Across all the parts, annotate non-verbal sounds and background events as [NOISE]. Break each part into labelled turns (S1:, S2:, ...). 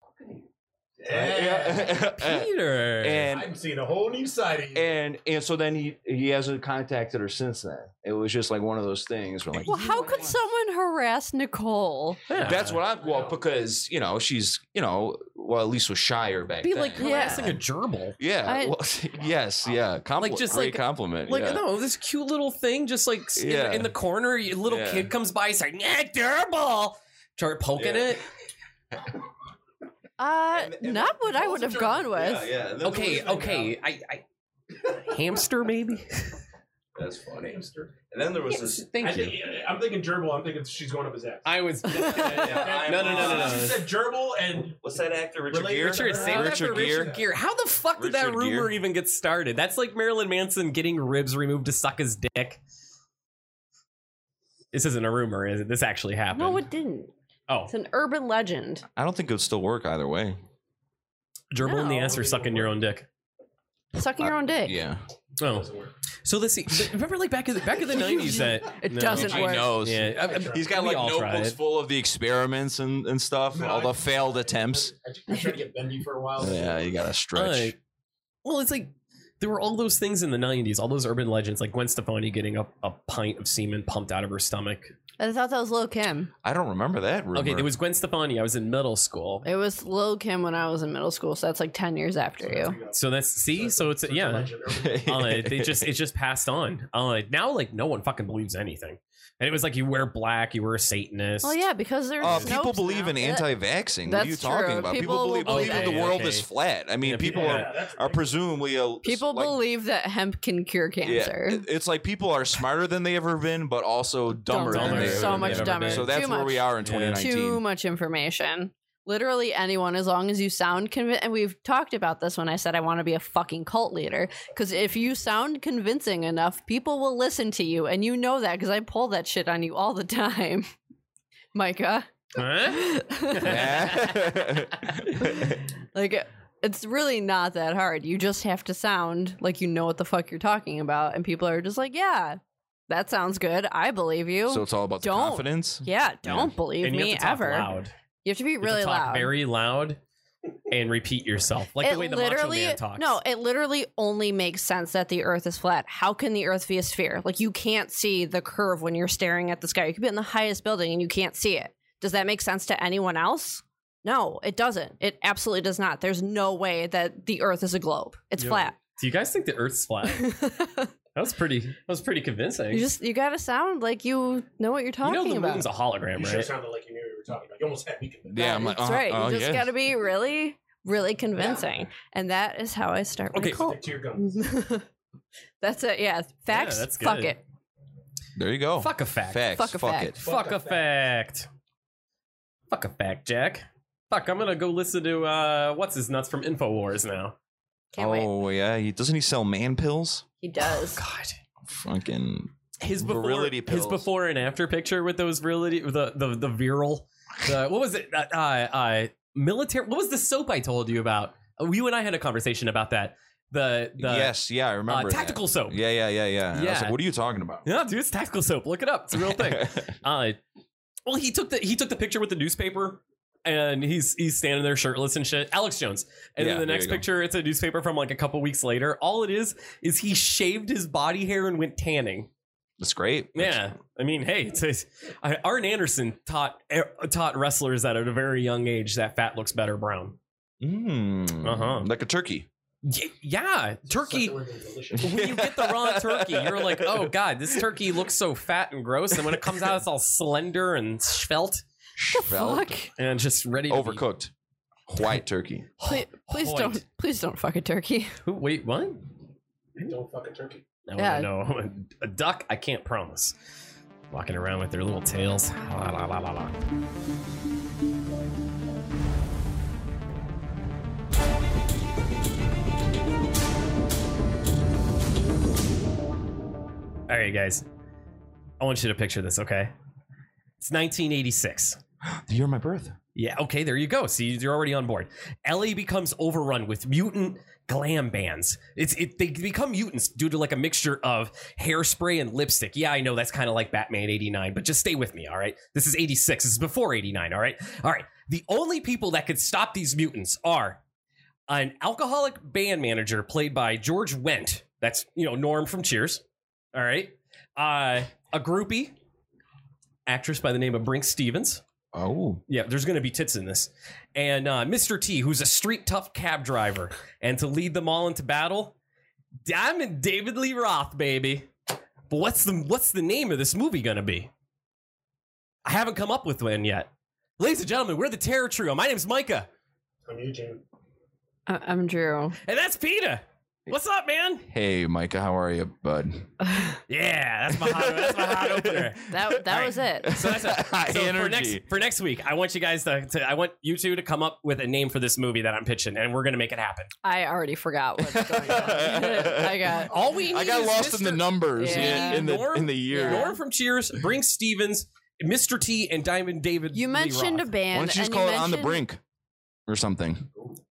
S1: [LAUGHS]
S2: Eh.
S1: Peter.
S2: and
S3: I'm seeing a whole new side of you.
S2: and and so then he he hasn't contacted her since then. It was just like one of those things where like
S4: Well, how could someone harass Nicole?
S1: Yeah.
S2: that's what I'm well because you know she's you know well at least was shyer back
S4: Be
S2: then.
S4: like,
S1: yeah. it's
S4: harassing
S1: like a gerbil.
S2: yeah
S4: I-
S2: well, [LAUGHS] yes yeah Compli-
S1: Like, just
S2: great
S1: like-
S2: compliment
S1: Like
S2: yeah.
S1: no, this cute little thing just like s- in-
S2: Yeah.
S1: in, the corner, a little
S2: Yeah.
S1: kid comes by, he's like, "Yeah, gerbil." Start poking
S2: Yeah.
S1: it.
S4: Uh,
S3: And- and
S4: not what I
S3: Nicole's
S4: would
S3: a
S4: have
S3: jerk.
S4: gone with.
S2: yeah yeah that's-
S1: Okay, okay. I, I
S2: [LAUGHS]
S1: hamster maybe.
S2: that's funny
S3: Hamster.
S2: and then there was
S1: Yes, thank
S5: I
S1: you.
S5: think, I'm thinking gerbil. I'm thinking she's going up his ass.
S2: [LAUGHS]
S1: I was
S2: yeah,
S1: [LAUGHS] No, no, no, no, no.
S5: She said gerbil and
S2: what's that actor
S5: Relate-
S1: Richard, save that for
S2: Richard
S1: Richard
S2: Gere.
S1: Gere. How the fuck did that
S2: Richard
S1: rumor
S2: Gere.
S1: even get started? That's like Marilyn Manson getting ribs removed to suck his dick. This isn't a rumor, is it? This actually happened.
S4: No, it didn't.
S1: oh,
S4: It's an urban legend.
S2: I don't think it would still work either way
S1: gerbil in the
S4: No.
S1: ass or sucking your own dick.
S4: Sucking your own dick.
S2: yeah
S1: Oh,
S5: doesn't work.
S1: so let's see. Remember, like back in
S2: [LAUGHS]
S1: the back in the nineties, uh, that
S4: It
S1: No.
S4: doesn't
S2: he
S4: work.
S2: knows
S1: Yeah, I- I-
S2: he's got
S1: we
S2: like
S1: all tried
S2: notebooks
S1: it.
S2: full of the experiments and and stuff
S5: No,
S2: all
S5: I-
S2: the failed attempts
S5: I just- I tried to get bendy for a
S1: [LAUGHS]
S5: while.
S2: yeah you gotta stretch
S1: Uh, well, it's like there were all those things in the '90s, all those urban legends, like Gwen Stefani getting a, a pint of semen pumped out of her stomach.
S4: I thought that was Lil Kim.
S2: I don't remember that rumor.
S1: Okay,
S2: [LAUGHS]
S1: there was Gwen Stefani. I was in middle school,
S4: It was Lil Kim when I was in middle school, so that's like ten years after you.
S1: so that's see. So it's yeah.
S2: [LAUGHS]
S1: uh, they just it just passed on. Uh, now like no one fucking believes anything, and it was like you wear black, you were a Satanist.
S4: Well, yeah, because there's
S2: Uh,
S4: Snopes
S2: people believe
S4: now.
S2: in
S4: That-
S2: anti-vaxxing. What are you
S4: That's
S2: talking
S4: true.
S2: about? People,
S4: People
S2: believe,
S4: will
S2: believe that
S1: believe
S2: the
S1: that.
S2: world
S1: Okay.
S2: is flat. I mean,
S1: Yeah,
S2: people are, are presumably uh,
S4: People
S2: like-
S4: believe that hemp can cure
S2: yeah,
S4: cancer.
S2: it- it's like people are smarter than they ever been, but also dumber,
S4: Dumber.
S2: than they
S4: So
S2: ever
S4: much
S2: been.
S4: dumber.
S2: So that's
S4: Too
S2: where
S4: much.
S2: we are in
S1: Yeah.
S2: 2019.
S4: Too much information. Literally anyone, as long as you sound convinced. And we've talked about this when I said I want to be a fucking cult leader. Because if you sound convincing enough, people will listen to you. And you know that because I pull that shit on you all the time, [LAUGHS]
S1: [LAUGHS]
S4: Micah. [LAUGHS]
S1: Huh?
S4: like, it's really not that hard. You just have to sound like you know what the fuck you're talking about. And people are just like, yeah, that sounds good. I believe you.
S2: [LAUGHS] so it's all about the
S4: Don't.
S2: confidence.
S4: yeah, don't believe
S1: and you
S4: me
S1: have to talk
S4: ever.
S1: loud.
S4: You have to be
S1: You have to
S4: really
S1: talk
S4: loud.
S1: very loud, and repeat yourself like the way the Macho Man talks.
S4: No, it literally only makes sense that the Earth is flat. How can the Earth be a sphere? Like you can't see the curve when you're staring at the sky. You could be in the highest building and you can't see it. Does that make sense to anyone else? No, it doesn't. It absolutely does not. There's no way that the Earth is a globe. It's
S1: Yeah.
S4: flat.
S1: Do you guys think the Earth's
S4: [LAUGHS]
S1: flat?
S4: you
S1: That was pretty. That was pretty convincing.
S4: just you gotta sound like you know what you're
S1: You
S4: talking
S1: know the
S4: about.
S1: moon's a hologram,
S5: You sure
S1: right?
S5: sounded like you knew what you were talking about. You almost had me convinced.
S2: Yeah, I'm like,
S4: That's
S2: uh,
S4: right.
S2: uh,
S1: Oh,
S4: you just
S2: yeah.
S4: gotta be really, really convincing, and that is how I start.
S1: Okay,
S4: Okay, cult.
S5: Stick to your guns.
S4: [LAUGHS] that's it. Yeah, facts.
S1: that's
S4: fuck
S1: good.
S4: it.
S2: There you go.
S1: Fuck a fact.
S2: Facts.
S4: Fuck a fact.
S2: it.
S1: Fuck,
S5: Fuck
S1: a
S5: a
S1: fact. Fuck a fact, Jack. Fuck, I'm gonna go listen to uh, what's his nuts from Infowars now.
S4: Can't wait.
S2: oh yeah, he doesn't he sell man pills?
S4: He does.
S1: God,
S2: Fucking
S1: his before,
S2: Virility
S1: his
S2: pills.
S1: before and after picture with those virility, the the the virile, the, what was it? Uh, uh, uh, military. What was the soap I told you about? Uh, You and I had a conversation about that. The the
S2: yes, yeah, I
S1: uh,
S2: remember. that.
S1: tactical soap.
S2: Yeah, yeah, yeah, yeah. And I was
S1: Yeah.
S2: like, what are you talking about?
S1: Yeah, dude, it's tactical soap. Look it up. It's a
S2: [LAUGHS]
S1: real thing. Uh, well, he took the he took the picture with the newspaper, and he's he's standing there shirtless and shit. Alex Jones, and
S2: Yeah,
S1: then the
S2: there
S1: next
S2: you go.
S1: picture, it's a newspaper from like a couple weeks later. All it is is he shaved his body hair and went tanning.
S2: That's great.
S1: Yeah, I mean, hey, it's, it's, I, Arn Anderson taught er, taught wrestlers that at a very young age that fat looks better brown.
S2: Mm,
S1: Uh-huh.
S2: Like a turkey.
S1: Y- yeah, turkey.
S5: Suck the word in delicious.
S1: when you get the raw turkey, you're like, oh god, this turkey looks so fat and gross, and when it comes out, it's all slender and svelte
S2: Shvelt.
S4: [LAUGHS] Fuck.
S1: and just ready to be-
S2: Overcooked. White turkey.
S4: Please, please
S1: Hoyt.
S4: don't. Please don't fuck a turkey.
S1: Who, wait, what?
S5: Don't fuck a turkey.
S1: No,
S4: Yeah.
S1: no, [LAUGHS] a duck. I can't promise. Walking around with their little tails. La, la, la, la, la. All right, guys. I want you to picture this, okay? It's 1986.
S2: The year of my birth.
S1: Yeah, okay, there you go. See, you're already on board. LA becomes overrun with mutant glam bands. It's it they become mutants due to like a mixture of hairspray and lipstick. Yeah, I know that's kind of like Batman 89, but just stay with me, all right? This is 86. This is before 89, all right? All right. The only people that could stop these mutants are an alcoholic band manager played by George Wendt. That's you know Norm from Cheers. All right, uh, a groupie actress by the name of Brink Stevens.
S6: Oh,
S1: Yeah, there's going to be tits in this, and uh, Mr. T, who's a street tough cab driver, and to lead them all into battle, Diamond David Lee Roth, baby. But what's the what's the name of this movie going to be? I haven't come up with one yet. Ladies and gentlemen, we're the Terror Trio. My name's Micah,
S5: I'm Eugene.
S4: [LAUGHS] I- I'm [LAUGHS] Drew.
S1: and that's Peta. What's up, man?
S2: Hey, Micah, how are you, bud?
S1: Yeah, that's my hot, that's my
S2: [LAUGHS]
S1: hot opener.
S4: [LAUGHS] That that
S1: Alright.
S4: was it.
S1: So that's a,
S2: High
S1: so for
S2: energy.
S1: next for next week, I want you guys to, to I want you two to come up with a name for this movie that I'm pitching, and we're gonna make it happen.
S4: I already forgot what's going on. [LAUGHS]
S1: [LAUGHS]
S4: I got
S1: All we need
S2: I got
S1: is
S2: lost in the
S1: Mr.
S2: numbers
S4: Yeah.
S2: in, in the
S1: Norm-
S2: in the year.
S1: Norm from Cheers, Brink Stevens, Mr. T, and Diamond David.
S4: you
S1: Lee
S4: mentioned a
S1: Roth.
S4: band.
S2: Why don't you just
S4: and
S2: call it on the
S4: mentioned-
S2: brink or something?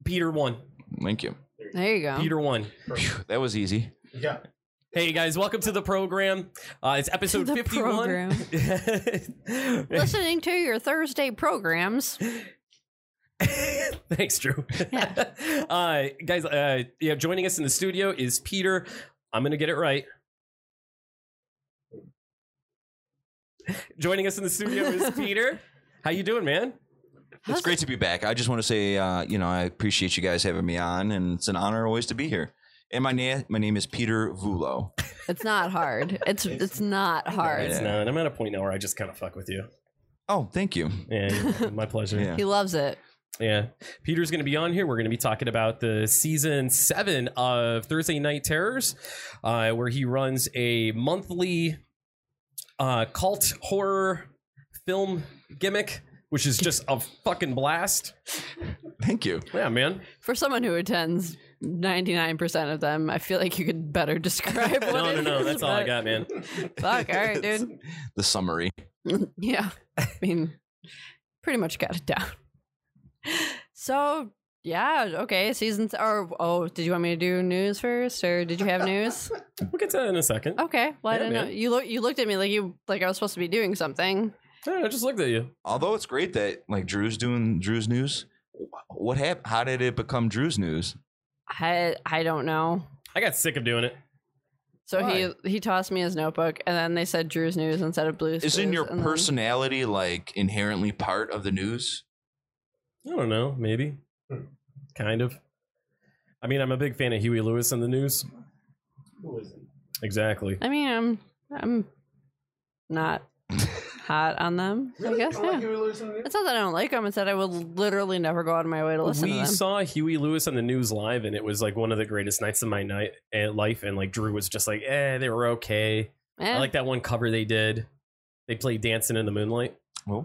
S1: Peter one.
S2: Thank you.
S4: There you go.
S1: Peter one.
S5: Perfect.
S2: That was easy.
S5: Yeah.
S1: Hey guys, welcome to the program. Uh, it's episode
S4: the
S1: 51.
S4: program. Listening to your Thursday programs.
S1: [LAUGHS] Thanks, Drew.
S4: Yeah.
S1: [LAUGHS] uh, guys, uh, yeah, joining us in the studio is Peter. I'm gonna get it right. Joining us in the studio
S4: [LAUGHS]
S1: is Peter. How you doing, man?
S4: How's
S2: It's great to be back. I just want to say, uh, you know, I appreciate you guys having me on, and it's an honor always to be here. And my name, my name is Peter Vulo.
S4: It's not hard. It's it's not hard.
S1: It's
S2: Yeah.
S1: not. I'm at a point now where I just kind of fuck with you.
S2: Oh, thank you.
S1: Yeah,
S4: [LAUGHS]
S1: my pleasure.
S2: Yeah.
S4: He loves it.
S1: Yeah. Peter's going to be on here. We're going to be talking about the season seven of Thursday Night Terrors, uh, where he runs a monthly uh, cult horror film gimmick, which is just a fucking blast.
S2: Thank you.
S1: Yeah, man.
S4: For someone who attends 99% of them, I feel like you could better [LAUGHS] describe what
S1: No,
S4: it
S1: no, no.
S4: is,
S1: That's all I
S4: but
S1: got, man.
S4: Fuck, all
S1: [LAUGHS]
S4: right, dude. [LAUGHS]
S2: The summary.
S4: Yeah. I mean, pretty much got it down. So, yeah, okay, seasons or oh, did you want me to do news first or did you have news?
S1: We'll get to that in a second.
S4: Okay, well, I
S1: Yeah,
S4: don't know.
S1: man.
S4: You look you looked at me like you like I was supposed to be doing something.
S1: Yeah, I just looked at you.
S2: Although it's great that like Drew's doing Drew's news. Wh- What happened? How did it become Drew's news?
S4: I I don't know.
S1: I got sick of doing it.
S4: So
S2: Why?
S4: he he tossed me his notebook, and then they said Drew's News instead of Blues.
S2: Isn't
S4: Clues,
S2: your
S4: and then-
S2: personality like inherently part of the news?
S1: I don't know. Maybe. Kind of. I mean, I'm a big fan of Huey Lewis in the news.
S5: Who is it?
S1: Exactly.
S4: I mean, I'm I'm
S1: [LAUGHS]
S4: not hot on them. I guess
S5: You don't like
S4: yeah.
S5: Huey Lewis in the news?
S4: It's not that I don't like them. It's that I would literally never go out of my way to listen
S1: we
S4: to them.
S1: saw Huey Lewis on the news live, and it was like one of the greatest nights of my night eh, life. And like Drew was just like, "Eh, they were okay."
S4: Eh,
S1: I like that one cover they did. They played "Dancing in the Moonlight," Yeah,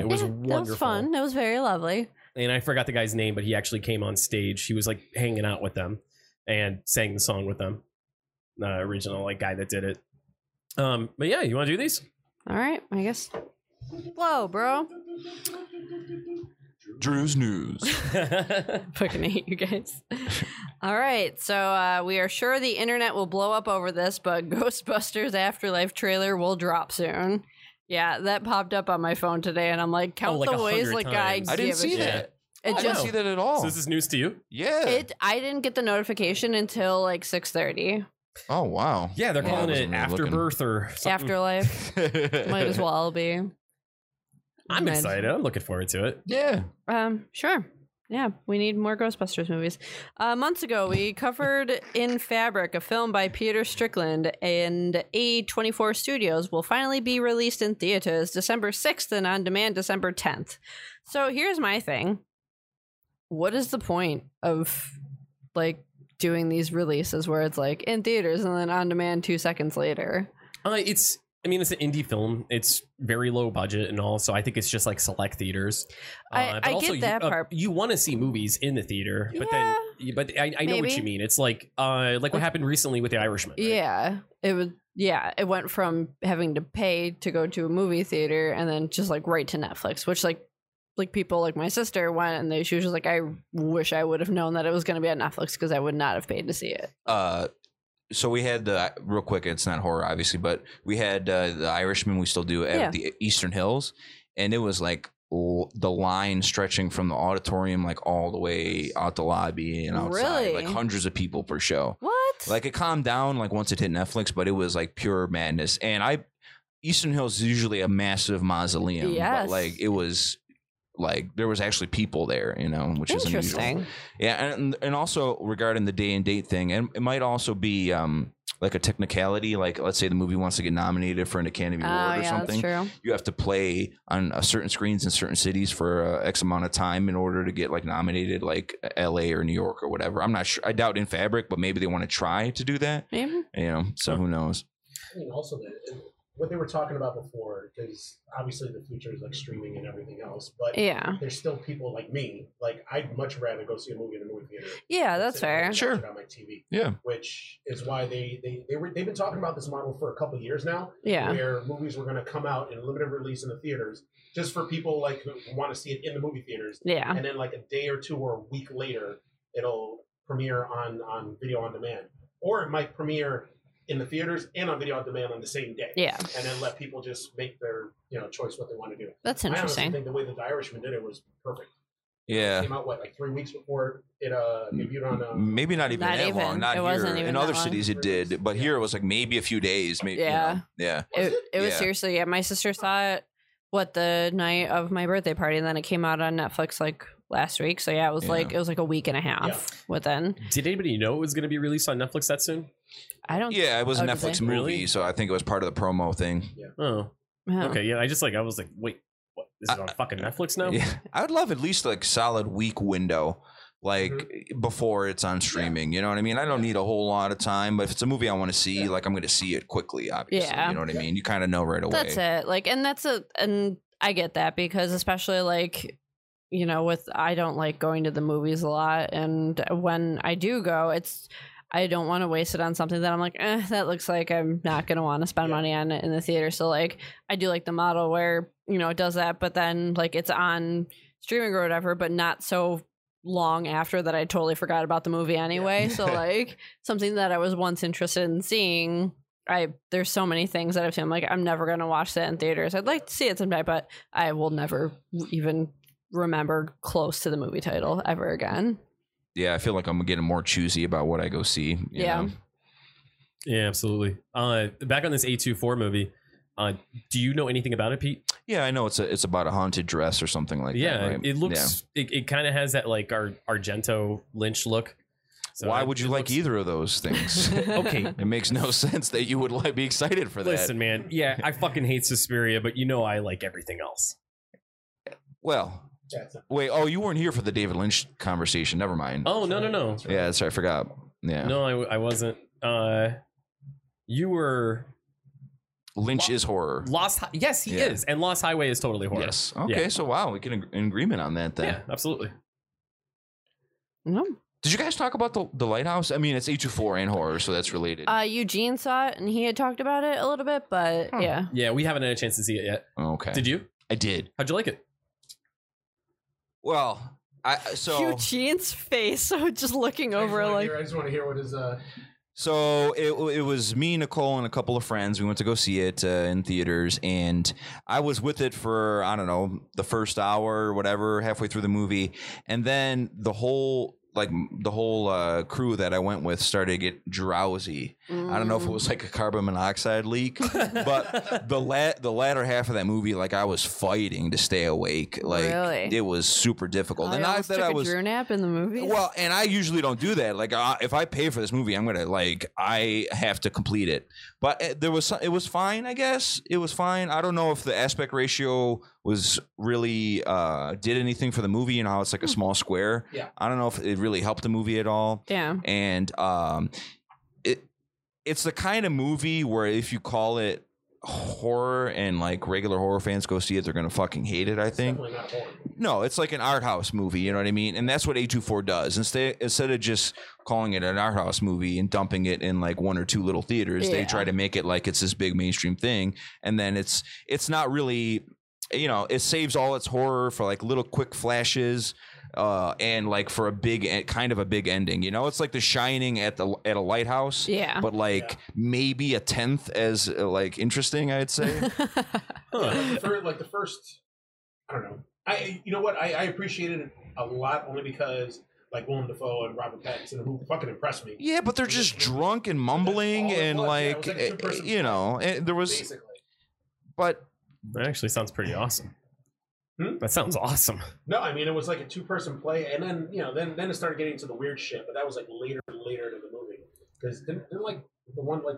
S1: it was
S4: yeah, That
S1: wonderful.
S4: was fun. It was very lovely.
S1: and I forgot the guy's name, but he actually came on stage. He was like hanging out with them and sang the song with them. The original like guy that did it. Um, but yeah, you want to do [LAUGHS] these?
S4: All right, I guess. Whoa, bro! [LAUGHS]
S5: [LAUGHS]
S2: Drew's
S4: [LAUGHS]
S2: news.
S4: Fucking hate
S1: [LAUGHS]
S4: you guys. All right, so uh, we are sure the internet will blow up over this, but [LAUGHS] Ghostbusters Afterlife trailer will drop soon. Yeah, that popped up on my phone today, and I'm like, count
S1: Oh, like
S4: the ways,
S1: 100
S4: like I,
S1: times.
S2: I didn't
S4: give a
S2: see
S4: shit.
S2: that.
S4: It
S2: I didn't
S4: just
S2: see that at all.
S1: so this is news to you?
S2: yeah.
S4: it. I didn't get the notification until like 6:30
S2: oh wow.
S1: Yeah, they're
S4: Yeah.
S1: calling
S2: I
S1: it
S2: wasn't really looking.
S1: afterbirth or something.
S4: afterlife. Might as well be.
S1: I'm
S4: Might-
S1: excited. [LAUGHS] I'm looking forward to it.
S2: [LAUGHS] Yeah.
S4: Um, sure. Yeah, we need more Ghostbusters movies. Uh, months ago, we covered In Fabric, a film by Peter Strickland, and A24 Studios will finally be released in theaters December 6th and on demand December 10th. So here's my thing What is the point of like doing these releases where it's like in theaters and then on demand two seconds later?
S1: Uh, it's. I mean, it's an indie film. It's very low budget and all, so I think it's just like select theaters. Uh,
S4: I- I get that
S1: you,
S4: part.
S1: you want to see movies in the theater, but then, you- but I, I know
S4: maybe.
S1: what you mean. It's like, uh, like what happened recently with The Irishman. right?
S4: Yeah, it was. Yeah, it went from having to pay to go to a movie theater and then just like right to Netflix, which like like people like my sister went and they she was just like, I wish I would have known that it was going to be on Netflix because I would not have paid to see it.
S2: Uh, so we had the real quick. It's not horror, obviously, but we had uh, the Irishman. We still do at
S4: Yeah.
S2: the Eastern Hills, and it was like l- the line stretching from the auditorium like all the way out the lobby and outside,
S4: Really?
S2: like hundreds of people per show.
S4: What?
S2: Like it calmed down like once it hit Netflix, but it was like pure madness. And I, Eastern Hills is usually a massive mausoleum,
S4: Yes.
S2: but like it was like there was actually people there, you know, which is unusual.
S4: Interesting.
S2: Yeah, and and also regarding the day and date thing, and it might also be um like a technicality. Like let's say the movie wants to get nominated for an Academy
S4: Oh,
S2: Award or
S4: yeah, that's
S2: something,
S4: true.
S2: you have to play on uh certain screens in certain cities for uh, X amount of time in order to get like nominated, like L.A. or New York or whatever. I'm not sure. I doubt in Fabric, but maybe they want to try to do that.
S4: Maybe.
S2: You know, so who knows?
S5: I mean, also the, what they were talking about before, because obviously the future is like streaming and everything else, but
S4: Yeah.
S5: there's still people like me. Like, I'd much rather go see a movie in the movie theater.
S4: Yeah,
S5: than
S4: that's
S5: sit down and
S4: fair.
S5: watch
S2: Sure.
S5: it On my TV.
S2: Yeah.
S5: Which is why they, they, they were, they've been talking about this model for a couple years now.
S4: Yeah.
S5: where movies were going to come out in limited release in the theaters just for people like who want to see it in the movie theaters
S4: Yeah.
S5: and then like a day or two or a week later it'll premiere on on video on demand or it might premiere in the theaters and on video on demand on the same day
S4: Yeah.
S5: and then let people just make their you know choice what they want to do
S4: That's
S5: i honestly
S4: interesting.
S5: think the way that the irishman did it was perfect it
S2: Yeah. Mm.
S5: came out what like three weeks before it uh debuted on uh,
S2: Maybe not even
S4: Not
S2: that
S4: even.
S2: long. Not
S4: It
S2: here.
S4: wasn't even
S2: in
S4: that
S2: other
S4: long.
S2: cities, it did, but here it was like maybe a few days. Maybe. you know.
S4: Yeah.
S2: yeah.
S5: Was
S4: It, it was
S2: Yeah.
S4: seriously, yeah. My sister saw it, what, the night of my birthday party, and then it came out on Netflix like last week. So yeah, it was
S2: Yeah.
S4: like, it was like a week and a half within.
S1: Did anybody know it was going to be released on Netflix that soon?
S4: I don't
S2: Yeah, it was a
S4: Oh, did
S2: Netflix
S4: they?
S2: movie,
S1: Really?
S2: so I think it was part of the promo thing.
S1: Oh,
S4: yeah.
S1: okay. Yeah, I just like I was like, wait, what? This is on fucking Netflix now.
S2: Yeah, I would love at least like solid week window, like
S1: Mm-hmm.
S2: before it's on streaming. You know what I mean? I don't need a whole lot of time, but if it's a movie I want to see, like I'm going to see it quickly. Obviously,
S4: Yeah.
S2: you know what I mean. You kind of know right away.
S4: That's it. Like, and that's a, and I get that because especially like, you know, with I don't like going to the movies a lot, and when I do go, it's I don't want to waste it on something that I'm like, eh, that looks like I'm not gonna want to spend
S5: Yeah.
S4: money on it in the theater. So like, I do like the model where you know it does that, but then like it's on streaming or whatever, but not so long after that I totally forgot about the movie anyway.
S2: [LAUGHS]
S4: So like something that I was once interested in seeing. I there's so many things that I've seen. I'm like, I'm never gonna watch that in theaters. I'd like to see it someday, but I will never even remember close to the movie title ever
S2: [LAUGHS]
S4: again.
S2: Yeah, I feel like I'm getting more choosy about what I go see. you
S4: Yeah.
S2: know?
S1: Yeah, absolutely. Uh, back on this A24 movie, uh, do you know anything about it, Pete?
S2: yeah, I know it's a it's about a haunted dress or something like
S1: yeah,
S2: that. right?
S1: it looks. It, it kind of has that like Ar- Argento Lynch look.
S2: Yeah.
S1: So
S2: Why
S1: it-
S2: would you
S1: it
S2: like
S1: looks-
S2: either of those
S1: [LAUGHS]
S2: things? [LAUGHS]
S4: [LAUGHS]
S1: Okay.
S2: it makes no sense that you would like be excited for that.
S1: Listen, man. Yeah, I fucking hate Suspiria, but you know I like everything else.
S2: [LAUGHS] Well,
S5: that's not-
S2: wait. Oh, you weren't here for the David Lynch conversation. Never mind.
S1: Oh no no no
S2: Yeah, that's right. I forgot. Yeah.
S1: no I, I wasn't. Uh, you were
S2: Lynch
S1: Lo-
S2: is horror.
S1: Lost. Hi- Yes, he
S2: Yeah.
S1: is, and Lost Highway is totally horror.
S2: Yes. Okay. So wow, we get an an agreement on that then.
S1: Yeah, absolutely.
S4: No.
S2: Did you guys talk about the, the lighthouse? I mean, it's eight two four and horror, so that's related.
S4: Uh Eugene saw it and he had talked about it a little bit, but
S2: Hmm.
S4: yeah.
S1: Yeah, we haven't had a chance to see it yet.
S2: okay.
S1: Did you?
S2: I did.
S1: How'd you like it?
S2: Well, I so
S4: Eugene's face, so just looking
S5: I just
S4: over
S5: wanna
S4: like
S5: hear- I just want to hear what his uh
S2: so it it was me, Nicole, and a couple of friends. We went to go see it uh, in theaters, and I was with it for I don't know the first hour, or whatever, halfway through the movie, and then the whole like the whole uh, crew that I went with started to get drowsy. I don't know if it
S4: mm,
S2: was like a carbon monoxide
S4: [LAUGHS]
S2: leak, but the la- the latter half of that movie, like I was fighting to stay awake. Like
S4: Really?
S2: it was super difficult.
S4: I
S2: and not
S4: almost
S2: that
S4: took
S2: I
S4: a
S2: was
S4: Drew nap in the movie.
S2: well, and I usually don't do that. Like I, if I pay for this movie, I'm gonna like I have to complete it. But uh, there was some, it was fine, I guess. It was fine. I don't know if the aspect ratio was really uh, did anything for the movie. You know how it's like a small square.
S5: Yeah.
S2: I don't know if it really helped the movie at all
S4: Damn.
S2: and um, it it's the kind of movie where if you call it horror and like regular horror fans go see it, they're gonna fucking hate it. I
S5: it's
S2: think
S5: definitely not horror.
S2: no, it's like an art house movie. You know what I mean? And that's what A 24 does. Instead instead of just calling it an art house movie and dumping it in like one or two little theaters, they
S4: Yeah.
S2: try to make it like it's this big mainstream thing, and then it's it's not really. You know, it saves all its horror for like little quick flashes uh, and like for a big e- kind of a big ending. You know, it's like The Shining at the at a lighthouse,
S4: Yeah.
S2: but like maybe a tenth as
S4: [LAUGHS]
S2: uh, like interesting. I'd say. [LAUGHS]
S5: Like the fir- like the first, I don't know, I you know what I, I appreciated it a lot only because like Willem Dafoe and Robert Pattinson who fucking impressed me.
S2: Yeah, but they're just drunk and mumbling
S5: That's all it
S2: and
S5: was, yeah, it
S2: like,
S5: was like a two-person
S2: you know, eh, there was,
S5: Basically,
S2: but
S1: That actually sounds pretty awesome.
S5: Hmm?
S1: That sounds awesome.
S5: no, I mean it was like a two-person play, and then you know then then it started getting to the weird shit, but that was like later later in the movie because didn't, didn't like the one like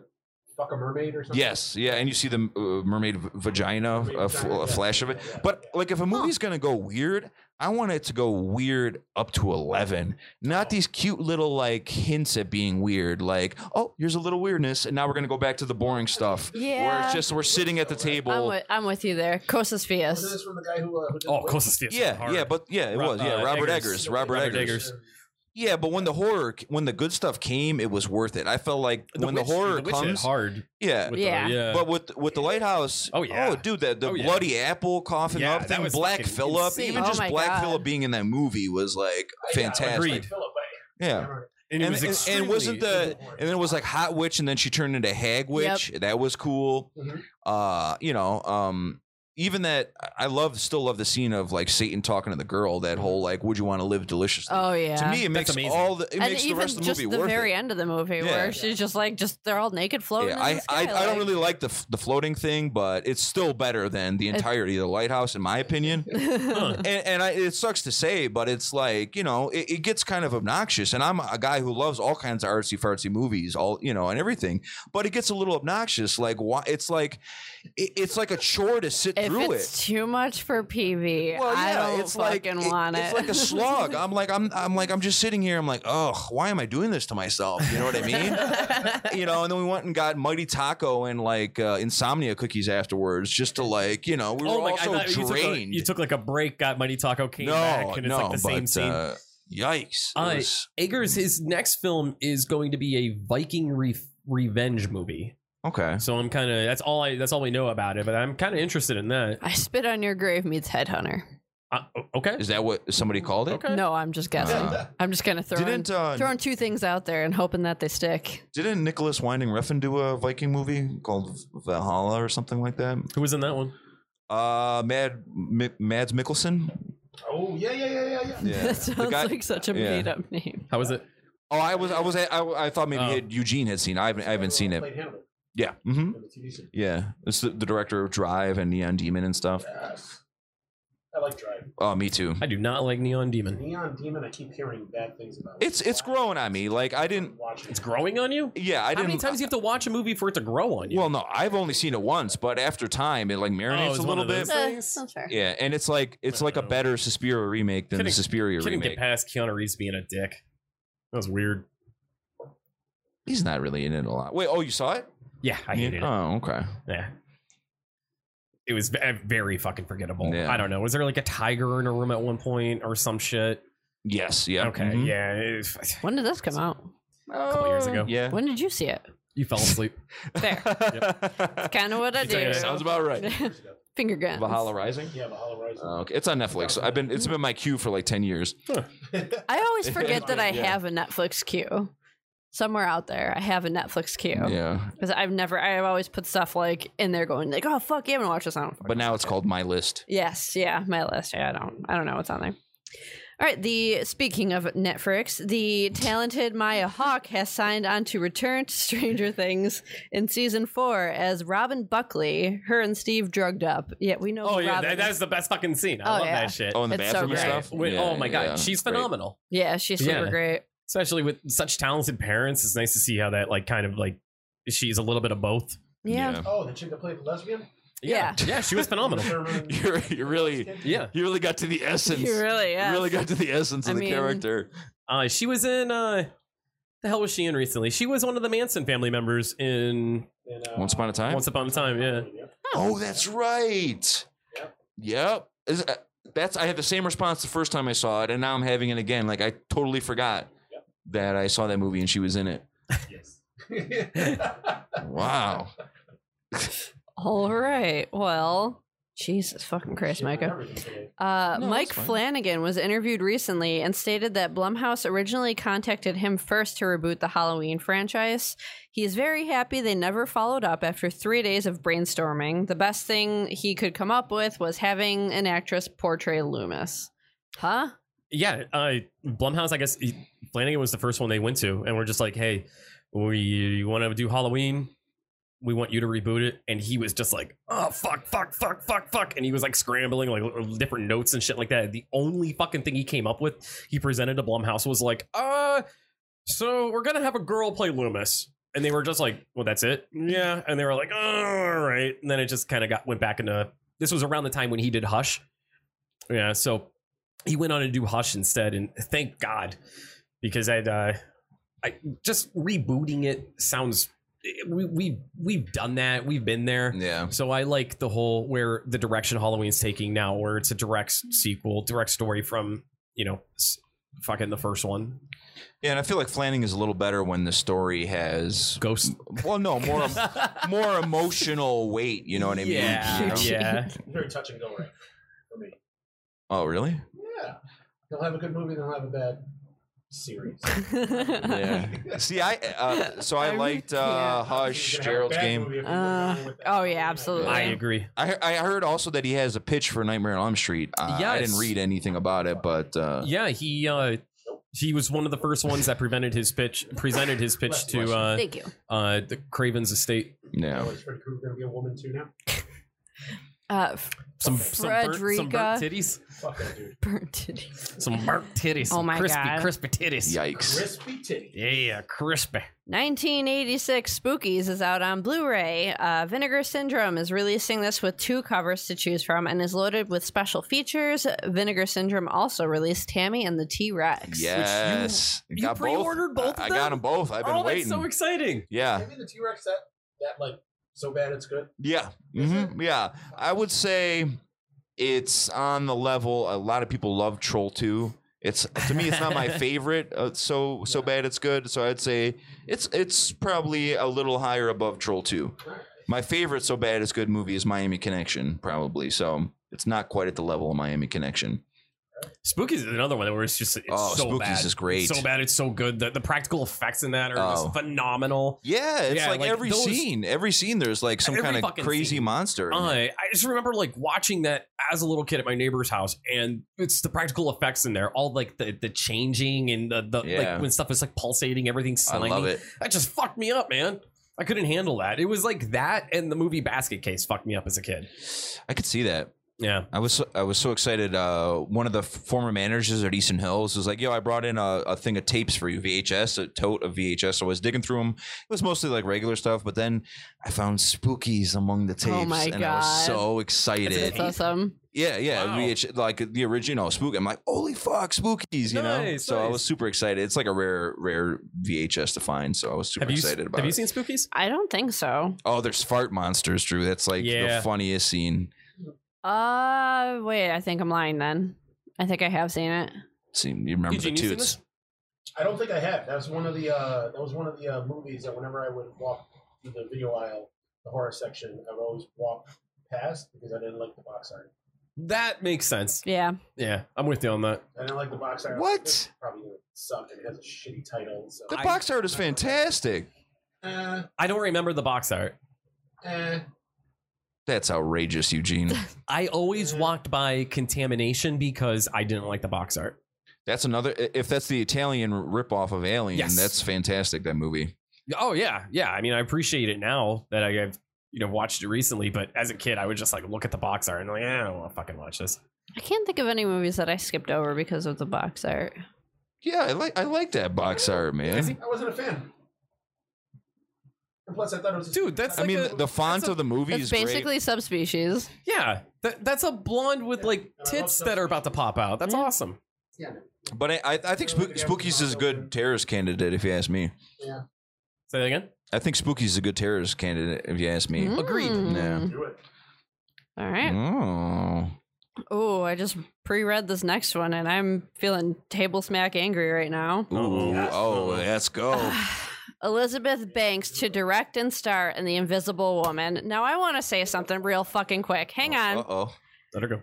S5: fuck a mermaid or something.
S2: yes, yeah, and you see the uh, mermaid v- vagina,
S5: Mermaid
S2: a, f-
S5: vagina,
S2: a
S5: yeah,
S2: flash of
S5: yeah,
S2: it.
S5: yeah,
S2: But
S5: yeah.
S2: like, if a movie's gonna go weird, I want it to go weird up to eleven, not these cute little like hints at being weird. Like, oh, here's a little weirdness, and now we're gonna go back to the boring stuff. Where
S4: Yeah.
S2: it's just we're sitting at the
S4: I'm
S2: table.
S4: with, I'm with you there. Kosas
S5: Wasn't
S4: Fias.
S5: this from the guy who, uh, who did
S1: Oh,
S5: Blade?
S1: Closest Fist.
S2: Yeah, yeah, but yeah, it
S1: Ro-
S2: was. Yeah,
S1: uh,
S2: Robert
S1: Eggers.
S2: Eggers. Robert,
S1: Robert
S2: Eggers.
S5: Uh,
S1: Eggers.
S2: Yeah, but when the horror, when the good stuff came, it was worth it. I felt like when the horror
S1: the witch hit
S2: comes,
S1: hard.
S2: yeah.
S1: with the-
S4: Yeah.
S1: yeah.
S2: But with with the lighthouse,
S1: Oh, yeah.
S2: oh dude, that the
S1: Oh, yeah.
S2: bloody apple coughing
S1: Yeah,
S2: up
S1: that
S2: thing,
S1: was
S2: Black
S1: fucking
S2: Phillip,
S1: insane.
S2: even
S4: Oh
S2: just
S4: my
S2: Black
S4: God.
S2: Phillip being in that movie was like fantastic.
S1: Agreed.
S5: Philip, but
S2: Yeah, and
S1: and, it was
S2: and,
S1: extremely,
S2: and wasn't the and then it was like hot witch, and then she turned into hag witch. That was cool.
S1: Mm-hmm.
S5: Mhm.
S2: Uh, you know, um, even that I love, still love the scene of like Satan talking to the girl.
S1: Mm-hmm.
S2: That whole like, would you want to live deliciously?
S4: Oh yeah.
S2: to me, it makes
S1: amazing.
S2: all the it
S4: and
S2: makes the
S4: even
S2: rest of the
S4: just
S2: movie
S4: the
S2: worth
S4: very
S2: it.
S4: end of the movie
S2: Yeah.
S4: where she's just like just they're all naked floating.
S2: Yeah,
S4: in
S2: I,
S4: the
S2: I, I
S4: sky, like-
S2: don't really like the f- the floating thing, but it's still better than the
S4: It's-
S2: entirety of the lighthouse, in my
S4: [LAUGHS]
S2: opinion.
S1: Huh.
S2: and and I, it sucks to say, but it's like you know, it, it gets kind of obnoxious. And I'm a guy who loves all kinds of artsy fartsy movies, all you know, and everything. But it gets a little obnoxious. Like why? It's like it, it's like a chore to sit
S4: if
S2: through it.
S4: it's too much for PV, I don't fucking
S2: it-
S4: want it.
S2: It's
S4: [LAUGHS]
S2: like a slog. I'm like I'm I'm like I'm just sitting here. I'm like, oh, why am I doing this to myself? You know what I mean? you know. And then we went and got Mighty Taco and like uh, insomnia cookies afterwards, just to like you know we were
S1: oh my!
S2: also
S1: I thought you took, a,
S2: drained.
S1: you took like a break, got Mighty Taco, came
S2: no,
S1: back, and it's
S2: no,
S1: like the same
S2: but
S1: scene.
S2: uh, yikes! It
S1: Uh,
S2: was-
S1: Eggers, his next film is going to be a Viking re- revenge movie.
S2: okay.
S1: So I'm kind of that's all I that's all we know about it. But I'm kind of interested in that.
S4: I spit on your grave meets headhunter.
S1: Uh, okay,
S2: Is that what somebody called it?
S1: okay.
S4: No, I'm just
S5: [LAUGHS]
S4: guessing.
S2: Uh,
S4: I'm just kind of throwing
S2: didn't uh,
S4: throwing two things out there and hoping that they stick. [LAUGHS]
S2: didn't Nicholas Winding Refn do a Viking movie called Valhalla or something like that?
S1: Who was in that one?
S2: Uh, Mad M- Mads
S1: [LAUGHS]
S2: Mikkelsen.
S5: Oh yeah, yeah, yeah, yeah, yeah.
S2: Yeah.
S4: that
S2: The
S4: sounds
S2: guy-
S4: like such a
S2: yeah.
S4: made up name.
S1: How was it?
S2: Oh, I was, I was, I, I thought maybe
S1: Oh.
S2: had- Eugene had seen. it. I haven't, I haven't seen it.
S5: Oh, Played Hannibal
S2: Yeah, hmm
S5: in the TV series.
S2: yeah. It's the, the director of Drive and Neon Demon and stuff.
S5: Yes. I like Drive.
S2: Oh, me too.
S1: I do not like Neon Demon.
S5: Neon Demon. I keep hearing bad things about.
S2: It's, it's growing on me. Like I didn't.
S5: Watching.
S1: It's growing on you.
S2: Yeah, I
S1: How many
S2: didn't.
S1: times do you have to watch a movie for it to grow on you?
S2: well, no, I've only seen it once, but after time, it like
S1: Oh,
S2: marinates
S1: it's
S2: a
S1: one
S2: little
S1: of those
S2: bit.
S1: things.
S2: Yeah, and it's like it's like a
S1: No.
S2: better Suspiria remake than the
S1: Couldn't-
S2: Suspiria
S1: Couldn't get
S2: remake.
S1: past Keanu Reeves being a dick. That was weird.
S2: He's not really in it a lot. Wait, oh, you saw it?
S1: Yeah, I
S2: Yeah.
S1: hated it.
S2: Oh, okay.
S1: Yeah. It was ve- eh, very fucking forgettable.
S2: Yeah.
S1: I don't know. Was there like a tiger in a room at one point or some shit?
S2: Yes. Yeah.
S1: Okay.
S2: mhm.
S1: Yeah. It was a
S4: When did this come out?
S1: couple years ago.
S2: Yeah.
S4: When did you see it?
S1: [LAUGHS] You fell asleep.
S2: [LAUGHS]
S4: Fair. kind of what I
S1: Yeah,
S4: do.
S2: Sounds about right.
S5: [LAUGHS] Years ago.
S4: [LAUGHS] Finger guns.
S2: Valhalla Rising.
S5: Yeah, Valhalla Rising.
S2: Oh, okay. It's on Netflix. I've been it's been my queue for like ten years. Oh. [LAUGHS]
S4: I always forget that I
S2: Yeah.
S4: have a Netflix queue. Somewhere out there, I have a Netflix queue
S2: Yeah,
S4: because I've never. I've always put stuff like in there, going like, "Oh fuck, you haven't watched this." I don't.
S2: but now it's called My List.
S4: Yes, yeah, my list. Yeah, I don't. I don't know what's on there. All right. The speaking of Netflix, the talented Maya Hawke has signed on to return to Stranger [LAUGHS] Things in season four as Robin Buckley. Her and Steve drugged up. Yeah, we know.
S1: oh
S4: who
S1: yeah,
S4: Robin
S1: that,
S4: is.
S1: that's the best fucking scene. I
S4: Oh,
S1: love
S4: yeah.
S1: that shit.
S2: Oh, in the
S4: It's so
S2: bathroom and
S4: great.
S2: stuff.
S1: Wait,
S2: Yeah,
S1: oh my god,
S2: yeah,
S1: she's
S2: it's great.
S1: phenomenal.
S4: Yeah, she's super
S1: Yeah.
S4: great.
S1: Especially with such talented parents, it's nice to see how that like kind of like she's a little bit of both.
S4: Yeah.
S5: [LAUGHS] oh, the chick that played the lesbian.
S1: Yeah, yeah, she was phenomenal.
S5: [LAUGHS]
S2: [LAUGHS] You're you really
S1: [LAUGHS] Yeah,
S2: you really got to the essence.
S4: You really, yeah.
S2: You really got to the essence of
S4: I
S2: the
S4: mean-
S2: character.
S1: uh, she was in. uh The hell was she in recently? She was one of the Manson family members in
S5: And, uh,
S2: Once upon a time.
S1: Once Upon a Time. Yeah,
S2: oh, that's right.
S5: Yep.
S2: Yep. Is- uh, That's I had the same response the first time I saw it, and now I'm having it again. Like I totally forgot
S5: Yep.
S2: that I saw that movie and she was in it.
S5: Yes. yeah,
S1: [LAUGHS]
S2: Wow.
S4: All right. Well, Jesus fucking Christ,
S5: Shit, my
S4: Micah.
S5: memory's today.
S4: Uh,
S2: No,
S4: Mike
S2: that's fine.
S4: Flanagan was interviewed recently and stated that Blumhouse originally contacted him first to reboot the Halloween franchise. He is very happy they never followed up after three days of brainstorming. The best thing he could come up with was having an actress portray Loomis. Huh?
S1: yeah, uh, Blumhouse, I guess he- Flanagan was the first one they went to, and we're just like, hey, we you want to do Halloween? We want you to reboot it, and he was just like, oh fuck, fuck, fuck, fuck, fuck, and he was like scrambling like different notes and shit like that. The only fucking thing he came up with, he presented to Blumhouse was like, uh, so we're gonna have a girl play Loomis. And they were just like, well, that's it. Yeah. And they were like, "Oh, all right. And then it just kind of got went back into this was around the time when he did Hush. Yeah. So he went on to do Hush instead, and thank God, because I'd uh, I just rebooting it sounds we we we've done that, we've been
S2: [LAUGHS]
S1: there.
S2: Yeah.
S1: So I like the whole where the direction Halloween's taking now, where it's a direct sequel, direct story from you know, s- fucking the first one,
S2: Yeah, and I feel like Flanning is a little better when the story has [LAUGHS]
S1: Ghost.
S2: well, no,
S4: [LAUGHS]
S2: more more emotional weight, you know what I mean?
S1: Yeah,
S2: You know?
S4: [LAUGHS]
S1: yeah.
S5: Very touch and go right for me.
S2: Oh, really?
S5: Yeah. They'll have a good movie, they'll have a bad series.
S2: Yeah. [LAUGHS] See, I uh, so I
S4: I
S2: liked
S4: really
S2: uh,
S4: can't.
S2: Hush,
S5: You're gonna have a
S2: Gerald's
S5: bad
S2: game.
S5: movie if you
S4: Uh,
S5: go with that.
S4: oh, yeah, absolutely.
S1: I agree.
S2: I I heard also that he has a pitch for Nightmare on Elm Street. Uh, I didn't
S1: Yes.
S2: read anything about it, but uh,
S1: Yeah, he uh, he was one of the first ones that prevented his pitch, presented his pitch to uh,
S4: Thank you.
S1: uh, the Craven's estate.
S2: yeah.
S5: Oh, is Freddy Krueger gonna be a woman too now?
S4: Uh,
S1: Some some burnt, some burnt
S4: Frederica.
S1: titties.
S5: Fuck that dude.
S4: [LAUGHS] burnt titty.
S1: Some burnt titties.
S4: Oh
S1: some
S4: my
S1: crispy,
S4: God.
S1: crispy titties.
S2: Yikes.
S5: Crispy titty.
S1: Yeah, crispy.
S4: 1986 Spookies is out on Blu ray. Uh, Vinegar Syndrome is releasing this with two covers to choose from and is loaded with special features. Vinegar Syndrome also released Tammy and the T Rex.
S2: Yes.
S1: you pre-ordered both
S2: I,
S1: of
S2: I got
S1: them?
S2: them both. I've been
S1: oh,
S2: waiting.
S1: that's so exciting.
S2: yeah.
S5: Maybe the T Rex that that like so bad it's good.
S2: Yeah.
S1: Mm-hmm.
S2: hmm Yeah. I would say it's on the level. A lot of people love Troll 2. It's to me, it's not
S1: [LAUGHS]
S2: my favorite. Uh, so so bad it's good. So I'd say it's it's probably a little higher above Troll 2. My favorite so bad it's good movie is Miami Connection, probably. So it's not quite at the level of Miami Connection.
S1: Spookies is another one where it's just it's
S2: Oh,
S1: so
S2: Spookies
S1: bad.
S2: is great.
S1: It's so bad, it's so good. The, the practical effects in that are
S2: Oh.
S1: just phenomenal.
S2: Yeah, it's
S1: Yeah,
S2: like,
S1: like
S2: every
S1: those-
S2: scene. Every scene there's like some
S1: Every
S2: kind of
S1: fucking
S2: crazy
S1: scene.
S2: monster.
S1: I I just remember like watching that as a little kid at my neighbor's house, and it's the practical effects in there, all like the the changing and the, the
S2: Yeah.
S1: like when stuff is like pulsating, everything's
S2: I
S1: slimy.
S2: love it.
S1: That just fucked me up, man. I couldn't handle that. It was like that, and the movie Basket Case fucked me up as a kid.
S2: I could see that.
S1: Yeah,
S2: I was so, I was so excited. Uh, one of the former managers at Easton Hills was like, "Yo, I brought in a, a thing of tapes for you, VHS, a tote of VHS." So I was digging through them. It was mostly like regular stuff, but then I found Spookies among the tapes,
S4: Oh my
S2: and I was
S4: God.
S2: so
S4: That's
S2: excited.
S4: awesome.
S2: Yeah, yeah,
S1: Wow.
S2: VH, like the original Spook. I'm like, "Holy fuck, Spookies!" You know.
S1: Nice,
S2: So I
S1: nice.
S2: was super excited. It's like a rare, rare VHS to find. So I was super
S1: have you
S2: excited about
S1: have
S2: it.
S1: you seen Spookies?
S4: I don't think so.
S2: oh, there's fart monsters, Drew. That's like
S1: Yeah.
S2: the funniest scene.
S4: Uh, wait, I think I'm lying then. I think I have seen it.
S2: Scene. You remember
S1: Eugene,
S2: the
S1: you seen
S2: toots?
S1: this?
S5: I don't think I have. That was one of the uh, that was one of the uh, movies that whenever I would walk through the video aisle, the horror section, I would always walk past because I didn't like the box art.
S1: That makes sense.
S4: Yeah.
S1: Yeah, I'm with you on that.
S5: I didn't like the box art. I was
S2: What?
S5: like, This is probably gonna suck and it has a shitty title. So.
S2: The
S1: I-
S2: box art is fantastic.
S5: eh,
S1: I don't remember the box art.
S5: eh.
S2: That's outrageous,
S4: [LAUGHS]
S2: Eugene.
S1: I always walked by contamination because I didn't like the box art.
S2: That's another. If that's the Italian ripoff of Alien,
S1: Yes.
S2: that's fantastic. That movie.
S1: Oh yeah, yeah. I mean, I appreciate it now that I have you know watched it recently, but as a kid, I would just like look at the box art and like, eh, I don't want to fucking watch this.
S4: I can't think of any movies that I skipped over because of the box art.
S2: Yeah, I like I like that box art, man.
S5: I wasn't a fan. And plus, I thought it was a
S1: Dude, that's
S2: I
S1: like
S2: mean,
S1: a-
S2: the font
S1: that's a-
S2: of the movie
S4: It's
S2: is great.
S4: basically subspecies.
S1: Yeah, that, that's a blonde with like tits that are about to pop out. That's Mm-hmm. awesome.
S5: yeah,
S2: But I, I I think Spook, Spookies is a good terrorist candidate, if you ask me.
S5: yeah.
S1: Say that again.
S2: I think Spookies is a good terrorist candidate, if you ask me.
S1: Agreed.
S2: Yeah.
S5: Do it.
S4: Hmm. All right.
S2: Oh,
S4: Oh, I just pre-read this next one
S1: Oh,
S4: and I'm feeling table smack angry right now.
S2: Ooh,
S1: Uh-oh.
S2: oh, let's go.
S4: Elizabeth Banks to direct and star in The Invisible Woman. Now, I want to say something real fucking quick. [SIGHS] Hang on.
S2: Uh oh.
S1: Let her go.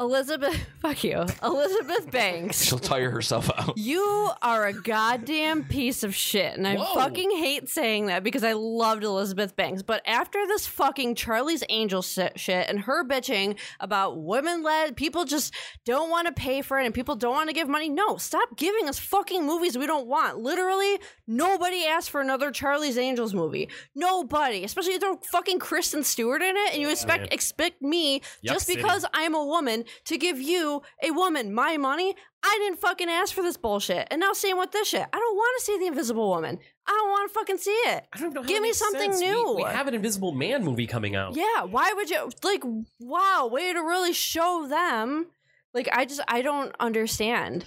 S4: Elizabeth, [LAUGHS] fuck you. Elizabeth Banks.
S2: She'll tire herself [LAUGHS]
S4: [LAUGHS]
S2: out.
S4: You are a goddamn piece of shit. And I
S1: Whoa.
S4: fucking hate saying that because I loved Elizabeth Banks. But after this fucking Charlie's Angel si- shit and her bitching about women led, people just don't want to pay for it and people don't want to give money. No, stop giving us fucking movies we don't want. Literally, nobody asked for another Charlie's Angels movie. Nobody. Especially if they're fucking Kristen Stewart in it and you expect
S1: man.
S4: expect me
S1: Yuck
S4: just
S1: City.
S4: because I'm a woman to give you a woman my money. I didn't fucking ask for this bullshit. And now same with this shit. I don't want to see the Invisible Woman. I don't want to fucking see it.
S1: I don't know. How
S4: Give
S1: that
S4: me
S1: makes
S4: something
S1: sense. We-
S4: new.
S1: We, have an Invisible Man movie coming out.
S4: Yeah, why would you like wow, way to really show them? Like I just I don't understand.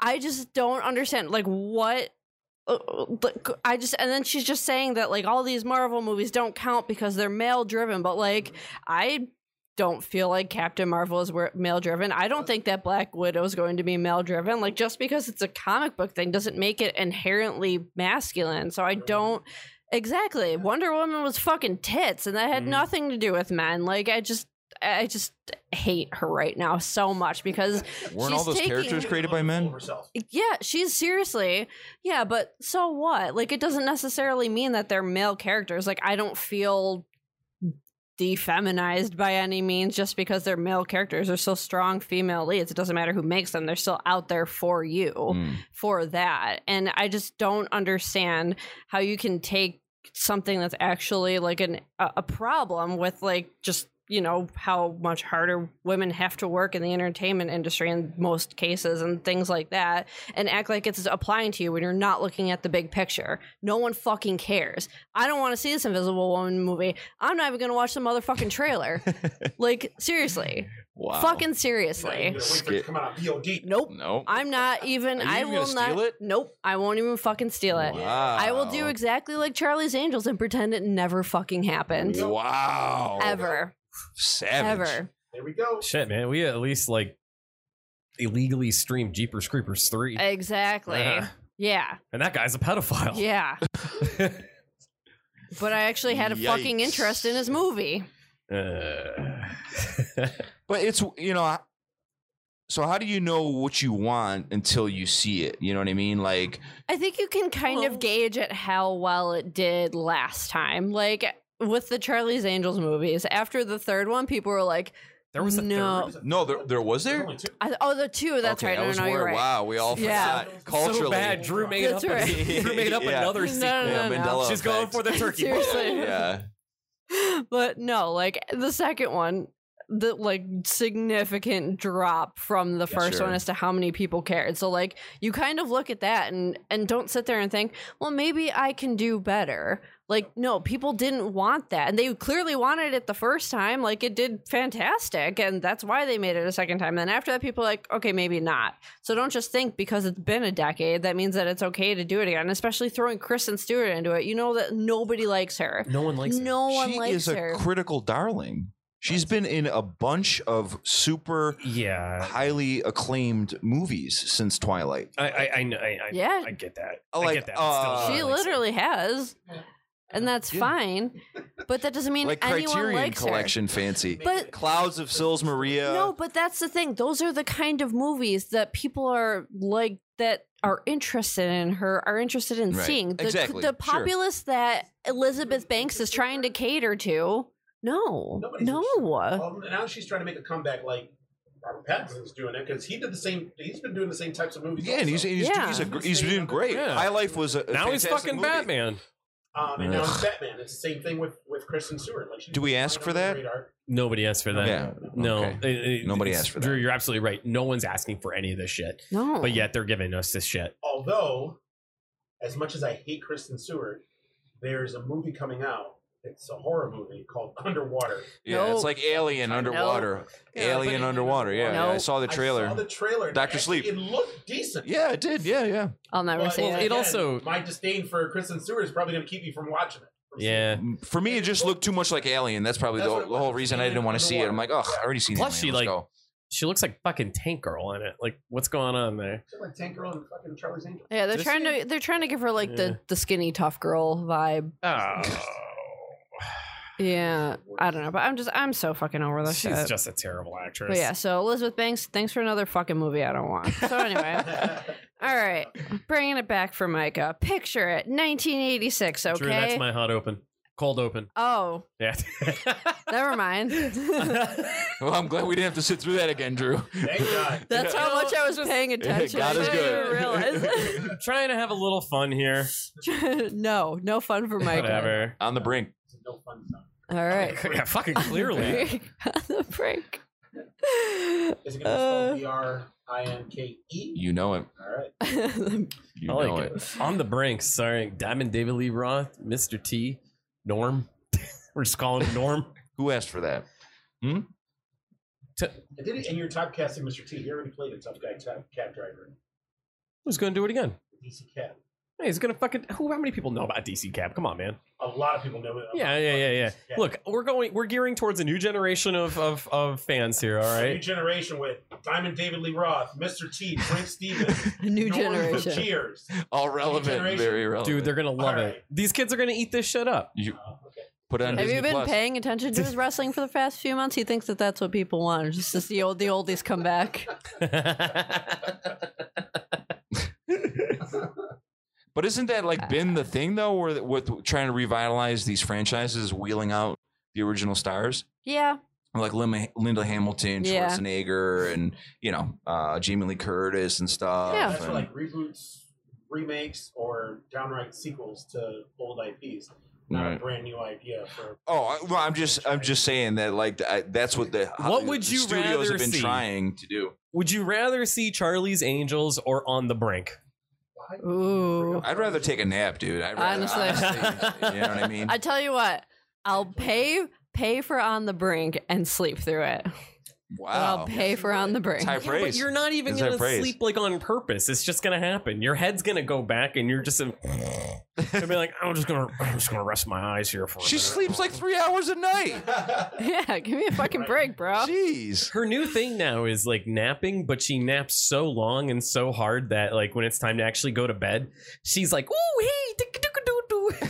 S4: I just don't understand like what uh, uh, like, I just and then she's just saying that like all these Marvel movies don't count because they're male driven, but like I don't feel like Captain Marvel is male driven. I don't think that Black Widow is going to be male driven. Like just because it's a comic book thing doesn't make it inherently masculine. So I don't exactly. Wonder Woman was fucking tits, and that had
S1: Mhm.
S4: nothing to do with men. Like I just, I just hate her right now so much because
S2: Weren't
S4: She's
S2: all those
S4: taking-
S2: characters created by men?
S5: Herself.
S4: yeah, she's seriously. Yeah, but so what? Like, it doesn't necessarily mean that they're male characters. Like, I don't feel defeminized by any means just because they're male characters. They're still strong female leads. It doesn't matter who makes them, they're still out there for you
S2: Hmm.
S4: for that. And I just don't understand how you can take something that's actually like an a, a problem with like just you know how much harder women have to work in the entertainment industry in most cases and things like that and act like it's applying to you when you're not looking at the big picture no one fucking cares i don't want to see this invisible woman movie i'm not even gonna watch the motherfucking trailer like seriously
S2: Wow.
S4: fucking
S5: You're gonna
S4: seriously
S5: wait for it to come out on VOD.
S4: nope
S2: Nope. [LAUGHS]
S4: I'm not even.
S2: Are you
S4: I
S2: even
S4: will
S2: gonna
S4: not.
S2: steal it?
S4: Nope. I won't even fucking steal it.
S2: Wow.
S4: I will do exactly like Charlie's Angels and pretend it never fucking happened.
S2: Wow.
S4: Ever.
S2: Savage.
S4: Ever.
S5: There we go.
S1: Shit, man. We at least like illegally streamed Jeepers Creepers three,
S4: Exactly.
S1: Uh-huh.
S4: Yeah.
S1: and that guy's a
S2: Oh.
S1: pedophile. [LAUGHS]
S4: Yeah. But I actually had a fucking
S2: Yikes.
S4: interest in his movie.
S1: [LAUGHS] Uh,
S2: But it's you know, I- so how do you know what you want until you see it? You know what I mean? Like
S4: I think you can kind
S1: Well-
S4: of gauge at how well it did last time. Like with the Charlie's Angels movies, after the third one, people were like,
S1: there was a
S4: No.
S1: third.
S2: no, there there was there.
S5: Only two.
S4: I, "Oh, the two. That's
S2: okay,
S4: right.
S2: I
S4: No,
S2: was
S4: no, no, you're
S2: worried.
S4: right."
S2: Wow, we all
S4: Yeah.
S2: forgot
S1: So
S2: culturally.
S1: [LAUGHS] bad. Drew made
S4: That's
S1: up.
S2: right.
S1: Drew made up
S2: Yeah.
S1: another
S4: No,
S1: sequel.
S4: no, no,
S2: Yeah,
S4: no.
S2: Mandela
S1: She's going
S2: effect.
S1: for the turkey.
S4: [LAUGHS] Seriously.
S2: yeah.
S4: but no, like the second one, the like significant drop from the first
S2: sure.
S4: one as to how many people cared. So like you kind of look at that and and don't sit there and think, well, maybe I can do better. Like no, people didn't want that, and they clearly wanted it the first time. Like it did fantastic, and that's why they made it a second time. And then after that, people are like, okay, maybe not. So don't just think because it's been a decade that means that it's okay to do it again. Especially throwing Kristen Stewart into it, you know that nobody likes her.
S1: No one likes it.
S4: No one
S2: she
S4: likes
S2: is
S4: her.
S2: a critical darling. She's been in a bunch of super
S1: Yeah.
S2: highly acclaimed movies since Twilight.
S1: I I I, kn- I, I
S4: Yeah.
S1: I get that.
S2: Oh,
S1: I
S2: like,
S1: get that. but still,
S2: uh,
S1: no
S4: she
S1: one likes it.
S2: [LAUGHS]
S4: literally has, and that's
S2: Yeah.
S4: fine. But that doesn't mean
S2: like
S4: anyone
S2: Criterion
S4: likes
S2: Collection fancy.
S4: her. But
S2: Clouds of Sils Maria.
S4: no, but that's the thing. Those are the kind of movies that people are like that are interested in her are interested in
S2: Right.
S4: seeing the
S2: Exactly.
S4: the
S2: Sure.
S4: populace that Elizabeth Banks is trying to cater to. No,
S5: Nobody's
S2: uh,
S4: no.
S5: Well, now she's trying to make a comeback like Robert Pattinson's doing it because he did the same. He's been doing the same types of movies.
S2: yeah, and he's
S5: also.
S2: he's,
S4: Yeah.
S2: he's, a, gr- he's doing great.
S1: Yeah.
S2: High Life was a a
S1: now he's
S2: fantastic
S1: fucking
S2: movie.
S1: Batman.
S5: um, and now it's
S2: Ugh.
S5: Batman. It's the same thing with with Kristen Stewart. Like, she's
S2: Do we
S5: flying
S2: ask for
S5: under the
S2: that?
S5: radar.
S1: Nobody asked for that.
S2: Yeah.
S1: No,
S2: Okay.
S1: It- it-
S2: Nobody
S1: it's-
S2: asked for
S1: Drew,
S2: that.
S1: you're absolutely right. No one's asking for any of this shit,
S4: No.
S1: but yet they're giving us this shit.
S5: Although, as much as I hate Kristen Stewart, there's a movie coming out. It's a horror movie called Underwater.
S2: Yeah,
S4: Nope.
S2: it's like Alien underwater.
S5: Yeah, but
S2: Alien
S5: it-
S2: underwater. Yeah, yeah, I
S4: Nope.
S2: saw the trailer.
S5: I saw the trailer. and
S2: Dr.
S5: actually
S2: Sleep.
S5: It looked decent.
S2: yeah, it did. Yeah, yeah.
S4: I'll never
S5: But
S4: see
S5: again,
S4: it.
S1: it also-
S5: my disdain for Kristen Stewart is probably going to keep me from watching it. From seeing
S1: Yeah.
S2: For me, it just looked too much like Alien. That's probably
S5: That's
S2: the,
S5: what it
S2: the whole
S5: was.
S2: reason I didn't want to see it. I'm like, oh, I already seen.
S1: Plus,
S2: Alien.
S1: she,
S2: Let's
S1: like-
S2: go. [LAUGHS]
S1: She looks like fucking Tank Girl in it. Like, what's going
S2: [LAUGHS]
S1: on there?
S5: She's like Tank Girl and fucking Charlie's Angels.
S4: Yeah, they're
S1: Just-
S4: trying to they're trying to give her like
S1: Yeah.
S4: the the skinny tough girl vibe.
S1: Oh,
S4: Yeah, I don't know, but I'm just I'm so fucking over this
S1: she's
S4: shit.
S1: just a terrible actress.
S4: But yeah, so Elizabeth Banks, thanks for another fucking movie I don't want. So
S5: [LAUGHS]
S1: [LAUGHS]
S4: anyway, all right, bringing it back for Micah. Picture it, 1986. Okay.
S1: Drew, that's my hot open, cold open.
S4: oh,
S2: [LAUGHS]
S1: Yeah. [LAUGHS]
S4: never mind.
S2: Well, I'm glad we didn't have to sit through that again, Drew. [LAUGHS]
S5: Thank God.
S4: That's how much I was paying attention.
S2: God is
S4: I didn't
S2: good.
S1: Trying to have a little fun here.
S4: even realize. [LAUGHS] no, no fun for Micah.
S1: Whatever.
S2: On the brink.
S5: It's no fun stuff.
S4: All right.
S1: [LAUGHS]
S4: [LAUGHS]
S1: Yeah, fucking clearly.
S4: the break. [LAUGHS]
S5: Is it gonna be spelled V R I N K E?
S2: You know it.
S4: Uh,
S5: All right.
S2: [LAUGHS] You
S1: I
S2: know
S1: like
S2: it.
S1: it. On the brink, sorry. Diamond David Lee Roth, Mr. T, Norm. [LAUGHS] We're just calling him Norm.
S2: Who asked for that?
S5: I did it, and you're top casting Mr. T. You already played a tough guy cab, cab driver,
S1: Who's gonna do it again?
S5: DC cab.
S1: Hey, he's gonna fucking who how many people know about DC Cap? Come on, man.
S5: A lot of people know it.
S1: Yeah, yeah, yeah, yeah. Look, we're going we're gearing towards a new generation of of, of fans here, all
S5: New
S1: right?
S5: generation with Diamond David Lee Roth, Mr. T, Frank Stevens,
S4: [LAUGHS] New
S5: Norm
S4: generation.
S5: Cheers.
S4: [LAUGHS]
S2: All relevant,
S5: Generation.
S2: very relevant.
S1: Dude, they're gonna love
S5: All
S1: it.
S5: right.
S1: These kids are gonna eat this shit [LAUGHS] up.
S2: you
S5: okay.
S2: put it on
S4: Have
S2: Disney
S4: you been
S2: Plus.
S4: paying attention to his wrestling for the past few months? He thinks that that's what people want, just to see old, the oldies come back.
S2: But isn't that like been the thing though, where th- with trying to revitalize these franchises, wheeling out the original stars
S4: Yeah,
S2: like Lin- Linda Hamilton,
S4: Yeah.
S2: Schwarzenegger, and you know uh, Jamie Lee Curtis and stuff.
S4: Yeah.
S5: That's for
S2: and-
S5: like reboots, remakes, or downright sequels to old IPs. Not a
S2: Right.
S5: brand new idea for.
S2: Oh I- well, I'm just I'm just saying that like I, that's what the
S1: What would
S2: the
S1: you
S2: studios
S1: rather
S2: have been
S1: see?
S2: trying to do.
S1: Would you rather see Charlie's Angels or On the Brink?
S5: Why?
S4: Ooh.
S2: I'd rather take a nap, dude. I'd rather,
S4: Honestly.
S2: [LAUGHS] you know what I mean.
S4: I tell you what, I'll pay pay for on the brink and sleep through it. I'll
S2: wow,
S4: pay for on the brink.
S2: it's high
S1: Yeah, but
S2: praise.
S1: you're not even
S2: Is that
S1: gonna
S2: praise?
S1: sleep like on purpose. It's just gonna happen. Your head's gonna go back, and you're [LAUGHS] just gonna gonna be like, I'm just gonna, I'm just gonna rest my eyes here for. A
S2: she
S1: minute."
S2: sleeps like three hours a night.
S4: [LAUGHS] Yeah, give me a fucking break, bro.
S2: Jeez. [LAUGHS]
S1: Her new thing now is like napping, but she naps so long and so hard that like when it's time to actually go to bed, she's like, "Ooh, hey, doo
S4: [LAUGHS]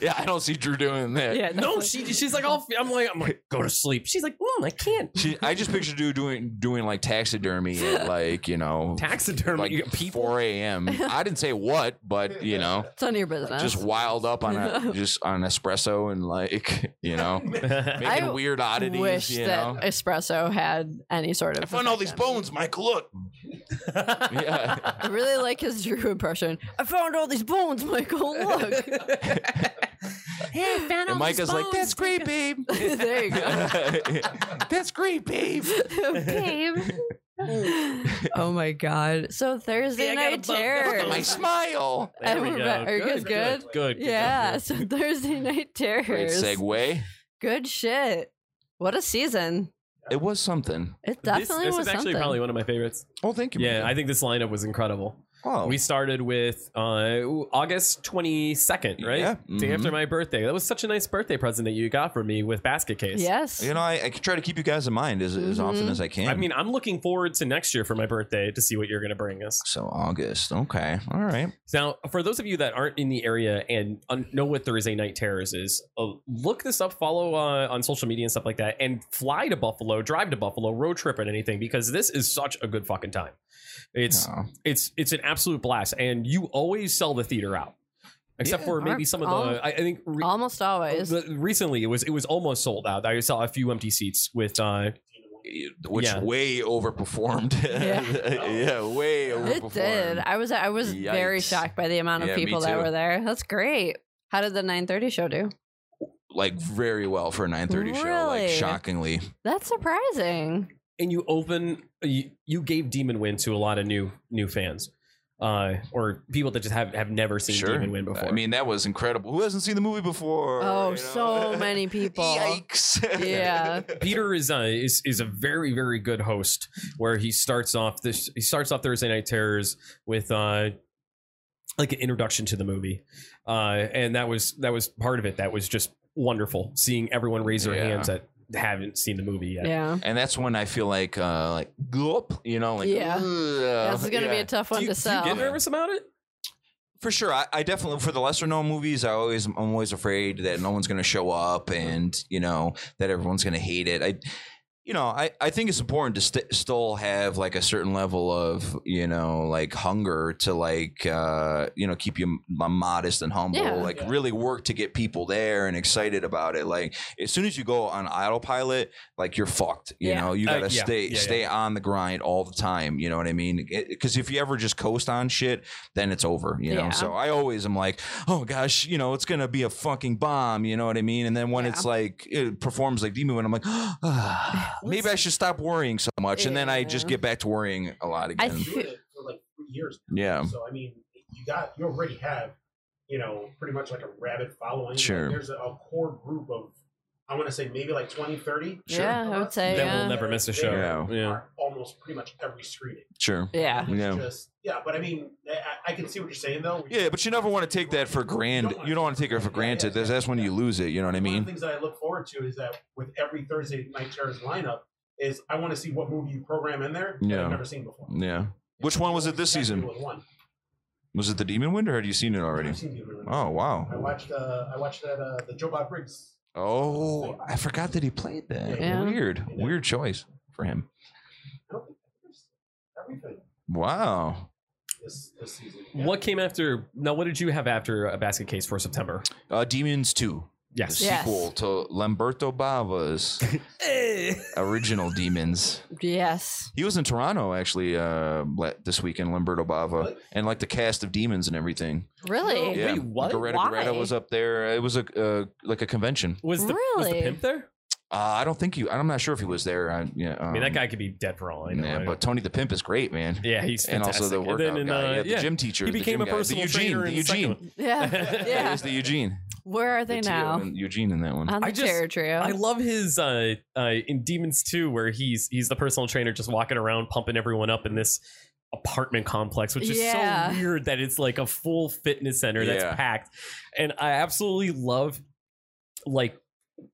S2: yeah, I don't see Drew doing that.
S4: [LAUGHS] Yeah,
S1: No, she, she's like, all, I'm like, I'm like, go to sleep. She's like, mm, I can't.
S2: She, I just picture Drew doing doing like taxidermy
S4: [LAUGHS]
S2: at like you know
S1: Taxidermy
S2: like
S1: you [LAUGHS] got people.
S2: 4 a.m. I didn't say what, but you know,
S4: it's none of your business.
S2: just wild up on
S1: [LAUGHS]
S2: a just on espresso and like [LAUGHS] you know making
S4: [LAUGHS] I
S2: weird
S4: I
S2: oddities.
S4: wish
S2: you
S4: that
S2: know,
S4: espresso had any sort of.
S2: I found all these
S4: effect on me.
S2: bones, Mike. Look, [LAUGHS]
S4: [LAUGHS]
S2: yeah.
S4: I really like his Drew impression. I found all these
S2: [LAUGHS]
S4: bones, Michael. Look,
S1: hey, found
S2: And Micah's like, "That's great, babe.
S4: [LAUGHS]
S2: [LAUGHS]
S4: there you go.
S1: [LAUGHS]
S2: That's great,
S4: [LAUGHS]
S2: babe."
S4: babe. [LAUGHS] oh my god. So Thursday
S1: See, I got a
S4: night
S1: bump.
S2: Look
S4: terror.
S2: at my smile.
S1: There we
S4: Are
S1: go.
S4: you guys good?
S1: Good. good.
S4: Yeah, so [LAUGHS] Thursday night
S2: Great
S4: terrors.
S2: segue.
S4: Good shit. What a season.
S2: It was something.
S4: It
S1: This-
S4: definitely
S1: this,
S4: was
S1: is actually
S4: something.
S1: probably one of my favorites.
S2: Oh, thank you.
S1: Yeah,
S2: Micah.
S1: I think this lineup was incredible.
S2: Wow.
S1: We started with uh, ooh, August 22nd, right?
S2: Yeah.
S1: Day
S2: Mhm.
S1: after my birthday. That was such a nice birthday present that you got for me with Basket Case.
S4: yes.
S2: You know, I, I try to keep you guys in mind as, as often
S4: Mhm.
S2: as I can.
S1: I mean, I'm looking forward to next year for my birthday to see what you're going to bring us.
S2: so August. Okay. All right.
S1: Now, for those of you that aren't in the area and un- know what Thursday Night Terrors is, uh, look this up, follow uh, on social media and stuff like that, and fly to Buffalo, drive to Buffalo, road trip and anything, because this is such a good fucking time. It's
S2: Oh.
S1: it's it's an absolute blast, and you always sell the theater out, except
S2: Yeah.
S1: for maybe
S4: Aren't
S1: some of
S4: all-
S1: the. I, I think re-
S4: Almost always.
S1: the- recently it was it was almost sold out. I saw a few empty seats with. uh
S2: Which
S1: Yeah.
S2: way overperformed. [LAUGHS]
S4: Yeah.
S2: Yeah, way overperformed.
S4: It did. I was I was very
S2: Yikes.
S4: shocked by the amount of
S2: Yeah, me
S4: people that
S2: too.
S4: were there. That's great. How did the 9:30 show do?
S2: Like very well for a 930 show.
S4: Really?
S2: Like shockingly.
S4: That's surprising.
S1: and you open you, you gave Demon Wind to a lot of new new fans. Uh, or people that just have, have never seen Demon Wind before.
S2: I mean, that was incredible. Who hasn't seen the movie before?
S4: Oh,
S2: You know?
S1: [LAUGHS]
S4: so many people.
S2: Yikes.
S4: Yeah.
S1: Peter is a is, is a very very good host where he starts off this he starts off Thursday Night Terrors with uh like an introduction to the movie, uh, and that was that was part of it. That was just wonderful seeing everyone raise their
S2: Yeah.
S1: hands at haven't seen the movie yet.
S4: Yeah.
S2: [LAUGHS] and that's when I feel like uh like gulp, you know, like
S4: Yeah.
S2: ugh,
S4: This is going to be
S2: yeah.
S4: a tough
S1: Do
S4: one
S1: you,
S4: to
S1: do you
S4: sell.
S1: get nervous about it?
S2: for sure. I, I definitely for the lesser known movies, I always I'm always afraid that no one's gonna show up and you know that everyone's gonna hate it. I you know I, I think it's important to st- still have like a certain level of you know like hunger to like uh you know keep you m- modest and humble
S4: Yeah.
S2: like
S5: Yeah.
S2: really work to get people there and excited about it like as soon as you go on autopilot like you're fucked you
S4: Yeah.
S2: know you
S1: Uh,
S2: gotta
S1: yeah.
S2: stay
S1: Yeah, yeah.
S2: stay on the grind all the time you know what i mean because if you ever just coast on shit then it's over, you know.
S4: Yeah.
S2: So I always am like, oh gosh, you know, it's gonna be a fucking bomb, you know what I mean? And then when
S4: Yeah.
S2: it's like it performs like Demon, I'm like, ah, maybe I should stop worrying so much, and then I just
S4: Yeah.
S2: get back to worrying a lot
S4: I
S2: again.
S5: Been
S4: th-
S5: doing it for like three years.
S2: yeah,
S5: So I mean, you got you already have, you know, pretty much like a rabid following. Like,
S2: Sure.
S5: there's a, a core group of, I want to say maybe like 20, 30.
S2: Sure.
S4: Yeah, I would say,
S1: That will
S4: yeah.
S1: never miss a show.
S2: Yeah.
S1: Yeah.
S5: Are Almost pretty much every screening.
S2: sure.
S4: yeah.
S5: It's
S2: Yeah.
S5: Just, yeah, but I mean, I, I can see what you're saying though.
S2: Yeah, but you never want to take that for granted. You don't want to take it for granted. That's, that's when you lose it. You know what I
S5: One of the
S2: mean?
S5: things that I look forward to is that with every Thursday night terrors lineup is I want to see what movie you program in there that
S2: Yeah.
S5: I've never seen before.
S2: Yeah. Which one was it this
S5: That's
S2: season?
S5: what it was.
S2: Was it the Demon Wind, or had you seen it
S5: One.
S2: already?
S5: I've seen the other one.
S2: Oh
S5: I
S2: wow.
S5: watched. Uh, I watched that. Uh, the Joe Bob Briggs.
S2: Oh, I forgot that he played that.
S4: Yeah.
S2: Weird, weird choice for him.
S5: I don't think there's everything
S2: Wow.
S5: this this season.
S1: What came after? Now, what did you have after a basket case for September?
S2: Uh, Demons 2, the
S1: Yes.
S4: Yeah. Yes.
S2: sequel to Lamberto
S4: [LAUGHS]
S2: Bava's
S1: Eh.
S2: original Demons.
S4: Yes.
S2: He was in Toronto actually uh, la- this weekend, Lamberto [LAUGHS] Bava, and like the cast of Demons and everything.
S4: Really?
S1: Wait, what?
S2: Greta
S4: Why?
S2: Greta was up there. It was a uh, like a convention.
S1: Was the, was the
S4: Really?
S1: pimp there?
S2: Uh, I don't think he. I'm not sure if he was there. I, yeah,
S1: I mean, that
S2: um,
S1: guy could be dead for all I know.
S2: yeah,
S1: I-
S2: but Tony the Pimp is great, man.
S1: yeah, he's
S2: And
S1: fantastic.
S2: also the workout
S1: in,
S2: guy,
S1: uh,
S2: yeah, the gym teacher,
S1: he
S2: the
S1: became
S2: gym
S1: a
S2: guy, the
S1: personal
S2: Eugene,
S1: trainer in
S2: the
S1: the second
S2: Eugene.
S1: one.
S4: Yeah.
S2: It
S4: Yeah.
S2: is the Eugene.
S4: Where
S1: [LAUGHS]
S4: are they
S2: The Tio
S4: now?
S2: and Eugene in that one.
S4: On the
S1: I just-
S4: terror trio.
S1: I love his uh, uh, in Demons 2 where he's he's the personal trainer just walking around pumping everyone up in this apartment complex, which is
S4: Yeah.
S1: so weird that it's like a full fitness center
S2: Yeah.
S1: that's packed. And I absolutely love like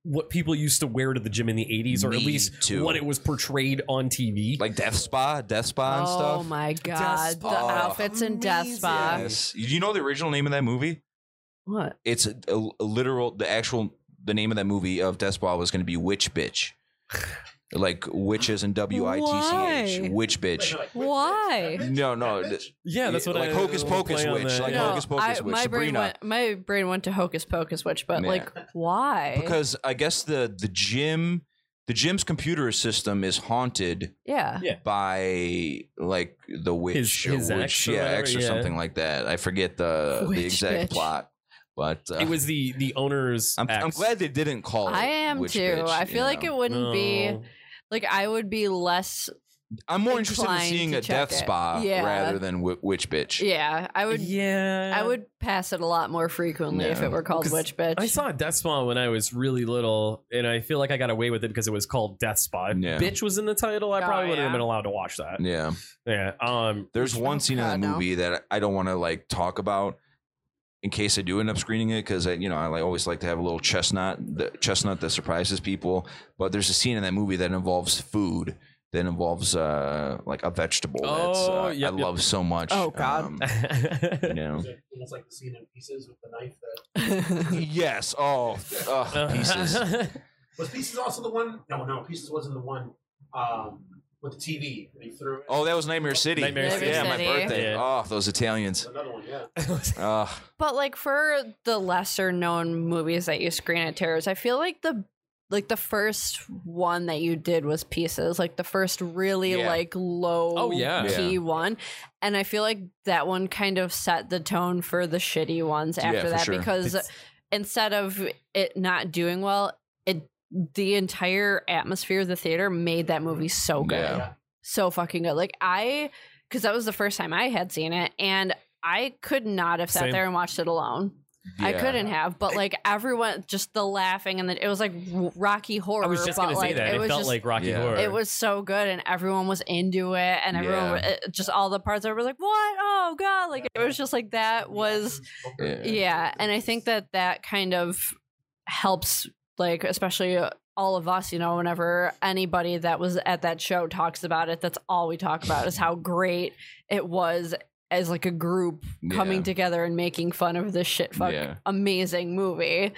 S1: what people used to wear to the gym in the 80s or
S2: Me
S1: at least
S2: too.
S1: what it was portrayed on TV.
S2: like Death Spa, Death Spa and
S4: oh
S2: stuff.
S4: my god, the
S2: Spa.
S4: outfits in Death Spa.
S2: Yes. You know the original name of that movie?
S4: What?
S2: It's a, a- a literal, the actual, the name of that movie of Death Spa was going to be Witch Bitch. Like witches and W I T C
S4: Why?
S2: H. Witch
S5: Like,
S2: Bitch.
S5: you're like, wait,
S4: Why?
S5: that's that bitch?
S2: No, no.
S5: That
S2: th-
S5: bitch?
S1: yeah, that's what
S2: like
S1: I
S2: Hocus
S1: little
S2: Pocus
S1: play on
S2: Witch,
S1: that.
S2: like
S1: Yeah.
S2: Hocus Pocus
S4: I-
S2: Witch,
S4: my brain
S2: Sabrina.
S4: went. My brain went to Hocus Pocus Witch, but
S2: Yeah.
S4: like, why?
S2: Because I guess the, the gym, the gym's computer system is haunted
S4: yeah,
S2: by like the witch,
S1: His-
S2: or
S1: his
S2: witch-
S1: ex or
S2: yeah,
S1: whatever,
S2: ex or
S1: yeah.
S2: something like that. I forget the the
S4: Witch
S2: exact
S4: bitch.
S2: plot, but uh,
S1: it was the the owner's
S2: I'm, I'm
S1: ex.
S2: glad they didn't call it.
S4: I am
S2: witch
S4: too.
S2: bitch,
S4: I
S2: you
S4: feel like
S2: know.
S4: it wouldn't be
S1: No.
S4: like I would be less.
S2: I'm more interested in
S4: inclined
S2: seeing
S4: to
S2: a
S4: check
S2: death
S4: it.
S2: spa
S4: Yeah.
S2: rather than w- witch bitch.
S4: Yeah, I would.
S1: yeah.
S4: I would pass it a lot more frequently if
S2: No.
S4: it were called
S1: 'Cause
S4: Witch Bitch.
S1: I saw Death Spa when I was really little, and I feel like I got away with it because it was called Death Spa. If
S2: Yeah.
S1: Bitch was in the title. I
S4: Oh,
S1: probably wouldn't
S4: yeah.
S1: have been allowed to watch that.
S2: Yeah.
S1: Yeah. Um.
S2: There's one scene
S4: Oh, God,
S2: in the
S4: no.
S2: movie that I don't want to like talk about in case I do end up screening it because I, you know, I like always like to have a little chestnut, the chestnut that surprises people. But there's a scene in that movie that involves food. That involves uh, like a vegetable that's
S1: Oh,
S2: uh,
S1: yep,
S2: I
S1: yep.
S2: love so much.
S4: Oh, God.
S2: Um, you
S1: yeah.
S4: [LAUGHS]
S2: know.
S5: It's like- It's like the scene in pieces with the knife. That
S2: yes. Oh, ugh, [LAUGHS]
S1: [LAUGHS]
S2: pieces.
S5: was pieces also the one? No, no, pieces wasn't the one. Um, with the TV and he threw it.
S2: Oh, that was Nightmare City.
S1: Nightmare City.
S2: Yeah, my
S4: Nightmare City.
S2: birthday.
S1: Yeah.
S2: Oh, those Italians.
S5: It's another one. Yeah.
S2: Ugh.
S4: But like for the lesser known movies that you screen at Terrors, I feel like the like the first one that you did was Pieces, like the first really
S2: Yeah.
S4: like low
S1: Oh, yeah.
S4: key
S2: Yeah.
S4: one. And I feel like that one kind of set the tone for the shitty ones
S2: Yeah,
S4: after
S2: for
S4: that
S2: sure.
S4: because instead of it not doing well, it the entire atmosphere of the theater made that movie so good
S2: Yeah.
S4: so fucking good. Like I, because that was the first time I had seen it, and I could not have sat
S1: Same.
S4: there and watched it alone. I
S2: Yeah.
S4: couldn't have, but like everyone, just the laughing and the, it was like w- Rocky Horror.
S1: I was just
S4: but,
S1: gonna say
S4: like,
S1: that. It,
S4: was
S1: felt
S4: just-
S1: like Rocky
S2: Yeah.
S1: Horror.
S4: it was so good, and everyone was into it, and everyone
S2: Yeah.
S4: were- it, just all the parts. I was like, "What? Oh god!" Like it was just like that was
S2: Yeah.
S4: yeah, and I think that that kind of helps, like especially uh, all of us, you know, whenever anybody that was at that show talks about it, that's all we talk about is how great it was as like a group coming
S2: Yeah.
S4: together and making fun of this shit fuck
S2: Yeah.
S4: amazing movie.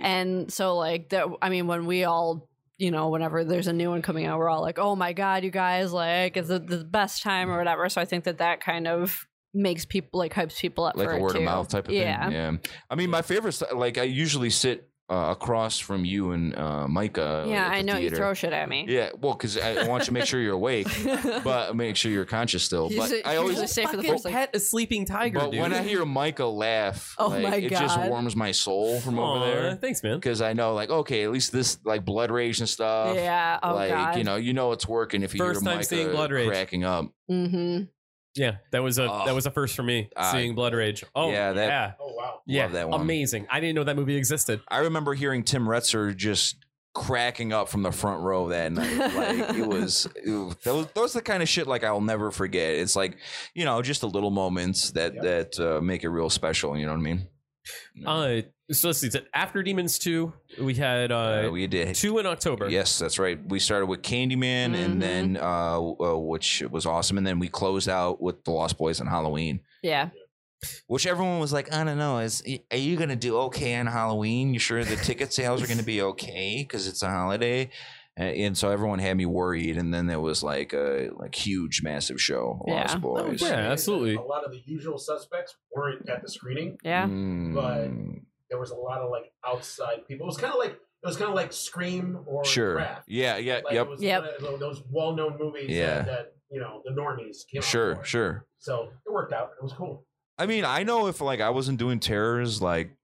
S4: And so like that I mean when we all you know, whenever there's a new one coming out, we're all like, "Oh my god, you guys! Like, it's the, the best time
S2: Mm-hmm.
S4: or whatever." So I think that that kind of makes people like hypes people up
S2: like
S4: for
S2: a
S4: it,
S2: word of
S4: too.
S2: mouth type of
S4: yeah.
S2: thing. Yeah. I mean, my favorite, st- like, I usually sit uh, across from you and uh, Micah.
S4: Yeah,
S2: at
S4: I
S2: the
S4: know
S2: theater.
S4: you throw shit at me.
S2: Yeah, well, because I want you to make sure you're
S4: [LAUGHS]
S2: awake, but make sure you're conscious still.
S4: You
S2: But
S4: should-
S2: I
S4: you
S2: always
S4: should say for the
S1: Fucking
S4: first, like-
S1: pet a sleeping tiger,
S2: But
S1: dude.
S2: when I hear Micah laugh,
S4: [LAUGHS] Oh
S2: like,
S4: my
S2: it just
S4: God.
S2: warms my soul from over
S1: Aw,
S2: there
S1: Thanks, man.
S2: because I know, like, okay, at least this like blood rage and stuff.
S4: yeah. Oh
S2: like
S4: god.
S2: you know, you know it's working if you
S1: First
S2: hear
S1: time
S2: Micah
S1: seeing Blood Rage.
S2: cracking up.
S4: mm-hmm.
S1: Yeah, that was a
S2: Oh.
S1: that was a first for me.
S2: I-
S1: seeing Blood Rage. Oh
S2: Yeah, that-
S1: yeah,
S5: Oh wow.
S1: yeah,
S2: that one.
S1: amazing. I didn't know that movie existed.
S2: I remember hearing Tim Retzer just cracking up from the front row that night. Like it was, it was- that was, that was the kind of shit like I'll never forget. It's like you know, just the little moments that
S5: Yeah.
S2: that uh, make it real special. You know what I mean? Mm.
S1: Uh, so let's see. so After Demons two, we had uh,
S2: Uh, we did.
S1: two in October.
S2: Yes, that's right. We started with Candyman,
S4: Mhm.
S2: and then uh, uh, which was awesome, and then we closed out with The Lost Boys on Halloween.
S4: Yeah.
S2: Which everyone was like, I don't know. Is are you gonna do okay on Halloween? You sure the ticket sales are gonna be okay because it's a holiday? A- And, so everyone had me worried. And then there was like a like huge, massive show. Lost
S1: Oh,
S4: Yeah.
S2: Boys.
S1: yeah, absolutely.
S5: A lot of the usual suspects weren't at the screening.
S4: Yeah.
S2: Mm,
S5: There was a lot of like outside people. It was kind of like it was kind of like Scream or
S2: sure.
S5: Craft.
S2: Yeah. Yeah.
S5: Like,
S2: yep.
S5: It was
S4: Yep.
S5: one of those well-known movies
S2: Yeah.
S5: that, that you know the normies came out
S2: Sure.
S5: for.
S2: Sure.
S5: So it worked out. It was cool.
S2: I mean, I know if like I wasn't doing terrors, like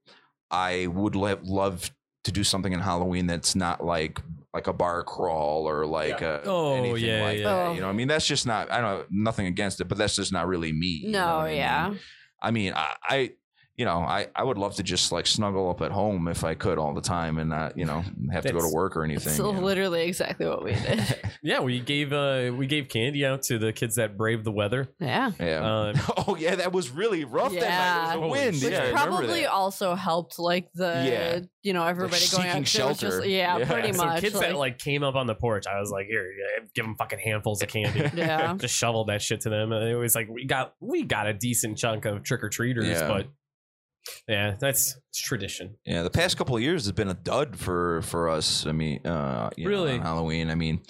S2: I would le- love to do something in Halloween that's not like like a bar crawl or like
S5: Yeah.
S2: a,
S1: Oh,
S2: anything
S1: yeah,
S2: like
S1: yeah.
S2: that.
S4: Oh.
S2: You know, what I mean, that's just not. I don't nothing against it, but that's just not really me. you know
S4: No.
S2: what I mean?
S4: yeah.
S2: I mean, I, I you know, I I would love to just like snuggle up at home if I could all the time and not you
S1: [LAUGHS]
S2: know have to go to
S1: That's-
S2: work or anything.
S4: It's
S2: you know?
S4: literally exactly what we did.
S2: [LAUGHS]
S1: yeah. We gave uh, we gave candy out to the kids that braved the weather.
S4: yeah.
S2: yeah.
S1: Uh,
S2: [LAUGHS] oh yeah, that was really rough that night. It was a
S1: Yeah.
S2: wind.
S1: Holy
S4: Which
S2: yeah, I remember
S4: probably
S2: that.
S4: also helped, like the
S2: Yeah.
S4: you know everybody
S2: Like,
S4: going out.
S2: seeking
S4: 'cause it was
S2: shelter.
S4: Just, yeah,
S2: Yeah.
S4: Pretty
S1: some
S4: much.
S1: kids
S4: like,
S1: that like came up on the porch. I was like, here, yeah, give them fucking handfuls
S2: [LAUGHS]
S1: of candy.
S4: [LAUGHS] yeah.
S1: Just shoveled that shit to them. And It was like we got we got a decent chunk of trick or treaters,
S2: Yeah.
S1: but yeah, that's it's tradition.
S2: Yeah, the past couple of years has been a dud for for us. I mean, uh, you know,
S1: Really?
S2: on Halloween. I mean,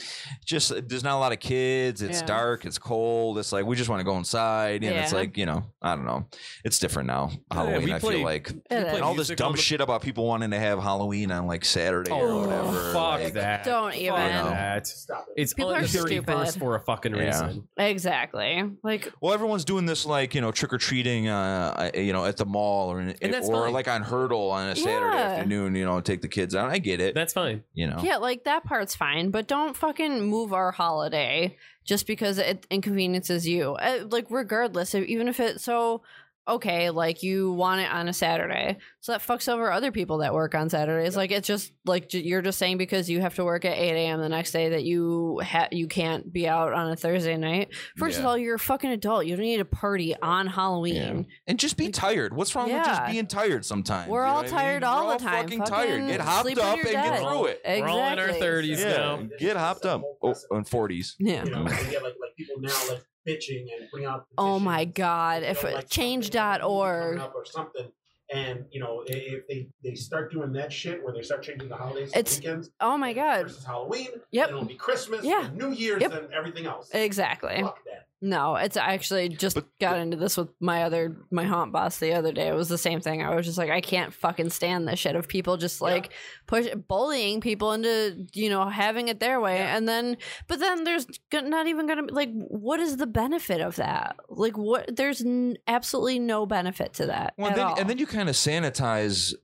S2: just uh, there's not a lot of kids. It's
S4: Yeah.
S2: dark. It's cold. It's like we just want to go inside, and it's
S4: Yeah.
S2: like you know, I don't know. It's different now.
S1: Yeah,
S2: Halloween.
S1: we
S2: I
S1: play-
S2: feel like
S4: It is.
S1: play
S2: and all this
S1: music
S2: dumb
S1: on the- Oh,
S2: shit about people wanting to have Halloween on like Saturday or whatever.
S1: fuck
S2: like-
S1: that!
S4: Don't
S1: Fuck
S4: even.
S1: that.
S5: Stop it.
S1: It's
S4: People
S1: on
S4: are
S1: the thirty first
S4: stupid.
S1: for a fucking
S2: Yeah.
S1: reason.
S4: exactly. Like
S2: Well, everyone's doing this like you know trick or treating, uh, uh, you know, at the mall or in,
S1: And that's
S2: or
S1: fine.
S2: like on hurdle on a Saturday
S4: Yeah.
S2: afternoon. You know, take the kids out. I get it.
S1: That's fine.
S2: you know,
S4: yeah, like that part's fine, but don't fucking move our holiday just because it inconveniences you. Uh, like regardless, if, even if it's so okay, like you want it on a Saturday, so that fucks over other people that work on Saturdays. Like it's just like j- you're just saying because you have to work at eight a.m. the next day that you ha- you can't be out on a Thursday night. First of
S2: Yeah.
S4: all, you're a fucking adult. You don't need a party on Halloween.
S2: And just be tired. What's wrong with just
S4: Yeah.
S2: being tired sometimes?
S4: We're
S2: You know
S4: all
S2: what I
S4: tired
S2: mean?
S4: all
S2: We're
S4: the time.
S2: Fucking tired.
S4: Fucking
S2: Get hopped
S4: sleep on
S2: up
S4: your
S2: and get
S4: dead.
S2: through it.
S4: Exactly.
S1: We're all in our 30s
S2: Yeah,
S1: now.
S2: get hopped up. Oh, and forties.
S4: Yeah.
S5: you know, we get like like people now like bitching and bring out.
S4: Oh my
S5: petitions.
S4: god!
S5: They
S4: If
S5: don't like something,
S4: change.org.
S5: coming up or something. And you know, i- if they they start doing that shit where they start changing the holidays, to
S4: It's-
S5: weekends.
S4: Oh my god.
S5: Versus Halloween.
S4: Yep.
S5: then it'll be Christmas.
S4: Yeah.
S5: then New Year's
S4: Yep.
S5: and everything else.
S4: Exactly.
S5: Fuck that.
S4: No, it's I actually just
S2: But-
S4: got into this with my other my haunt boss the other day. It was the same thing. I was just like, I can't fucking stand this shit of people just
S5: Yeah.
S4: like push bullying people into you know having it their way,
S5: Yeah.
S4: and then but then there's go- not even gonna be like what is the benefit of that? Like what? There's n- absolutely no benefit to that.
S2: Well,
S4: at
S2: then,
S4: all.
S2: and then you kind of sanitize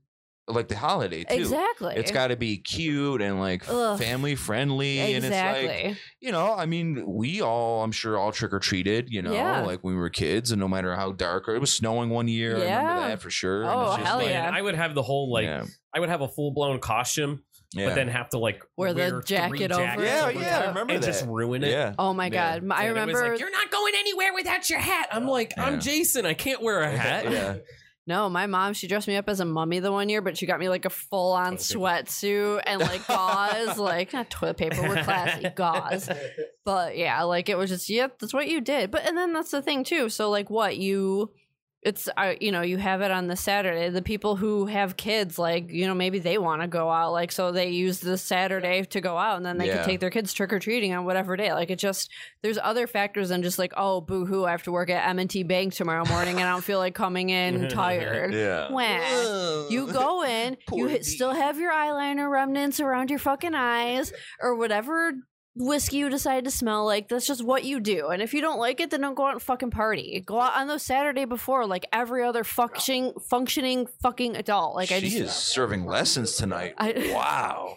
S2: like the holiday too.
S4: exactly.
S2: It's got to be cute and like
S4: Ugh.
S2: family friendly, and
S4: exactly.
S2: it's like you know. I mean, we all, I'm sure, all trick or treated. You know,
S4: Yeah.
S2: like when we were kids, and no matter how dark or it was snowing one year, I remember
S4: Yeah.
S2: that for sure. and
S4: Oh,
S2: it's just
S4: hell
S2: like-
S1: And
S4: yeah.
S1: I would have the whole like
S2: yeah,
S1: I would have a full blown costume,
S2: yeah.
S1: but then have to like
S4: Wear the
S1: three
S4: jacket over
S1: jackets
S4: it.
S2: yeah,
S4: Yeah.
S2: yeah, I remember
S1: and
S2: that.
S1: just ruin it.
S2: yeah.
S4: oh my
S2: Yeah.
S4: god! My- I
S1: And it was
S4: remember
S1: like, you're not going anywhere without your hat. I'm like,
S5: [LAUGHS]
S2: Yeah.
S4: [LAUGHS]
S1: I'm Jason. I can't wear a hat.
S2: Yeah.
S4: No, my mom, she dressed me up as a mummy the one year, but she got me like a full
S1: Toilet
S4: on sweatsuit and like gauze, like not toilet paper, we're classy, gauze. But yeah, like it was just, yep, that's what you did. But and then that's the thing too. So like what you it's uh, you know, you have it on the Saturday. The people who have kids like, you know, maybe they want to go out like so they use the Saturday to go out and then they
S2: Yeah.
S4: could take their kids trick or treating on whatever day. Like it just there's other factors than just like, oh, boo hoo, I have to work at M&T Bank tomorrow morning and I don't feel like coming in tired.
S2: Yeah.
S4: When you go
S2: [LAUGHS]
S4: in, you
S2: Poor
S4: hit, still have your eyeliner remnants around your fucking eyes or whatever whiskey you decide to smell like. That's just what you do. And if you don't like it, then don't go out and fucking party. Go out on those Saturday before, like every other functioning functioning fucking adult. Like
S2: she
S4: I just
S2: is serving lessons tonight.
S4: I-
S2: wow.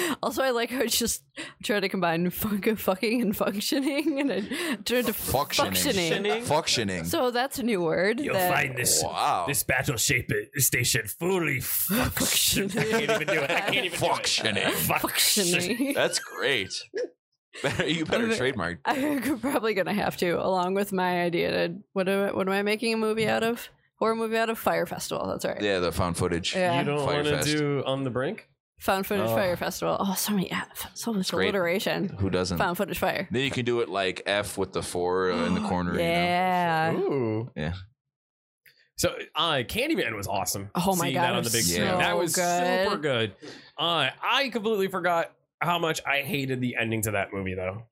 S4: [LAUGHS] also I like how it's just trying to combine [LAUGHS] fuck, fucking and functioning and I tried to functioning.
S2: Functioning. Functioning.
S4: So that's a new word.
S1: You'll
S4: that-
S1: find this
S2: Wow.
S1: this battle shape station
S4: [LAUGHS]
S1: fully functioning. I can't even do it. I can't even
S2: Functioning.
S1: [LAUGHS] do it. Functioning. [LAUGHS]
S4: functioning.
S2: That's great. [LAUGHS] Better- you
S4: Okay.
S2: better trademark.
S4: [LAUGHS] I'm probably gonna have to, along with my idea to what am I, what am I making a movie out of? Horror movie out of Fire Festival. That's right.
S2: Yeah, the found footage.
S4: Yeah.
S1: You don't want to
S2: Firefest.
S1: do on the brink?
S4: Found footage
S1: Oh.
S4: Fire Festival. Oh, so many yeah, f- so much
S2: great.
S4: alliteration.
S2: Who doesn't?
S4: Found footage fire.
S2: Then you can do it like F with the four uh,
S4: [GASPS]
S2: in the corner.
S4: Yeah.
S1: Ooh.
S2: Yeah.
S1: So uh, Candyman was awesome.
S4: Oh my
S1: Seeing
S4: God,
S1: that
S4: it
S1: on the
S4: was
S1: big
S2: so
S1: screen. That was
S4: good.
S1: super good. Uh, I completely forgot how much I hated the ending to that movie though.
S2: You know?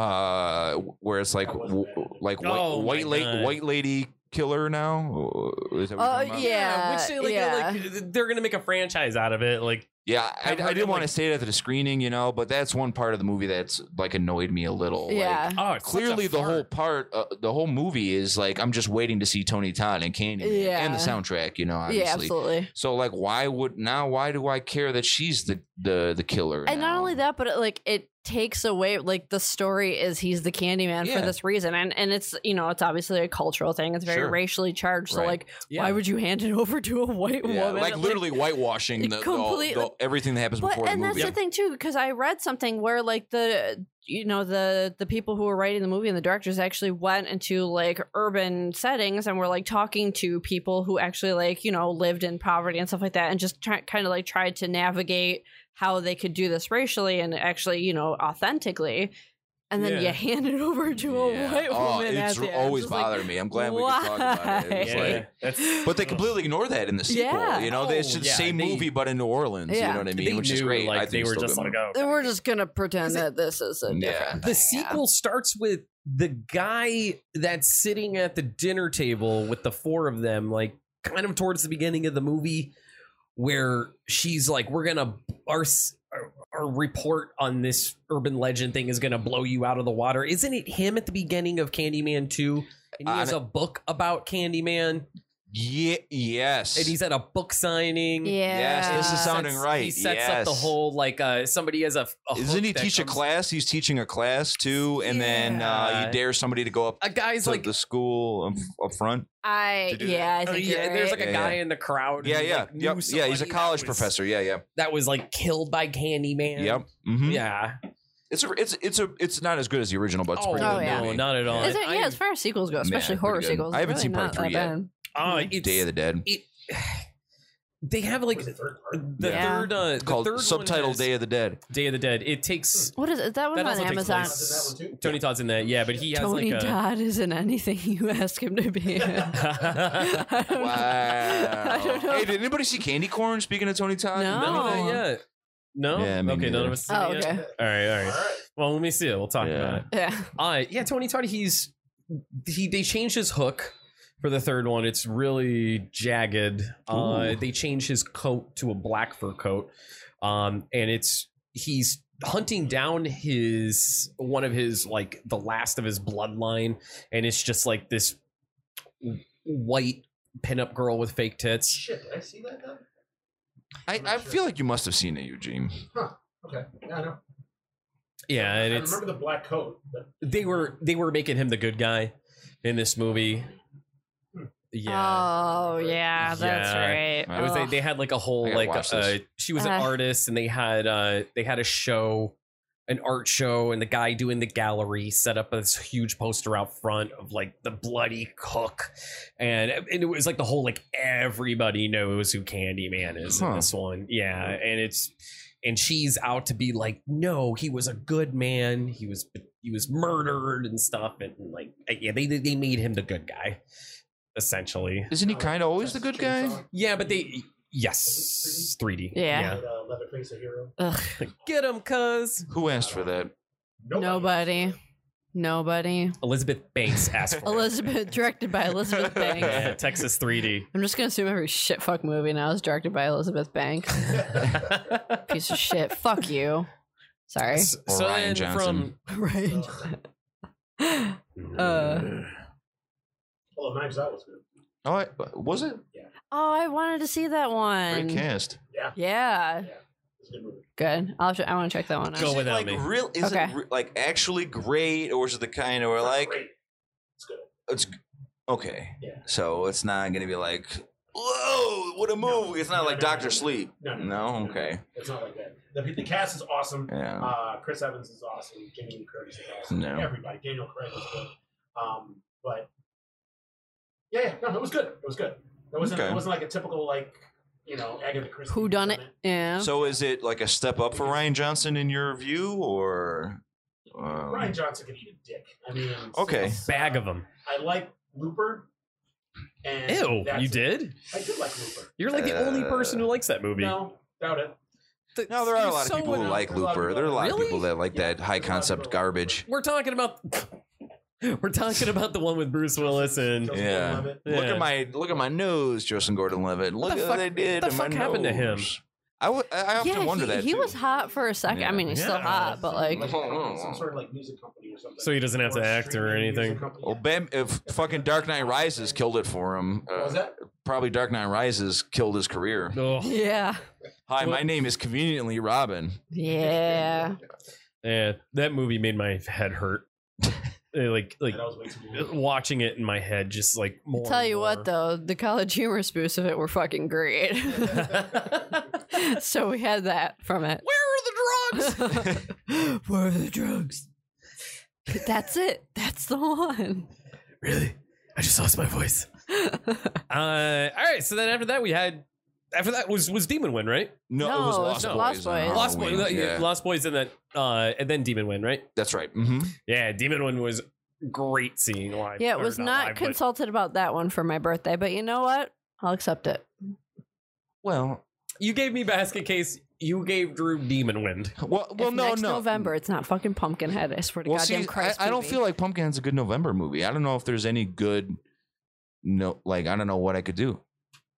S2: Uh, where it's like
S5: That wasn't
S2: w-
S5: bad.
S2: like
S1: Oh
S2: white
S1: my
S2: white la-
S1: God.
S2: white lady killer now. Is that what you're
S4: Oh,
S2: talking about?
S4: yeah.
S1: which they, like, they're, like, they're gonna make a franchise out of it. Like
S2: Yeah, I, I
S1: I've heard
S2: didn't
S1: him,
S2: want to
S1: like-
S2: say that at the screening, you know, but that's one part of the movie that's like annoyed me a little. like,
S4: yeah.
S1: oh, it's such a
S2: clearly, the
S1: fart.
S2: whole part, uh, the whole movie is like I'm just waiting to see Tony Todd and Candy
S4: Yeah.
S2: and the soundtrack, you know, obviously.
S4: yeah, absolutely.
S2: So like, why would now? Why do I care that she's the the the killer?
S4: And not
S2: now?
S4: only that, but it, like it takes away like the story is he's the Candyman
S2: Yeah.
S4: for this reason, and and it's you know it's obviously a cultural thing. It's very
S2: Sure.
S4: racially charged. So
S2: Right.
S4: like,
S1: Yeah.
S4: why would you hand it [LAUGHS] over to a white
S2: Yeah,
S4: woman?
S2: like literally whitewashing the, the-
S4: complete-
S2: the- everything that happens
S4: but
S2: before
S4: and
S2: the
S4: that's
S2: movie.
S4: the thing too because i read something where like the you know the the people who were writing the movie and the directors actually went into like urban settings and were like talking to people who actually like you know lived in poverty and stuff like that and just try, kind of like tried to navigate how they could do this racially and actually you know authentically and then
S1: Yeah.
S4: you hand it over to a
S2: Yeah.
S4: white
S2: Oh,
S4: woman
S2: it's
S4: at the end.
S2: always
S4: Just like,
S2: bothered me. I'm glad we could talk about it. It's
S1: Yeah,
S2: like,
S1: that's-
S2: But they completely ignore that in the sequel.
S4: Yeah.
S2: You know, it's
S1: Oh,
S2: the
S1: yeah,
S2: same
S1: they-
S2: movie but in New Orleans. You
S4: Yeah.
S2: know what I mean?
S1: they
S2: Which is
S1: knew,
S2: great. I
S1: Like
S2: think
S1: they
S2: it's
S1: were
S2: still
S1: just
S2: good
S1: like,
S2: movie.
S1: oh,
S4: Then we're just gonna pretend that this is a
S2: Yeah.
S4: different
S1: The
S4: thing.
S1: sequel starts with the guy that's sitting at the dinner table with the four of them, like kind of towards the beginning of the movie, where she's like, "We're gonna our s- our, our report on this urban legend thing is gonna blow you out of the water." Isn't it him at the beginning of Candyman Two? And he
S2: I
S1: has a book about Candyman,
S2: yeah, yes.
S1: and he's at a book signing.
S4: yeah.
S2: Yes, this is sounding
S1: Sets-
S2: right.
S1: He sets up
S2: yes.
S1: the whole like uh somebody has a. a
S2: Doesn't
S1: hook
S2: he
S1: that
S2: teach a
S1: comes-
S2: class? He's teaching a class too, and then uh,
S1: Yeah.
S2: you dare somebody to go up
S1: A guy's
S2: to
S1: like
S2: the school um, up front.
S4: I
S2: to do
S4: yeah, I
S1: Oh,
S4: think
S1: yeah,
S4: you're
S1: there's
S4: right.
S1: like a
S2: Yeah,
S1: guy
S2: yeah.
S1: in the crowd. who,
S2: Yeah, yeah,
S1: like, knew
S2: yep, yeah. He's a
S1: somebody
S2: college
S1: that was-
S2: professor. Yeah, yeah,
S1: that was like killed by Candyman.
S2: yep. hmm
S1: Yeah.
S2: It's a, it's it's a it's not as good as the original, but it's a
S1: oh
S2: pretty
S4: Oh,
S2: good
S4: yeah.
S1: no,
S2: movie.
S1: not at all.
S4: Is it, yeah, as far as sequels go, especially
S2: pretty
S4: horror
S2: good.
S4: sequels.
S2: I haven't
S4: it's
S2: seen
S4: really
S2: part
S4: not
S2: three
S4: that
S2: yet.
S4: bad.
S1: Uh, it's-
S2: Day of the Dead.
S1: they have like
S5: Was it third part?
S1: the
S4: Yeah.
S1: third. Uh,
S2: It's called
S1: the third
S2: subtitle
S1: one has
S2: Day of the
S1: [LAUGHS]
S2: Dead.
S1: Day of the Dead. It takes
S4: What is it? That one's
S1: that
S4: on
S1: also takes
S4: Amazon.
S1: place-
S5: Is it that one too?
S1: Tony Todd's in that. Yeah, but he has
S4: Tony
S1: like [LAUGHS] a.
S4: Todd isn't anything [LAUGHS] you ask him
S2: [LAUGHS]
S4: to be. [LAUGHS] I don't know. I don't know.
S2: Hey, did anybody see Candy Corn? Speaking of Tony Todd,
S4: No.
S1: None of
S4: Oh.
S1: that yet. No.
S2: Yeah, me
S1: okay. None
S2: neither.
S1: of us. seen
S4: Oh,
S1: it yet?
S4: okay.
S1: All right.
S5: [LAUGHS]
S1: All
S5: All
S1: right.
S5: right.
S1: Well, let me see it. We'll talk
S2: Yeah.
S1: about it.
S4: Yeah.
S1: Uh, yeah, Tony Todd, he's he they changed his hook for the third one. It's really jagged. Uh
S2: Ooh.
S1: they changed his coat to a black fur coat. Um and it's he's hunting down his one of his like the last of his bloodline and it's just like this white pinup girl with fake tits.
S5: Shit, did I see that then?
S2: I, I feel like you must have seen it, Eugene.
S5: Okay. Yeah, I know.
S1: Yeah, and
S5: I
S1: it's
S5: remember the black coat. but-
S1: they were they were making him the good guy in this movie. Yeah.
S4: Oh yeah, that's
S1: Yeah.
S4: right.
S1: It was they,
S4: Ugh.
S1: they had like a whole
S2: I gotta
S1: like
S2: watch
S1: uh,
S2: this.
S1: she was an
S4: Uh.
S1: artist and they had uh they had a show an art show, and the guy doing the gallery set up this huge poster out front of like the bloody cook, and, and it was like the whole like everybody knows who Candyman is
S2: Huh.
S1: in this one, yeah, and it's and she's out to be like, no, he was a good man, he was he was murdered and stuff, and like yeah, they they made him the good guy, essentially.
S2: Isn't
S5: Oh,
S2: he kind of always the good guy?
S1: Yeah, but they yes, 3D.
S4: Yeah.
S5: Made, uh, Leatherface a hero.
S4: Ugh,
S1: Get him, cuz
S2: Who asked for that?
S4: nobody. Nobody.
S1: Elizabeth Banks asked for it.
S2: [LAUGHS]
S4: Elizabeth, directed by Elizabeth Banks.
S1: Yeah, [LAUGHS] Texas 3D.
S4: I'm just gonna assume every shit fuck movie now is directed by Elizabeth Banks. [LAUGHS] Piece of shit. Fuck you.
S2: [LAUGHS]
S4: Sorry.
S1: S-
S2: Or
S1: so
S2: Ryan
S1: then
S2: Johnson.
S4: Right.
S1: from
S4: [LAUGHS] Uh,
S5: Well, Knives Out was good.
S2: Oh, I- was it?
S4: oh, I wanted to see that
S2: Great
S4: one.
S2: cast.
S4: Yeah.
S5: It was a good movie.
S4: Good. I'll have to, I want to check that one out.
S1: Go
S2: Is it,
S1: without
S2: like
S1: me.
S2: real? Is
S4: Okay.
S2: it re- like actually great, or is it the kind of where like
S5: Great. It's good.
S2: it's okay?
S5: Yeah.
S2: So it's not gonna be like whoa, what a
S5: No.
S2: movie. It's not
S5: No,
S2: like
S5: no, no,
S2: Doctor
S5: no.
S2: Sleep.
S5: No, no,
S2: No,
S5: no, no.
S2: okay,
S5: It's not like that. The, the cast is awesome.
S2: yeah.
S5: Uh, Chris Evans is awesome. Jamie Lee Curtis is awesome.
S2: No.
S5: Everybody. Daniel Craig was good. Um, but yeah, yeah, no, it was good. It was good. It wasn't.
S2: Okay.
S5: It wasn't like a typical like you know Agatha Christie.
S4: Who done it?
S5: whodunit.
S4: Yeah.
S2: So is it like a step up for Ryan Johnson in your view, or? um,
S5: Ryan Johnson could eat a dick. I mean,
S2: Okay.
S5: it's, uh,
S1: Bag of them.
S5: I like Looper. And
S1: Ew,
S5: that's
S1: you
S5: it.
S1: did?
S5: I do like Looper.
S1: You're like the only person who likes that movie.
S5: No, doubt it.
S2: Uh, No, there are a lot
S1: So
S2: of people who
S5: would-
S2: like
S5: There's a lot of
S2: Looper.
S5: people
S2: There are a lot of
S1: Really?
S2: people that like
S5: Yeah,
S2: that high
S5: there's a lot of
S2: concept
S5: people that like
S2: garbage.
S1: We're talking about [LAUGHS] We're talking about the one with Bruce Willis and
S5: Joseph
S2: Yeah.
S5: Gordon-Levitt.
S2: Look
S1: Yeah.
S2: at my look at my nose, Justin Gordon-Levitt. Look
S1: the
S2: at
S1: fuck-
S2: what they did.
S1: what the
S2: to my
S1: fuck happened to him?
S2: nose. I wa- I- I often
S4: yeah,
S2: wonder
S4: he,
S2: that.
S4: he
S2: too.
S4: was hot for a second.
S2: Yeah.
S4: I mean, he's still
S1: Yeah.
S4: hot, but like,
S2: [LAUGHS]
S5: Like, uh, some sort of like music company or something.
S1: So he doesn't have to act or
S5: streaming music
S1: anything?
S5: company.
S2: Well, Bam, if fucking Dark Knight Rises killed it for him,
S5: What was
S2: uh,
S5: that?
S2: probably Dark Knight Rises killed his career.
S1: Ugh.
S4: yeah,
S2: Hi, my
S1: Well-
S2: name is conveniently Robin.
S4: yeah.
S1: Yeah, that movie made my
S2: [LAUGHS]
S1: head hurt. Uh, like like uh,
S5: That was way too long.
S1: watching it in my head just like more
S4: Tell
S1: and
S4: you
S1: more. [LAUGHS]
S4: what, though, [LAUGHS] the college humor spoofs of it were fucking great. [LAUGHS] so we had that from it.
S1: Where are the drugs?
S4: Where are the drugs? But that's it. That's
S2: [LAUGHS]
S4: the one.
S1: really? I just lost my
S4: [LAUGHS]
S1: voice. Uh, all right. So then after that, we had after that was was Demon Wind, right?
S2: No, it
S4: No,
S2: was
S4: it
S2: Lost
S4: was
S2: Boys.
S4: Lost
S2: on
S4: Boys. Oh,
S1: Lost Boys,
S2: Halloween.
S1: yeah.
S2: Yeah,
S1: Lost Boys, and then uh, and then Demon Wind, right?
S2: that's right. hmm
S1: Yeah, Demon Wind was great seeing live.
S4: Yeah, it
S1: Or
S4: was not
S1: live, but-
S4: consulted about that one for my birthday, but you know what? I'll accept it.
S2: Well,
S1: You gave me Basket Case. You gave Drew Demon
S4: [LAUGHS]
S1: Wind.
S2: well, well,
S4: If
S2: no,
S4: next
S2: no.
S4: November, it's not fucking Pumpkinhead. I swear to
S2: Well,
S4: goddamn
S2: see,
S4: Christ.
S2: I, I don't
S4: Phoebe.
S2: feel like Pumpkinhead's a good November movie. I don't know if there's any good. No, like I don't know what I could do.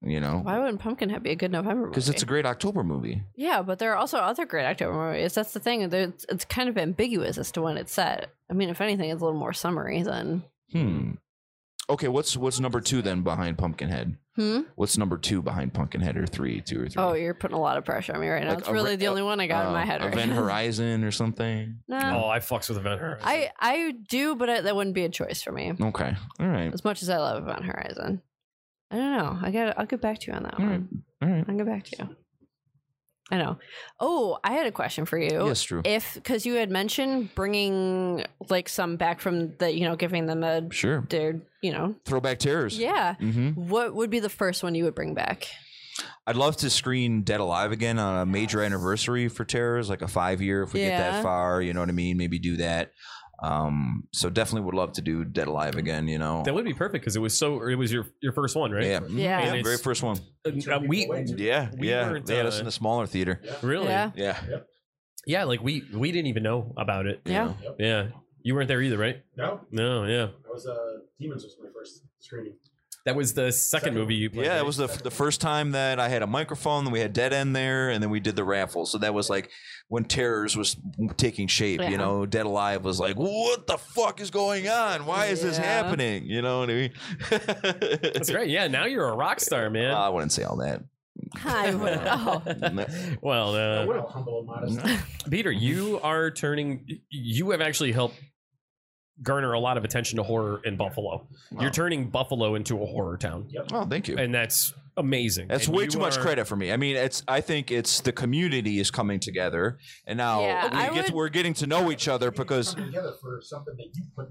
S2: You know,
S4: Why wouldn't Pumpkinhead be a good November movie?
S2: because it's a great October movie.
S4: yeah, but there are also other great October movies. That's the thing. There- It's, it's kind of ambiguous as to when it's set. I mean, if anything, it's a little more summary than.
S2: Hmm. Okay, what's what's number two then behind Pumpkinhead?
S4: Hmm?
S2: What's number two behind Pumpkinhead or three, two or three?
S4: Oh, you're putting a lot of pressure on me right now.
S2: Like
S4: it's
S2: a
S4: really
S2: re-
S4: the only one I got in my head right
S2: Oh, Event
S4: now. [LAUGHS]
S2: Horizon or something.
S4: Nah.
S1: Oh, I fucks with Event Horizon.
S4: I, I do, but I, that wouldn't be a choice for me.
S2: Okay, all right,
S4: As much as I love Event Horizon, I don't know. I got. I'll get back to you on that
S2: All right.
S4: one.
S2: all right.
S4: I'll get back to you. I know. Oh, I had a question for you.
S2: Yes, true.
S4: If because you had mentioned bringing like some back from the, you know, giving them a
S2: Sure.
S4: their, you know,
S2: Throwback terrors.
S4: yeah.
S2: Mm-hmm.
S4: What would be the first one you would bring back?
S2: I'd love to screen Dead Alive again on a major anniversary for Terrors, like a five year if we get
S4: Yeah.
S2: that far. You know what I mean? Maybe do that. Um, so definitely would love to do Dead Alive again. You know,
S1: that would be perfect because it was so. It was your your first one, right?
S2: yeah,
S4: Yeah.
S1: And
S2: yeah,
S1: it's-
S2: very first one.
S1: Uh, we
S2: Yeah,
S1: We
S2: yeah.
S1: weren't,
S2: They had us
S1: uh,
S2: in a smaller theater.
S1: really.
S4: Yeah.
S2: Yeah,
S1: Yeah, like we we didn't even know about it.
S4: Yeah.
S1: Yeah. You weren't there either, right?
S5: No,
S1: No, yeah.
S5: that was uh, Demons was my first screening.
S1: That was the second
S5: Second.
S1: movie you played.
S2: Yeah,
S1: right?
S2: it was the the first time that I had a microphone. Then we had Dead End there, and then we did the raffle. So that was like when Terrors was taking shape.
S4: Yeah.
S2: You know, Dead Alive was like, "What the fuck is going on? Why is this
S4: Yeah.
S2: happening?" You know what I mean? [LAUGHS]
S1: That's great. Yeah, now you're a rock star, man.
S2: Well, I wouldn't say all that.
S4: I
S1: [LAUGHS]
S4: would. Oh,
S1: well,
S5: Uh,
S1: uh,
S5: what a humble and
S2: Mm.
S5: modest.
S1: Peter, you are turning. You have actually helped garner a lot of attention to horror in Buffalo.
S2: Wow.
S1: You're turning Buffalo into a horror town,
S5: Yep.
S2: Oh, thank you.
S1: and that's amazing.
S2: That's
S1: And
S2: way
S1: you
S2: too much
S1: are-
S2: credit for me. I mean, it's I think it's the community is coming together, and now
S4: Yeah,
S2: we
S4: I
S2: get
S4: would-
S2: we're getting to know each other because
S5: Coming together for something that you put.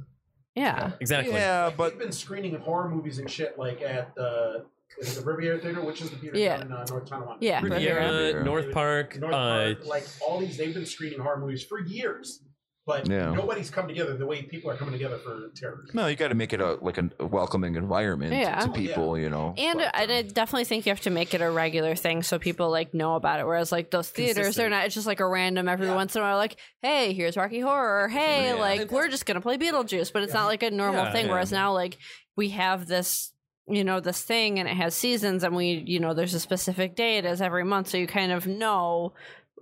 S4: Yeah.
S1: Exactly.
S2: yeah,
S5: Like,
S2: but
S5: they've been screening horror movies and shit like at the is it the Riviera Theater, which is the theater
S4: Yeah.
S5: down in uh, North Tonawanda.
S4: Yeah.
S2: Riviera.
S1: Riviera, Uh, North Park,
S5: North
S1: uh,
S5: Park, like all these, they've been screening horror movies for years, but
S2: Yeah.
S5: nobody's come together the way people are coming together for terror.
S2: no, you got to make it a like a welcoming environment
S4: Yeah.
S2: to people, you know.
S4: And
S2: but, um,
S4: I did definitely think you have to make it a regular thing so people like know about it. Whereas like those theaters, they're
S1: Consistent.
S4: not. It's just like a random every
S5: Yeah.
S4: once in a while. Like, hey, here's Rocky Horror. Or, hey,
S2: Yeah.
S4: like we're just gonna play Beetlejuice. But it's
S5: Yeah.
S4: not like a normal
S1: Yeah,
S4: thing.
S2: yeah.
S4: Whereas now, like we have this, you know, this thing, and it has seasons, and we, you know, there's a specific day. It is every month, so you kind of know.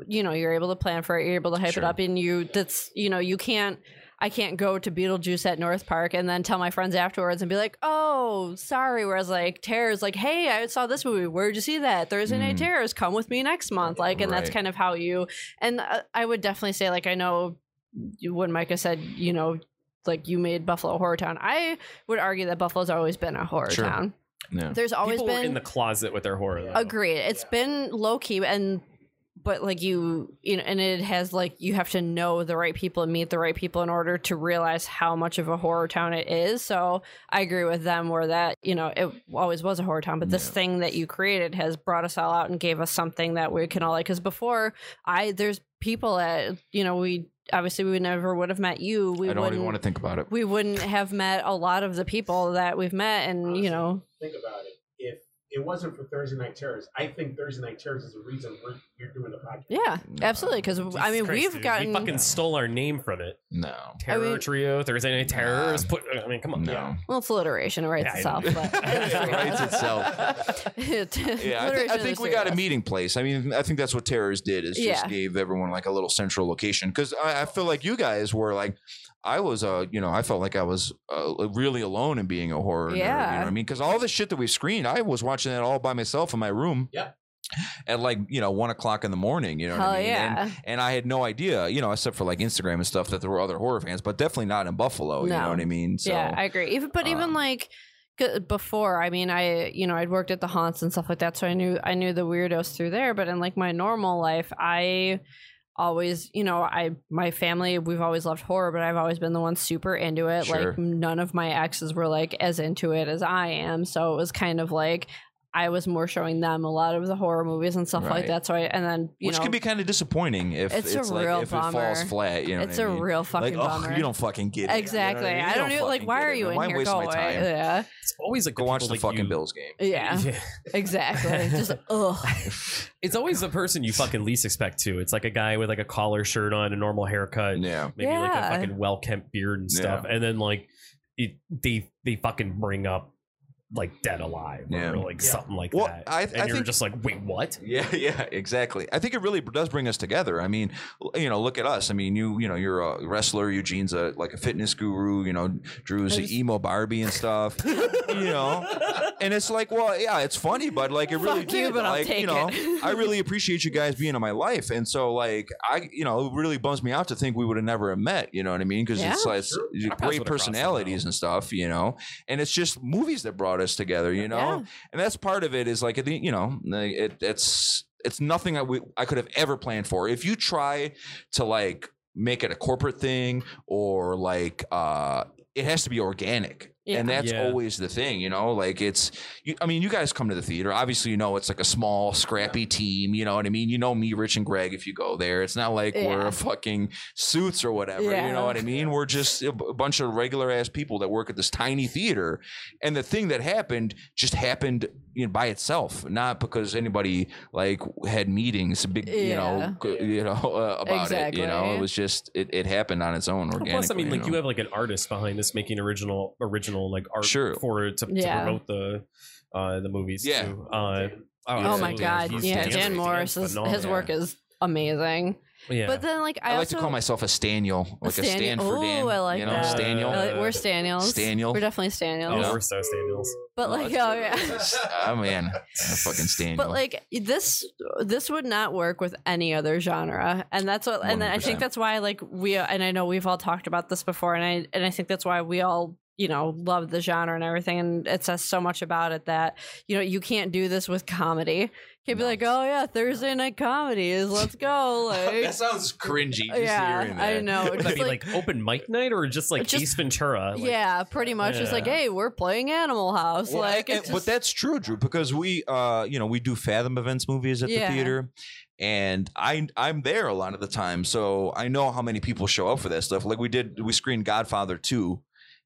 S4: You know, you're able to plan for it. You're able to hype
S2: Sure.
S4: it up, and you that's you know you can't I can't go to Beetlejuice at North Park and then tell my friends afterwards and be like, oh, sorry. Whereas like Terror's like, hey, I saw this movie. Where'd you see that? Thursday Night
S2: Mm.
S4: Terrors. Come with me next month. Like, and that's
S2: Right.
S4: kind of how you. And uh, I would definitely say like I know you- when Micah said you know like you made Buffalo a horror town. I would argue that Buffalo's always been a horror
S2: Sure.
S4: town.
S2: um, yeah.
S4: There's always
S1: people were
S4: been
S1: in the closet with their horror. though.
S4: Agreed. It's been low key and but like you you know and it has like you have to know the right people and meet the right people in order to realize how much of a horror town it is. So I agree with them where that, you know, it always was a horror town, but this thing that you created has brought us all out and gave us something that we can all like cuz before I there's people that you know, we obviously we never would have met you. We
S2: I don't even
S4: wouldn't
S2: want to think about it.
S4: we wouldn't have met a lot of the people that we've met and you know
S5: Think about it. If it wasn't for Thursday Night Terrors, I think Thursday Night Terrors is the reason we're, you're doing the podcast.
S4: yeah, absolutely. Because Oh, I mean,
S1: Jesus Christ,
S4: we've
S1: dude.
S4: gotten
S1: we fucking stole our name from it.
S2: No,
S1: Terror
S4: I mean-
S1: Trio, Thursday Night Terrors.
S2: Nah.
S1: Put, I mean, come on.
S2: no.
S4: Well, it's alliteration. It writes
S1: Yeah, I
S4: itself.
S1: [LAUGHS]
S2: [LAUGHS]
S4: But
S2: It writes itself.
S4: [LAUGHS] It-
S2: Yeah, I, thi- I
S4: alliteration
S2: think
S4: is
S2: we got a
S4: serious.
S2: meeting place. I mean, I think that's what Terrors did is just
S4: Yeah.
S2: gave everyone like a little central location because I, I feel like you guys were like, I was, uh, you know, I felt like I was uh, really alone in being a horror. nerd, you
S4: Yeah.
S2: know what I mean? Because all the shit that we screened, I was watching it all by myself in my room.
S5: Yeah.
S2: At like you know one o'clock in the morning, you know what I
S4: Hell
S2: mean, and,
S4: yeah.
S2: and I had no idea, you know, except for like Instagram and stuff, that there were other horror fans, but definitely not in Buffalo. You
S4: No.
S2: know what I mean? So
S4: yeah, I agree. Even but even
S2: um,
S4: like g- before, I mean, I you know I'd worked at the haunts and stuff like that, so I knew I knew the weirdos through there. But in like my normal life, I always you know I my family we've always loved horror, but I've always been the one super into it.
S2: Sure.
S4: Like none of my exes were like as into it as I am, so it was kind of like. I was more showing them a lot of the horror movies and stuff
S2: Right.
S4: like that. So I and then you
S2: which
S4: know
S2: can be kind of disappointing if
S4: It's
S2: it's,
S4: a
S2: like
S4: real
S2: if it falls
S4: bummer.
S2: flat. You know,
S4: it's
S2: what I
S4: a
S2: mean?
S4: real fucking
S2: like,
S4: bummer.
S2: Oh, [LAUGHS] you don't fucking get it.
S4: Exactly. I don't even like.
S2: fucking
S4: Why
S2: get
S4: are
S2: it,
S4: you
S2: man.
S4: in
S2: Why
S4: here?
S2: waste
S4: Go
S2: my
S4: away.
S2: time? [LAUGHS]
S4: Yeah,
S1: It's always the
S2: Go watch
S1: people
S2: the
S1: that
S2: fucking
S1: you-
S2: Bills game.
S4: yeah, [LAUGHS]
S2: [LAUGHS]
S4: exactly. Just ugh.
S1: it's always the person you fucking least expect to. It's like a guy with like a collar shirt on, a normal haircut,
S2: Yeah.
S1: maybe like
S4: Yeah.
S1: a fucking well kempt beard and
S2: Yeah.
S1: stuff, and then like it, they they fucking bring up like Dead Alive
S2: Yeah.
S1: or like
S5: Yeah.
S1: something like
S2: Well,
S1: that,
S2: I-
S1: and
S2: I
S1: you're
S2: think-
S1: just like, wait, what?
S2: Yeah, [LAUGHS] yeah, exactly. I think it really does bring us together. I mean, l- you know, look at us. I mean, you, you know, you're a wrestler. Eugene's a like a fitness guru. You know, Drew's
S4: I
S2: an
S4: just-
S2: emo Barbie and stuff.
S4: [LAUGHS]
S2: you know, and it's like, well, yeah, it's funny, but like it really
S4: Fuck
S2: did.
S4: you, but I'll
S2: like,
S4: take
S2: you know,
S4: it. [LAUGHS]
S2: I really appreciate you guys being in my life, and so like I, you know, it really bums me out to think we would have never have met. You know what I mean? Because it's
S4: Yeah.
S2: like it's
S1: Our paths
S2: great
S1: would've crossed
S2: personalities and stuff. You know, and it's just movies that brought us together. You know,
S4: Yeah.
S2: and that's part of it is like at the you know like, it, it's it's nothing I we, I could have ever planned for. If you try to like make it a corporate thing or like uh it has to be organic.
S4: Yeah.
S2: And that's
S1: Yeah.
S2: always the thing, you know. Like it's, you, I mean, you guys come to the theater. Obviously, you know it's like a small, scrappy team. You know what I mean. You know me, Rich, and Greg. If you go there, it's not like we're
S4: Yeah.
S2: a fucking suits or whatever. You
S4: Yeah.
S2: know what I mean. We're just a b- bunch of regular ass people that work at this tiny theater, and the thing that happened just happened you know, by itself, not because anybody like had meetings, big, you
S4: Yeah.
S2: know, c- you know [LAUGHS] uh, about it. You know,
S4: Exactly.
S2: it was just it, it happened on its own organically.
S1: Plus, I mean, like
S2: know?
S1: you have like an artist behind this making original, original like art
S2: Sure.
S1: for to, to
S4: Yeah.
S1: promote the uh the movies.
S2: Yeah.
S1: too. Uh,
S4: Oh
S2: Yeah,
S4: my
S1: absolutely.
S4: god!
S1: He's
S4: Yeah,
S1: Dan's-
S4: Dan
S1: Dan's
S4: Morris, his, his
S1: phenomenal.
S4: work is amazing.
S1: Yeah.
S4: But then, like, I,
S2: I, like
S4: also,
S2: to call myself a Staniel, like a
S4: Stan-
S2: stand for Dan.
S4: Ooh, I like
S2: you know,
S4: that.
S2: Staniel.
S4: I like- we're Staniels.
S2: Staniel.
S4: We're definitely Staniels.
S1: oh,
S2: know?
S1: we're so Staniels.
S4: But
S2: No,
S4: like, oh
S2: that's good.
S4: yeah.
S2: [LAUGHS] oh man, I'm a fucking Staniel.
S4: But like this, this would not work with any other genre, and that's what. And then I think
S2: 100%.
S4: that's why, like we, and I know we've all talked about this before, and I and I think that's why we all you know, loved the genre and everything. And it says so much about it that, you know, you can't do this with comedy. Can't be like, oh, yeah, Thursday night comedy is let's
S1: [LAUGHS]
S4: go.
S2: [LAUGHS]
S4: Like,
S2: that sounds cringy. Just
S4: yeah,
S2: hearing that.
S4: I
S2: [LAUGHS]
S4: know.
S1: Would that
S4: Just
S1: be like, open mic night or just like
S4: Just-
S1: Ace Ventura? Like,
S4: yeah, pretty much. It's like,
S1: Yeah.
S4: hey, we're playing Animal House.
S2: Well,
S4: like,
S2: and-
S4: it's
S2: but
S4: just,
S2: that's true, Drew, because we, uh, you know, we do Fathom Events movies at
S4: Yeah.
S2: the theater, and I, I'm there a lot of the time, so I know how many people show up for that stuff. Like we did, we screened Godfather two,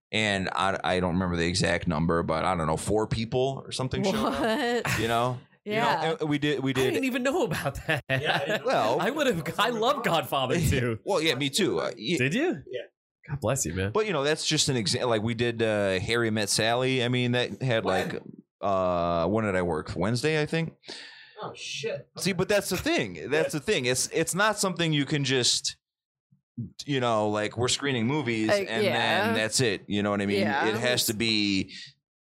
S2: and I, I don't remember the exact number, but I don't know, four people or something showed up.
S4: what?
S2: You
S4: [LAUGHS]
S2: know,
S4: Yeah. e
S2: you know, and we did, we
S1: I didn't
S2: did.
S1: even know about [LAUGHS] that.
S5: Yeah, I
S2: [LAUGHS]
S5: didn't know.
S2: Well-
S1: I would have. I love [LAUGHS] Godfather too.
S2: Well, yeah, me too. Uh, yeah,
S1: Did you?
S5: Yeah.
S1: God bless you, man.
S2: But you know, that's just an example. Like we did uh, Harry Met Sally. I mean, that had like uh when did I work? Wednesday, I think.
S5: Oh shit.
S2: See, but that's the thing. That's the thing. It's it's not something you can just you know, like we're screening movies
S4: Like,
S2: and
S4: Uh, yeah.
S2: then that's it. You know what I mean?
S4: Yeah.
S2: It has to be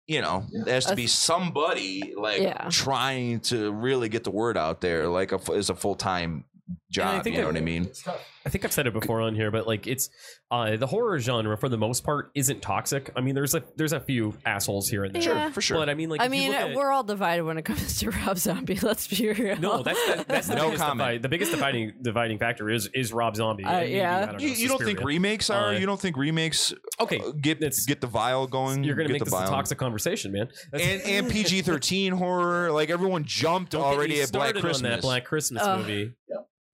S2: you know, it has to be somebody like
S4: Yeah.
S2: trying to really get the word out there, like a, is a full time
S1: I
S2: job.
S1: think
S2: You know
S1: it-
S2: what I mean?
S5: It's tough.
S1: I think I've said it before on here, but like it's uh, the horror genre for the most part isn't toxic. I mean, there's a there's a few assholes here and there,
S4: Yeah.
S2: For sure.
S1: but I mean, like
S4: I
S1: if you
S4: mean,
S1: look at-
S4: we're all divided when it comes [LAUGHS] to Rob Zombie. Let's be real.
S1: [LAUGHS] no, that's
S4: [LAUGHS]
S1: the, that's the
S2: No
S1: biggest
S2: comment.
S1: divide- the biggest dividing dividing factor is is Rob Zombie.
S4: Uh,
S1: and maybe,
S4: yeah.
S1: I don't know,
S2: you, you don't think
S1: Suspiria.
S2: remakes are?
S1: Uh,
S2: you don't think remakes
S1: okay,
S2: get
S1: that's-
S2: get the vial going?
S1: you're gonna
S2: get
S1: make
S2: the
S1: this a
S2: vial.
S1: toxic conversation, man. [LAUGHS] That's-
S2: and
S4: [LAUGHS]
S2: and PG thirteen horror. Like everyone jumped
S1: Don't get me
S2: already at Black
S1: started
S2: Christmas.
S1: on that Black Christmas
S4: Ugh.
S1: movie.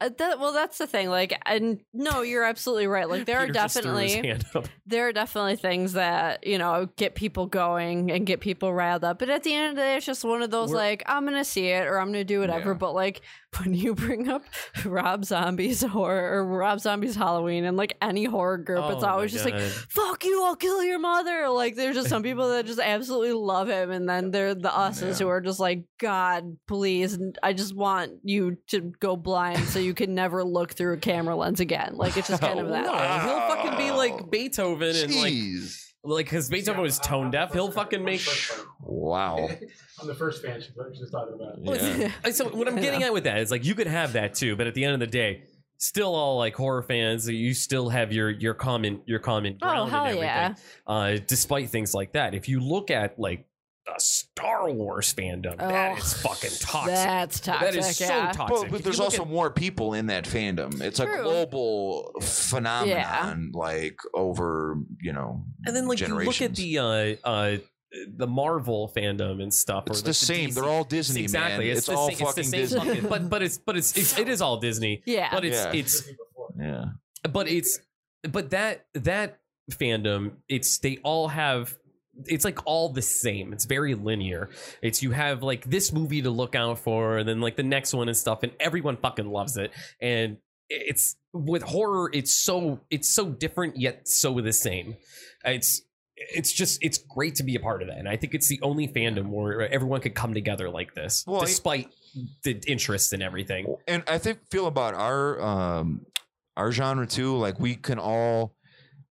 S4: Uh, that, well, that's the thing. Like, and no, you're absolutely right. Like, there are
S1: Peter just threw his
S4: definitely
S1: hand up.
S4: there are definitely things that you know get people going and get people riled up. But at the end of the day, it's just one of those
S1: We're-
S4: like I'm gonna see it or I'm gonna do whatever.
S2: Yeah.
S4: But like [LAUGHS] when you bring up [LAUGHS] Rob Zombie's horror or Rob Zombie's Halloween and like any horror group,
S1: Oh
S4: it's
S1: my
S4: always just like
S1: God.
S4: fuck you, I'll kill your mother. Like there's just some people that just absolutely love him, and then there are the us's
S2: Yeah.
S4: who are just like, God, please, n- I just want you to go blind so you can never look through a camera lens again. Like it's
S2: [LAUGHS]
S4: just kind of that.
S1: No, he'll fucking be
S2: Wow.
S1: like Beethoven and like
S2: Oh, Jeez.
S1: like because Beethoven was tone deaf. He'll fucking make. [LAUGHS]
S2: wow.
S5: I'm the first fan she was just talking about.
S2: Yeah.
S1: Uh, So what I'm getting at with that is like you could have that too, but at the end of the day, still all like horror fans, you still have your your common your common
S4: oh
S1: ground and
S4: hell
S1: everything.
S4: yeah!
S1: Uh, despite things like that, if you look at like the Star Wars fandom, that
S4: Oh,
S1: is fucking toxic.
S4: [LAUGHS] That's toxic.
S1: that is
S4: yeah.
S1: so toxic.
S2: But,
S1: If you
S2: but there's
S1: look
S2: also more people in that fandom. It's a
S4: True.
S2: global phenomenon, like over you know.
S1: and then like you look at
S2: generations.
S1: the uh, uh, the Marvel fandom and stuff.
S2: It's
S1: or
S2: the,
S1: like
S2: same.
S1: DC
S2: They're all Disney,
S1: exactly.
S2: man.
S1: It's,
S2: It's,
S1: the
S2: all
S1: same,
S2: fucking
S1: it's the same
S2: Disney.
S1: fucking- but but it's but it's, it's it is all Disney.
S4: Yeah.
S1: But it's
S2: Yeah.
S1: it's
S2: [LAUGHS] yeah.
S1: but it's but that that fandom it's they all have it's like all the same it's very linear it's you have like this movie to look out for and then like the next one and stuff and everyone fucking loves it and it's with horror it's so it's so different yet so the same it's it's just it's great to be a part of that and i think it's the only fandom where everyone could come together like this
S2: Well, I-
S1: despite the interest and everything
S2: And I think feel about our um our genre too. Like we can all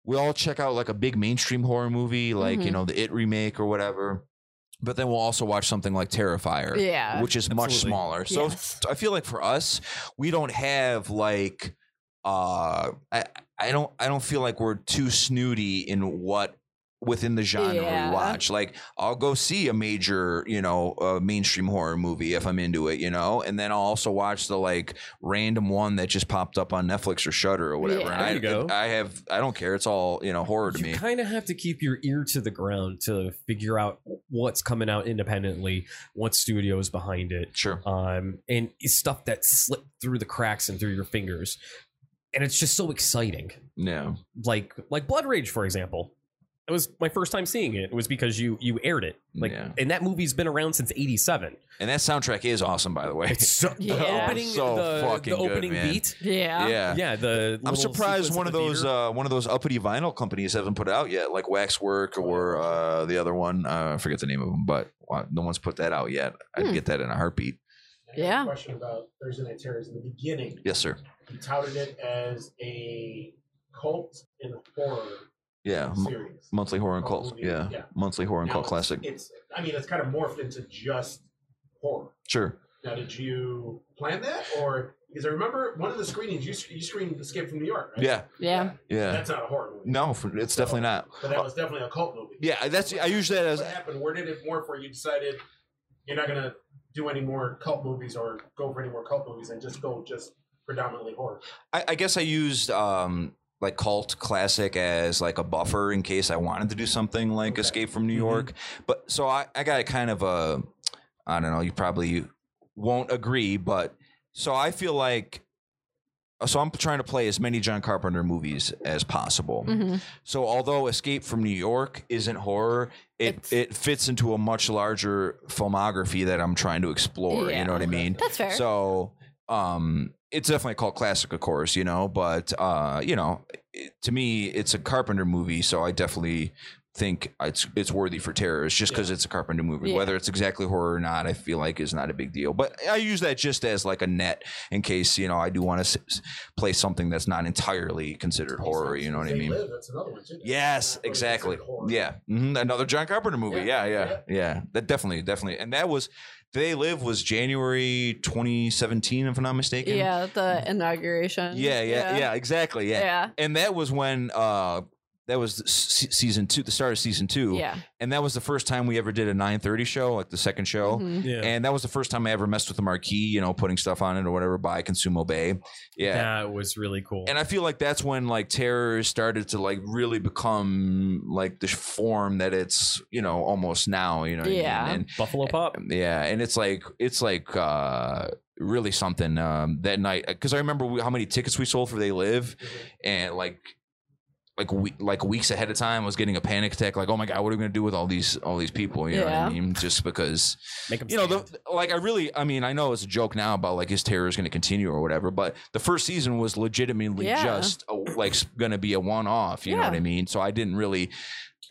S2: we all check out like a big mainstream horror movie, like
S1: Mm-hmm.
S2: you
S4: Mhm.
S2: know the It remake or whatever. But then we'll also watch something like Terrifier,
S4: Yeah.
S2: which is much
S1: Absolutely.
S2: smaller. So
S4: Yes.
S2: I feel like for us, we don't have like uh I I don't I don't feel like we're too snooty in what within the genre
S4: Yeah.
S2: we watch. Like I'll go see a major, you know, uh, mainstream horror movie if I'm into it, you know, and then I'll also watch the like random one that just popped up on Netflix or Shutter or whatever.
S4: Yeah.
S2: And
S1: There
S2: I,
S1: you go.
S2: I have I don't care. It's all you know horror to
S1: you
S2: me.
S1: kind of have to keep your ear to the ground to figure out what's coming out independently, what studio is behind it,
S2: Sure.
S1: um, and stuff that slipped through the cracks and through your fingers. And it's just so exciting.
S2: Yeah.
S1: Like like Blood Rage, for example. It was my first time seeing it. It was because you you aired it. Like
S2: Yeah.
S1: and that movie's been around since eighty seven.
S2: And that soundtrack is awesome, by the way.
S1: It's so
S2: [LAUGHS]
S1: the
S4: Yeah.
S1: opening
S2: So
S1: the,
S2: fucking
S1: the
S2: good,
S1: opening
S2: man.
S1: beat.
S4: yeah.
S2: yeah.
S1: Yeah, the
S2: I'm
S1: little
S2: surprised
S1: sequence
S2: one
S1: at
S2: of
S1: the
S2: those
S1: theater.
S2: uh, one of those uppity vinyl companies haven't put it out yet, like Waxwork or uh, the other one. Uh, I forget the name of them, but uh, no one's put that out yet. I'd
S4: Hmm.
S2: get that in a heartbeat.
S5: I have
S4: Yeah.
S5: A question about Thursday Night Terrors in the beginning.
S2: Yes, sir.
S5: He touted it as a cult and horror
S2: Yeah, m-
S5: series.
S2: monthly horror and
S5: Oh,
S2: cult.
S5: movie,
S2: Yeah.
S5: yeah.
S2: monthly horror and
S5: Now
S2: cult
S5: it's-
S2: classic.
S5: It's. I mean, it's kind of morphed into just horror.
S2: Sure.
S5: Now, did you plan that, or Because I remember one of the screenings you sc- you screened Escape from New York, right?
S2: Yeah,
S4: Yeah.
S2: yeah.
S5: That's not a horror movie.
S2: No, for- it's definitely not.
S5: But that was definitely a cult movie.
S2: Yeah, that's I use that
S5: What
S2: as
S5: happened? Where did it morph? Where you decided you're not gonna do any more cult movies or go for any more cult movies and just go just predominantly horror?
S2: I, I guess I used um, like cult classic as like a buffer in case I wanted to do something like
S5: Okay.
S2: Escape from New
S4: Mm-hmm.
S1: Mhm.
S2: York. But so I, I got a kind of a I don't know. You probably won't agree, but so I feel like so I'm trying to play as many John Carpenter movies as possible.
S4: Mhm.
S2: So although Escape from New York isn't horror, it
S4: It's-
S2: it fits into a much larger filmography that I'm trying to explore.
S4: Yeah,
S2: you know what I mean?
S4: That's fair.
S2: So um it's definitely called classic, of course, you know, but uh, you know, it, to me it's a Carpenter movie, so I definitely think it's it's worthy for terror. It's just because it's a Carpenter movie.
S4: Yeah.
S2: Whether it's exactly horror or not, I feel like is not a big deal. But I use that just as like a net in case, you know, I do want to s- play something that's not entirely considered horror, you know what I
S5: They
S2: mean?
S5: Live, that's another one too. That's
S2: Yes,
S5: not really
S2: exactly.
S5: considered horror.
S2: Yeah, hmm another John Carpenter movie. Yeah.
S5: Yeah.
S2: Yeah, yeah, That definitely, definitely. And that was They Live was January 2017, if I'm not mistaken.
S4: yeah. The inauguration.
S2: yeah, yeah, yeah, Exactly. Yeah.
S4: Yeah.
S2: and that was when uh, that was se- season two, the start of season two,
S4: Yeah.
S2: and that was the first time we ever did a 9:30 show, like the second show.
S4: Mhm.
S1: Yeah.
S2: And that was the first time I ever messed with the marquee, you know, putting stuff on it or whatever by Consumo Bay. Yeah.
S1: That was really cool.
S2: And I feel like that's when like terror started to like really become like the form that it's you know almost now you know what I mean?
S4: Yeah.
S1: Buffalo Pop.
S2: and yeah and it's like it's like uh really something um that night because I remember we, how many tickets we sold for They Live
S5: Mm-hmm.
S2: and like like we, like weeks ahead of time I was getting a panic attack like oh my god what are we gonna do with all these all these people you know what I
S4: Yeah.
S2: mean just because
S1: Make 'em
S2: you know,
S1: stand.
S2: the, like I really, I mean, I know it's a joke now about like his terror is going to continue or whatever, but the first season was legitimately
S4: Yeah.
S2: just a, like going to be a one off. You know
S4: Yeah.
S2: what I mean? So I didn't really.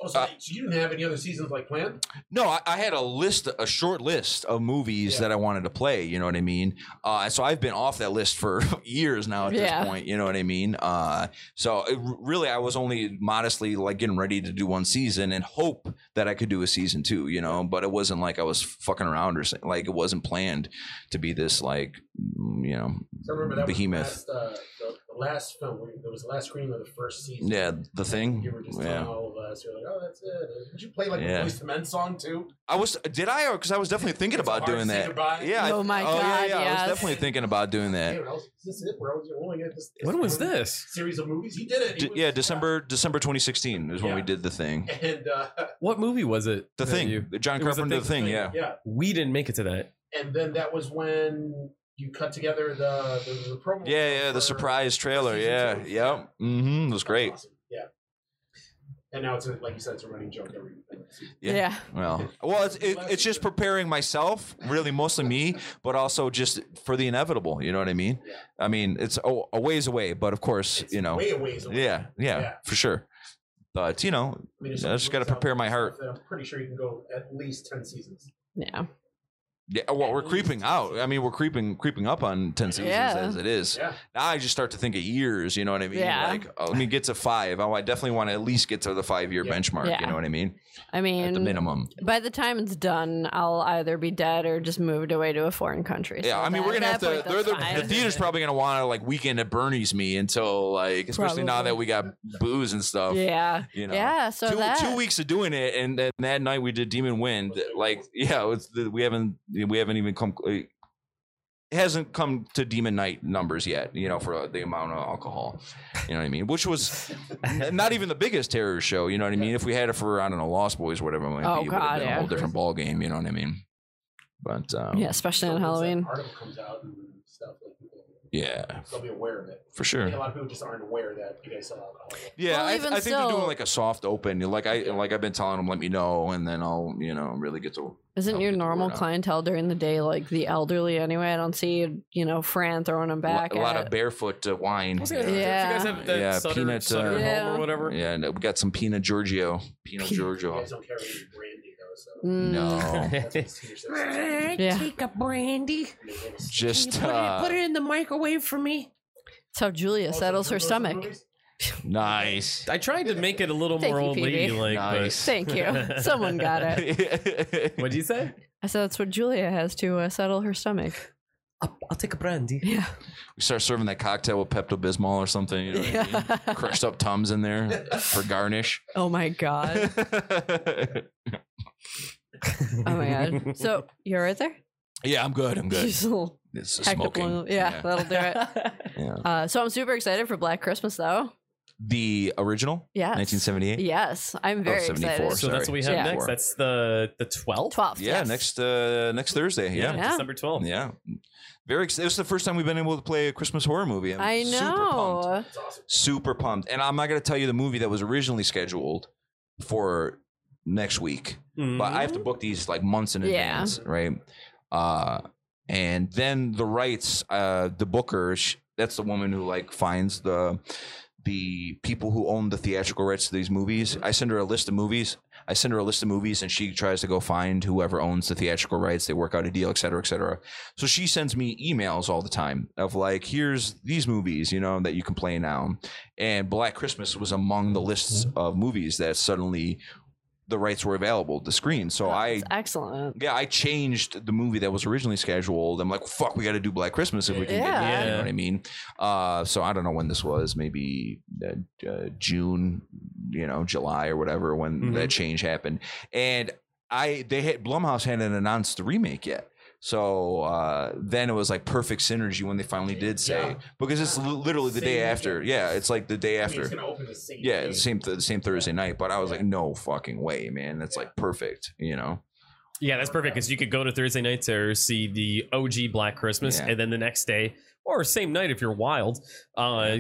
S5: Oh, so,
S2: Uh,
S5: so you didn't have any other seasons like planned?
S2: No, I, I had a list, a short list of movies
S5: Yeah.
S2: that I wanted to play. You know what I mean? Uh, so I've been off that list for [LAUGHS] years now at
S4: Yeah.
S2: this point. You know what I mean? Uh, so it, really, I was only modestly like getting ready to do one season and hope that I could do a season two. You know, but it wasn't like I was fucking around or something. Like it wasn't planned to be this like mm, you know
S5: 'Cause I remember that
S2: behemoth.
S5: was the last, uh, the, the last film. Where there was the last screening of the first season.
S2: Yeah, the thing.
S5: You were just telling
S2: Yeah,
S5: all of us, you're like, oh, that's it. Did you play like
S2: Yeah.
S5: a Voice to Men song too?
S2: I was. Did I? Because I was definitely thinking
S5: It's
S2: about
S5: hard to
S2: doing
S5: say
S2: that.
S5: goodbye.
S2: Yeah. I-
S4: Oh my
S2: yeah,
S4: God,
S2: yeah. I
S4: yes.
S2: was definitely thinking about doing that.
S5: Hey, what else? Is this it? Where else? You're only at this,
S1: When was this?
S5: Series of movies. He did it. He
S2: D-
S5: was- uh,
S2: yeah, December December 2016 is when we
S5: Yeah.
S2: did the thing.
S5: [LAUGHS] And uh, [LAUGHS]
S1: What movie was it?
S2: The
S1: that
S2: thing,
S1: you-
S2: John
S1: It was a
S2: Carpenter, the thing,
S1: thing.
S2: yeah.
S5: yeah,
S1: We didn't make it to that.
S5: and then that was when you cut together the the, the promo.
S2: yeah, yeah,
S5: for-
S2: the surprise trailer,
S5: season
S2: yeah,
S5: two.
S2: yep, mm-hmm, it was great.
S5: Awesome. Yeah. And now it's a, like you said, it's a running joke every.
S2: Yeah.
S4: Yeah.
S2: Well, well, it's it, it's just preparing myself, really, mostly me, but also just for the inevitable. You know what I mean?
S5: Yeah.
S2: I mean, it's a, a ways away, but of course,
S5: It's
S2: you know,
S5: way a ways away.
S2: yeah, yeah,
S5: Yeah.
S2: for sure. But you know,
S5: mean, there's
S2: I
S5: some
S2: just gotta
S5: movies out
S2: prepare my
S5: there
S2: heart.
S5: That I'm pretty sure you can go at least ten seasons.
S4: Yeah.
S2: yeah, well, we're creeping out. I mean, we're creeping creeping up on ten seasons
S4: Yeah.
S2: as it is.
S5: Yeah.
S2: Now I just start to think of years. You know what I mean?
S4: Yeah.
S2: Like, oh, let me get to five. Oh, I definitely want to at least get to the five year
S5: Yeah.
S2: benchmark. You
S4: Yeah.
S2: know what I mean?
S4: I mean,
S2: At the minimum.
S4: by the time it's done, I'll either be dead or just moved away to a foreign country.
S2: Yeah,
S4: So
S2: I mean,
S4: that-
S2: we're gonna have
S4: at that
S2: to.
S4: point,
S2: They're,
S4: that's
S2: the the
S4: fine.
S2: theater's probably gonna want to like weekend at Bernie's me until like, especially now
S4: Probably.
S2: that we got booze and stuff.
S4: Yeah.
S2: You know.
S4: Yeah. So
S2: two,
S4: that.
S2: two weeks of doing it, and then that night we did Demon Wind. Like, yeah, it's the, we haven't we haven't even come. It hasn't come to Demon Night numbers yet. You know, for the amount of alcohol. You know what I mean? Which was not even the biggest terror show. You know what I mean? If we had it for I don't know Lost Boys, or whatever, it might
S4: Oh,
S2: be, it would
S4: God,
S2: have been a
S4: yeah.
S2: whole different ball game. You know what I mean? But um,
S4: Yeah, especially on
S5: So once that
S4: Halloween.
S5: uh, Article comes out and stuff like people,
S2: yeah,
S5: they'll be aware of it.
S2: for
S5: I
S2: sure.
S5: think a lot of people just aren't aware that you guys uh, sell alcohol.
S2: Yeah,
S4: Well,
S2: I,
S4: even
S2: I think they're doing
S4: so-
S2: like a soft open. Like I like I've been telling them, let me know, and then I'll you know really get to.
S4: Isn't
S2: I'll
S4: your
S2: get the word
S4: normal
S2: out.
S4: clientele during the day like the elderly anyway? I don't see, you know, Fran throwing them back.
S2: a lot
S4: at-
S2: of barefoot uh, wine.
S1: Was it- did
S4: Yeah.
S1: You guys have that
S2: Yeah,
S1: Sutter,
S2: peanuts,
S1: Sutter
S4: uh,
S1: Home
S4: Yeah.
S1: or whatever?
S2: Yeah, and we got some Pinot Giorgio. Pinot
S4: Pin-
S5: You
S2: Giorgio.
S5: guys don't carry any brandy though, so.
S4: Mm,
S2: No,
S5: [LAUGHS] That's what senior citizens
S4: Yeah.
S1: Take a brandy.
S5: do. They don't-
S2: just uh,
S1: in the microwave for me.
S4: That's how Julia
S5: Also,
S4: settles her
S5: those
S4: stomach.
S5: movies,
S1: [LAUGHS]
S2: nice.
S1: I tried to make it a little
S4: Thank
S1: more
S4: you,
S1: old
S4: PB.
S1: lady like.
S2: Nice.
S4: Thank you. Someone got it.
S1: What'd you say?
S4: I said that's what Julia has to uh, settle her stomach.
S1: [LAUGHS] I'll, I'll take a brandy.
S4: Yeah.
S2: [LAUGHS] We start serving that cocktail with Pepto Bismol or something. You know what I mean? Crushed up tums in there for garnish.
S4: [LAUGHS] oh my god. [LAUGHS] Oh my god. So you're right there.
S2: [LAUGHS] yeah, I'm good.
S4: [LAUGHS]
S2: I'm good.
S4: Just a little
S2: It's
S4: heck of
S2: smoking.
S4: one- Yeah, that'll do it.
S2: yeah.
S4: Uh, so I'm super excited for Black Christmas though.
S2: The original,
S4: Yes.
S2: 1978.
S4: Yes, I'm very
S2: Oh, 74.
S4: excited.
S1: so that's what we have
S4: Yeah.
S1: next. That's the the 12th.
S4: 12th.
S2: Yeah,
S4: yes.
S2: next uh, next Thursday. Yeah.
S4: Yeah.
S1: December 12th.
S2: Yeah. Very ex- it was the first time we've been able to play a Christmas horror movie. I'm
S4: I
S2: Super pumped.
S4: know.
S5: It's awesome.
S2: Super pumped. And I'm not going to tell you the movie that was originally scheduled for next week,
S1: Mhm.
S2: but I have to book these like months in
S4: Yeah.
S2: advance, right? Uh and then the rights uh the booker sh- that's the woman who like finds the the people who own the theatrical rights to these movies. I send her a list of movies. I send her a list of movies, and she tries to go find whoever owns the theatrical rights. They work out a deal, et cetera, et cetera. So she sends me emails all the time of like, here's these movies, you know, that you can play now. And Black Christmas was among the lists of movies that suddenly the rights were available to screen. So I
S4: That's excellent.
S2: yeah, I changed the movie that was originally scheduled. I'm like, fuck, we got to do Black Christmas if we can get
S4: Yeah.
S2: it. You know
S1: Yeah.
S2: what I mean? Uh, so I don't know when this was, maybe uh, uh, June, you know, July or whatever when
S1: Mhm.
S5: Mm-hmm.
S2: that change happened. And I, they had Blumhouse hadn't announced the remake yet. So uh, then it was like perfect synergy when they finally did say
S5: Yeah.
S2: because it's li- literally the day
S5: Same
S2: after.
S5: weekend.
S2: Yeah, it's like the day
S5: I mean,
S2: after.
S5: it's gonna open the same.
S2: Yeah,
S5: day.
S2: it's same th- same Thursday night. But I was
S5: Yeah.
S2: like, no fucking way, man. That's
S5: Yeah.
S2: like perfect, you know.
S1: Yeah, that's perfect because you could go to Thursday nights or see the OG Black Christmas,
S2: Yeah.
S1: and then the next day or same night if you're wild, uh,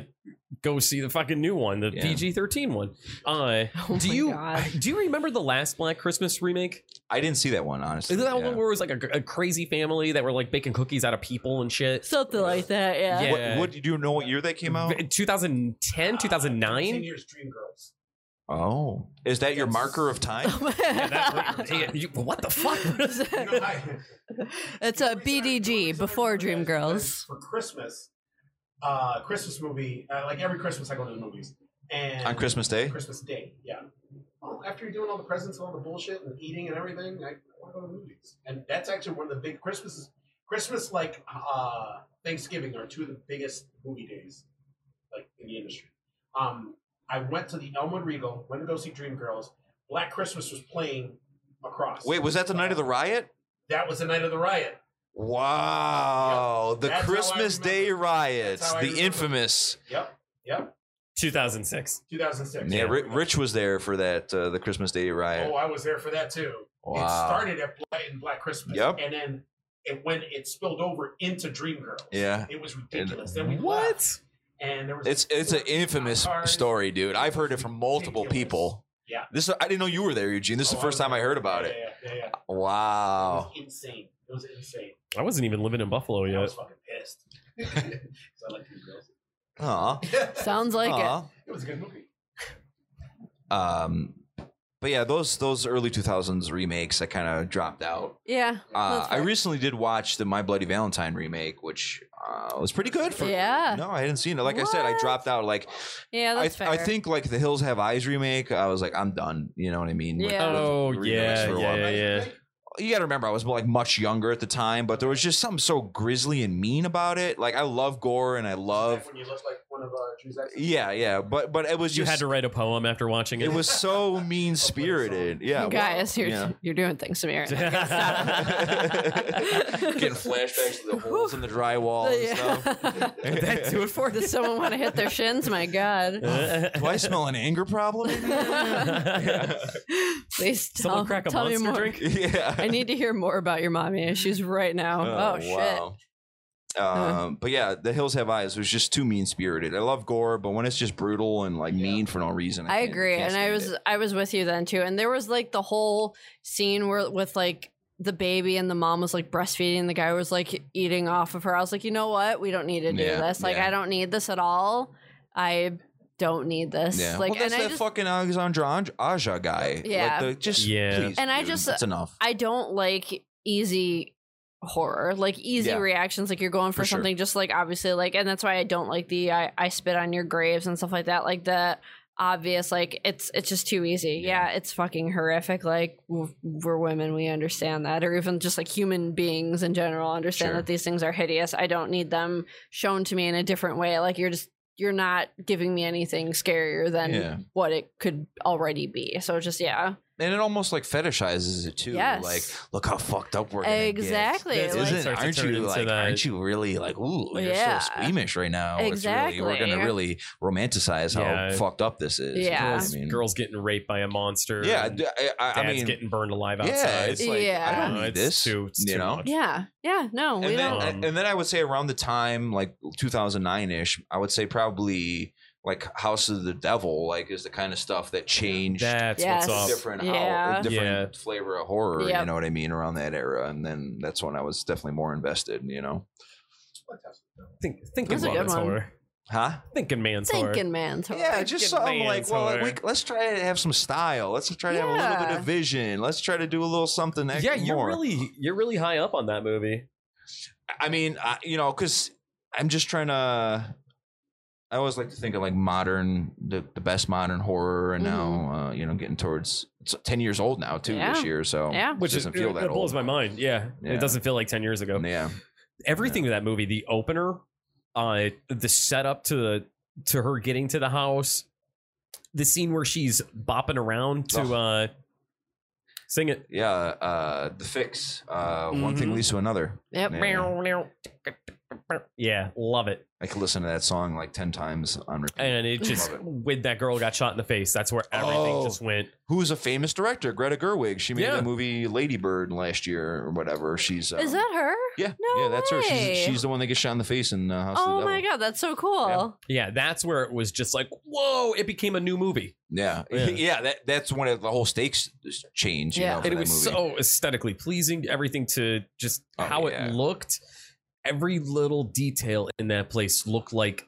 S1: go see the fucking new one, the
S2: Yeah.
S1: PG thirteen one. Uh,
S4: Oh
S1: do
S4: my
S1: you
S4: god.
S1: [LAUGHS] do you remember the last Black Christmas remake?
S2: I didn't see that one honestly.
S1: Is that
S2: yeah.
S1: one where it was like a, a crazy family that were like baking cookies out of people and shit?
S4: Something like that. Yeah. [LAUGHS]
S1: Yeah.
S2: What, what do you know? What year that came out?
S1: 2010,
S5: Uh, 10
S1: 2009.
S5: years
S4: [LAUGHS]
S5: Dreamgirls.
S2: Oh, is that your
S5: Yes.
S2: marker of time?
S1: [LAUGHS] Yeah, you- what the fuck? [LAUGHS]
S5: You know, I-
S4: [LAUGHS] it's
S5: The reason I- the
S4: a
S5: reason
S4: BDG
S5: I
S4: before
S5: remember that is because
S4: Dreamgirls.
S5: For Christmas, uh, Christmas movie, uh, like every Christmas I go to the movies. And
S2: On Christmas Day?
S5: Christmas Day, yeah. Oh, after you're doing all the presents, all the bullshit, and eating and everything, I want to go to the movies. And that's actually one of the big Christmases. Christmas, like uh, Thanksgiving, are two of the biggest movie days, like in the industry. Um, I went to the Elmwood Regal, went to go see Dreamgirls. Black Christmas was playing across.
S2: Wait, was that the night of the riot?
S5: That was the night of the riot.
S2: Wow, the
S5: That's how I
S2: Christmas Day
S5: remember.
S2: riots,
S5: That's how I
S2: the
S5: remember.
S2: infamous.
S5: Yep, yep.
S1: 2006.
S5: 2006.
S2: Yeah, Ri- Rich was there for that uh, the Christmas Day riot.
S5: Oh, I was there for that too.
S2: Wow.
S5: Oh, It started at Black, in Black Christmas.
S2: Yep.
S5: And then it when it spilled over into Dreamgirls.
S2: Yeah.
S5: It was ridiculous. then we left,
S1: What?
S5: and there was
S2: It's it's an infamous
S5: Cars.
S2: story, dude. I've heard it from multiple
S5: Ridiculous.
S2: people.
S5: Yeah.
S2: This I didn't know you were there, Eugene. This is
S5: Oh,
S2: the first
S5: I-
S2: time I heard about
S5: yeah,
S2: it.
S5: Yeah, yeah, yeah.
S2: Wow.
S5: It was insane. It was insane.
S1: I wasn't even living in Buffalo
S5: And I
S1: yet.
S5: was fucking pissed. [LAUGHS] 'Cause I like Dreamgirls.
S2: [LAUGHS] Aw.
S4: Sounds like
S2: Aw.
S5: It was a good movie.
S2: Um, but yeah, those those early two thousands remakes I kind of dropped out.
S4: it. Yeah.
S2: Uh,
S4: That's
S2: I
S4: fair.
S2: recently did watch the My Bloody Valentine remake, which uh, was pretty good. For
S4: Yeah.
S2: no, I hadn't seen it. Like I said, I
S4: What?
S2: dropped out. Like
S4: Yeah,
S2: I,
S4: that's fair.
S2: I think like the Hills Have Eyes remake. I was like, I'm done. You know what I mean?
S4: Yeah.
S1: Oh,
S2: remakes
S1: yeah,
S2: for a
S1: yeah,
S2: while.
S1: yeah, yeah.
S2: You got to remember, I was like much younger at the time, but there was just something so grisly and mean about it. Like I love gore and I
S4: [LAUGHS]
S2: love.
S5: when you look like one of uh, Drew's exes. [LAUGHS]
S2: Yeah, yeah, but but it was
S1: You
S2: just
S1: had to write a poem after watching it.
S2: it was
S1: [LAUGHS]
S2: so mean spirited. Yeah,
S4: guys, you're
S2: yeah.
S4: you're doing things to me
S2: [LAUGHS]
S4: right now. [LAUGHS]
S2: Getting flashbacks to the holes in the drywall and stuff.
S4: [LAUGHS]
S1: Did that do it for you?
S4: Does someone want to hit their shins? My God.
S2: Do I smell an anger
S4: [LAUGHS]
S2: problem? in here?
S4: Please
S1: [LAUGHS]
S4: tell,
S1: Someone crack a
S4: tell me
S1: monster
S4: more.
S1: drink.
S2: yeah.
S4: I need to hear more about your mommy issues right now. Oh, shit.
S2: shit. Um, but yeah, The Hills Have Eyes was just too mean spirited. I love gore, but when it's just brutal and like mean for no reason,
S4: I
S2: can't-
S4: agree,
S2: can't
S4: and I
S2: stand
S4: was uh,
S2: it.
S4: I was with you then too. And there was like the whole scene where with like the baby and the mom was like breastfeeding. The guy was like eating off of her. I was like, you know what? We don't need to do
S2: Yeah,
S4: this. Like,
S2: yeah.
S4: I don't need this at all. I don't need this.
S2: Yeah.
S4: Like,
S2: well, that's
S4: and I
S2: that
S4: just
S2: fucking Alexandra An- Aja guy.
S4: Yeah.
S2: Like the, just
S1: Yeah.
S2: please,
S4: And I
S2: dude,
S4: just-
S2: that's enough.
S4: I don't like easy horror, like easy
S2: Yeah.
S4: reactions. Like you're going for,
S2: For sure.
S4: something just like obviously like, and that's why I don't like the I, I spit on your graves and stuff like that. Like the obvious. Like it's it's just too easy. Yeah, it's fucking horrific. Like w- we're women, we understand that, or even just like human beings in general understand
S2: Sure.
S4: that these things are hideous. I don't need them shown to me in a different way. Like you're just you're not giving me anything scarier than
S2: Yeah.
S4: what it could already be. So just yeah,
S2: and it almost like fetishizes it too.
S4: Yes.
S2: Like, look how fucked up we're gonna get.
S4: Exactly, That's
S1: when it
S2: Isn't-
S1: starts to
S2: aren't
S1: turn
S2: you
S1: into
S2: like?
S1: the-
S2: Aren't you really like? Ooh, you're
S4: Yeah.
S2: so squeamish right now. It's really, we're
S4: Exactly.
S2: gonna really romanticize how
S1: Yeah.
S2: fucked up this is. You know
S4: Yeah.
S2: what
S1: Girls,
S2: I mean?
S1: girls getting raped by a monster.
S2: Yeah,
S1: and
S2: d- I, I- I
S1: dad's
S2: mean,
S1: getting burned alive
S2: yeah,
S1: outside.
S2: it's like
S4: Yeah.
S2: I don't
S1: Uh,
S2: need
S1: it's
S2: this.
S1: too- it's
S2: you
S1: too
S2: know?
S1: much.
S4: yeah, yeah. No, we
S2: and then,
S4: don't.
S1: don't-
S2: and- and then I would say around the time like 2009 ish, I would say probably like House of the Devil, like is the kind of stuff that changed
S1: That's
S4: Yes.
S1: what's up.
S2: different,
S4: Yeah.
S2: how, different
S1: Yeah.
S2: flavor of horror.
S4: Yep.
S2: You know what I mean? Around that era, and then that's when I was definitely more invested. You know,
S1: Think, thinking
S4: That's a good
S1: man's
S4: one.
S1: horror.
S2: huh?
S1: Thinking man's horror.
S4: Thinking man's horror.
S2: Yeah, just
S1: good
S2: something like,
S1: man's
S2: well,
S1: horror.
S2: we, let's try to have some style. Let's try to have a little bit
S4: Yeah.
S2: of vision. Let's try to do a little something. That
S1: Yeah, you're
S2: more.
S1: really you're really high up on that movie.
S2: I mean, I, you know, because I'm just trying to. I always like to think of like modern, the, the best modern horror, and now uh, you know getting towards it's ten years old now too
S4: Mm-hmm. Yeah.
S2: this year, so
S4: Yeah.
S1: Which
S2: doesn't
S1: is,
S2: feel
S1: it,
S2: that
S1: it blows
S2: old.
S1: my mind. Yeah.
S2: Yeah.
S1: It doesn't feel like 10 years ago.
S2: Yeah,
S1: Everything in that movie, the opener, uh the setup to the to her getting to the house, the scene where she's bopping around to
S2: Ugh.
S1: uh sing it.
S2: yeah. Uh, the fix. Uh, One thing
S1: Mhm.
S2: leads to another.
S4: Mm-hmm. Yep.
S2: Yeah.
S1: Yeah, love it.
S2: I could listen to that song like ten times on repeat.
S1: And it just
S2: Love it.
S1: when that girl got shot in the face, that's where everything
S2: Oh.
S1: just went.
S2: Who's a famous director? Greta Gerwig. She made
S1: Yeah.
S2: the movie Lady Bird last year or whatever. She's um,
S4: Is that her?
S2: yeah,
S4: No
S2: yeah, that's her. She's,
S4: way.
S2: she's the one that gets shot in the face in uh, House
S4: Oh
S2: of the
S4: my
S2: Devil.
S4: god, that's so cool.
S1: Yeah, that's where it was just like, whoa, it became a new movie.
S2: Yeah,
S1: Oh, Yeah.
S2: [LAUGHS] yeah. that that's when it, the whole stakes change.
S4: Yeah.
S2: Yeah, you know, for
S1: And it
S2: that
S1: was
S2: movie.
S1: so aesthetically pleasing, everything to just
S2: Oh,
S1: how
S2: yeah.
S1: it looked. Every little detail in that place looked like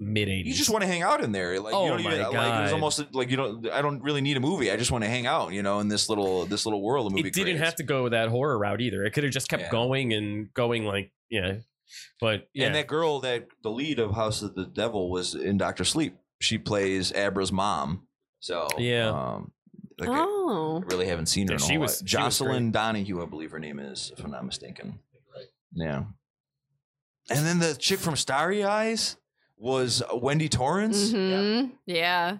S1: mid 80s.
S2: You just want to hang out in there, like
S1: Oh
S2: you don't
S1: my
S2: even, like it
S1: God.
S2: was almost like you don't. I don't really need a movie. I just want to hang out, you know, in this little this little world. The movie
S1: it didn't
S2: creates.
S1: have to go that horror route either. It could have just kept
S2: Yeah.
S1: going and going like, yeah. But yeah, [LAUGHS]
S2: And that girl, that the lead of House of the Devil, was in Doctor Sleep. She plays Abra's mom. So
S1: Yeah.
S2: um, like, I
S4: Oh.
S2: really haven't seen her.
S1: Yeah,
S2: in a
S1: she
S2: whole
S1: was-
S2: lot.
S1: she was
S2: Jocelyn Donahue, I believe her name is, if I'm not mistaken.
S5: Right.
S2: Yeah. And then the chick from Starry Eyes was uh, Wendy Torrance.
S4: Mhm. Yeah.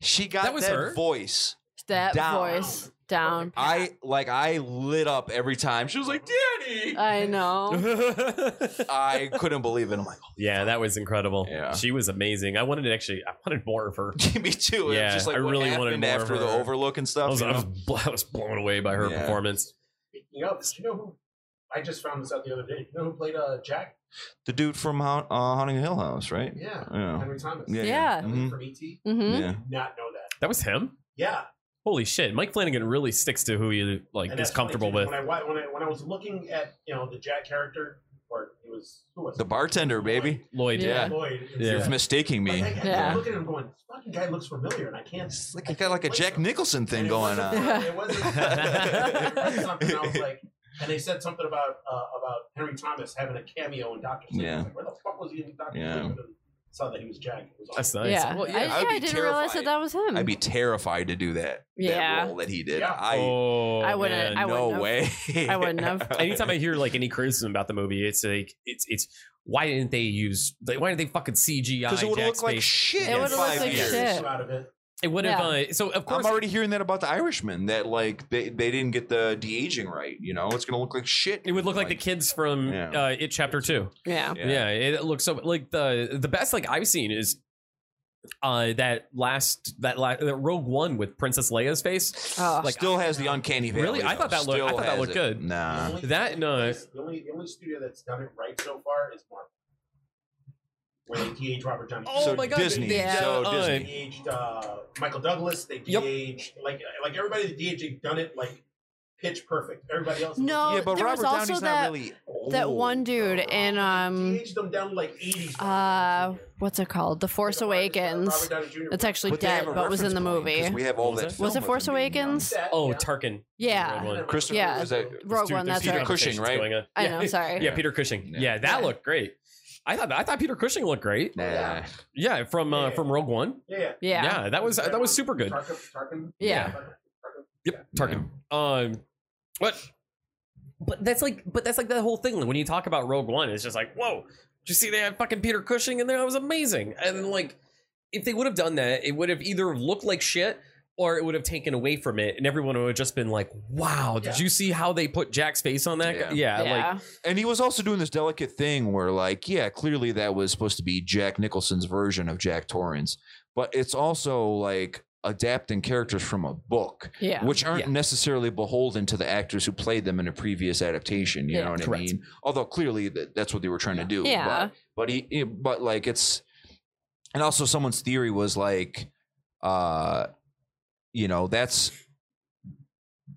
S2: She got
S1: That
S2: that,
S1: was her?
S2: voice.
S4: That
S2: Down.
S4: voice
S2: [LAUGHS]
S4: down.
S2: I like I lit up every time. She was like, "Daddy."
S4: I
S2: Oh.
S1: [LAUGHS]
S4: know.
S2: I couldn't believe it. I'm like, "Oh,
S1: yeah, that was incredible.
S2: Yeah.
S1: She was amazing. I wanted to actually, I wanted more of her.
S2: oh, me too. It was
S1: Yeah,
S2: just like
S1: I
S2: what
S1: really
S2: happened
S1: wanted more of
S2: after the
S1: her.
S2: overlook and stuff.
S1: I was,
S2: you
S1: I, was,
S2: know?
S1: bl- I was blown away by her
S2: Yeah.
S1: performance.
S5: Speaking of, did you know who? I just found this out the other day. You know who played uh, Jack?
S2: the dude from Haunt, uh, Haunting of Hill House, right?
S5: Yeah,
S2: Yeah.
S5: Henry Thomas.
S2: Oh. Yeah.
S4: Yeah.
S2: Mhm.
S5: From
S1: E
S5: ET. Did
S4: Mm-hmm.
S2: Yeah.
S5: Not know that.
S1: That was him?
S5: Yeah.
S1: Holy shit, Mike Flanagan really sticks to who you like
S5: and
S1: is
S5: that's funny,
S1: comfortable
S5: too,
S1: with.
S5: When I, wa- when I when I was looking at you know the Jack character, or it was who was it?
S2: The bartender, baby.
S1: Lloyd.
S4: Yeah.
S5: Lloyd.
S1: Yeah.
S2: You're mistaking me.
S5: Like, I,
S4: Yeah.
S5: I'm looking at him going, this fucking guy looks familiar, and I can't.
S2: It's like you got like a Jack Nicholson thing
S5: and it
S2: going
S5: wasn't-
S4: [LAUGHS]
S2: on.
S5: It wasn't.
S1: [LAUGHS]
S5: it was something, I was like, and they said something about uh, about Henry Thomas having a cameo in Doctor Sleep. I
S2: Yeah.
S5: was like, where the fuck was he in Doctor
S2: Yeah.
S5: Sleep? And saw that he was Jack. It was awesome.
S1: That's nice.
S4: Yeah.
S1: Well,
S4: I,
S1: yeah.
S2: I would
S4: yeah, I
S2: be
S4: didn't realize that
S2: terrified.
S4: that was him.
S2: I'd be terrified to do that.
S4: Hmm. Yeah.
S2: That role that he did.
S5: Yeah.
S2: I
S1: oh,
S4: I wouldn't-
S1: man.
S4: I
S2: no
S4: wouldn't have.
S2: way.
S4: I wouldn't have.
S2: [LAUGHS]
S1: Anytime I hear like any criticism about the movie, it's like it's it's why didn't they use like, why didn't they fucking CGI?
S2: because it would
S1: Jack's
S2: have looked like
S1: face?
S2: shit.
S4: It
S2: in
S4: would've looked
S2: five
S4: like
S2: years.
S4: shit.
S5: Out of it.
S1: It would have.
S4: Yeah.
S1: Uh, so of course,
S2: I'm already hearing that about the Irishman that like they, they didn't get the de aging right. You know, it's gonna look like shit.
S1: it would look like the kids from
S2: Yeah.
S1: uh, It Chapter Two.
S2: [LAUGHS]
S4: yeah.
S1: Yeah. it looks so like the the best like I've seen is uh that last that la- that Rogue One with Princess Leia's face.
S4: Oh.
S1: like
S2: Still has the uncanny valley.
S1: Really? I
S2: though.
S1: thought that looked- I
S2: Still
S1: thought that
S2: has
S1: looked
S2: it.
S1: good.
S5: The
S4: Oh
S2: Nah.
S5: only-
S1: That, no.
S5: The only the only studio that's done it right so far is Marvel, where they de-age Robert Downey.
S1: Oh
S2: So
S1: my god!
S2: Disney,
S1: they-
S4: Yeah.
S2: so
S1: uh,
S5: They
S2: Disney.
S5: de-aged uh, Michael Douglas. They
S1: Yep.
S5: de-aged like like everybody that de-aged done it like pitch perfect. Everybody else
S4: No,
S1: Oh,
S2: Yeah, but
S4: there
S2: Robert
S4: was also
S2: Downey's
S4: that
S2: not really
S4: that
S2: old.
S4: one dude in um
S5: de-aged them down to like eighties.
S4: uh what's it called? The Force Awakens. It's actually
S2: they have
S4: dead,
S2: a
S4: but was in
S2: reference
S4: the
S2: point, 'cause
S4: movie.
S2: We have all
S1: Was
S2: that.
S1: it?
S2: film
S4: Was it
S2: of
S4: Force
S2: him being young.
S4: Awakens?
S1: oh, Tarkin.
S4: Yeah.
S1: Rogue One.
S2: Christopher
S5: Yeah.
S2: was that
S4: Rogue One, that's
S2: Peter
S4: right.
S2: Cushing, right?
S1: Going on.
S4: I
S1: [LAUGHS]
S4: know,
S1: Yeah.
S4: sorry.
S1: Yeah, Peter Cushing. Yeah,
S2: Yeah.
S1: that
S4: Yeah.
S1: looked great. I thought I thought Peter Cushing looked great.
S2: Nah.
S5: Yeah.
S1: Yeah, from uh, from Rogue One.
S5: Yeah, yeah.
S4: Yeah.
S1: Yeah, that was that was super good.
S5: Tarkin, Tarkin,
S4: Yeah.
S5: Tarkin, Tarkin.
S1: Yep, Tarkin. Um, what? But that's like, but that's like the whole thing. When you talk about Rogue One, it's just like, whoa! Did you see they had fucking Peter Cushing in there? That was amazing. And like, if they would have done that, it would have either looked like shit or it would have taken away from it, and everyone would have just been like, wow! Did
S5: Yeah.
S1: you see how they put Jack's face on that? guy? Yeah, like,
S4: Yeah.
S2: And he was also doing this delicate thing where, like, yeah, clearly that was supposed to be Jack Nicholson's version of Jack Torrance, but it's also like adapting characters from a book,
S4: yeah.
S2: which aren't
S1: Yeah.
S2: necessarily beholden to the actors who played them in a previous adaptation. You
S4: Yeah.
S2: know what
S1: Correct.
S2: I mean? Although clearly that, that's what they were trying to do.
S4: Yeah.
S2: But, but he, he- but like it's, and also someone's theory was like, uh, you know, that's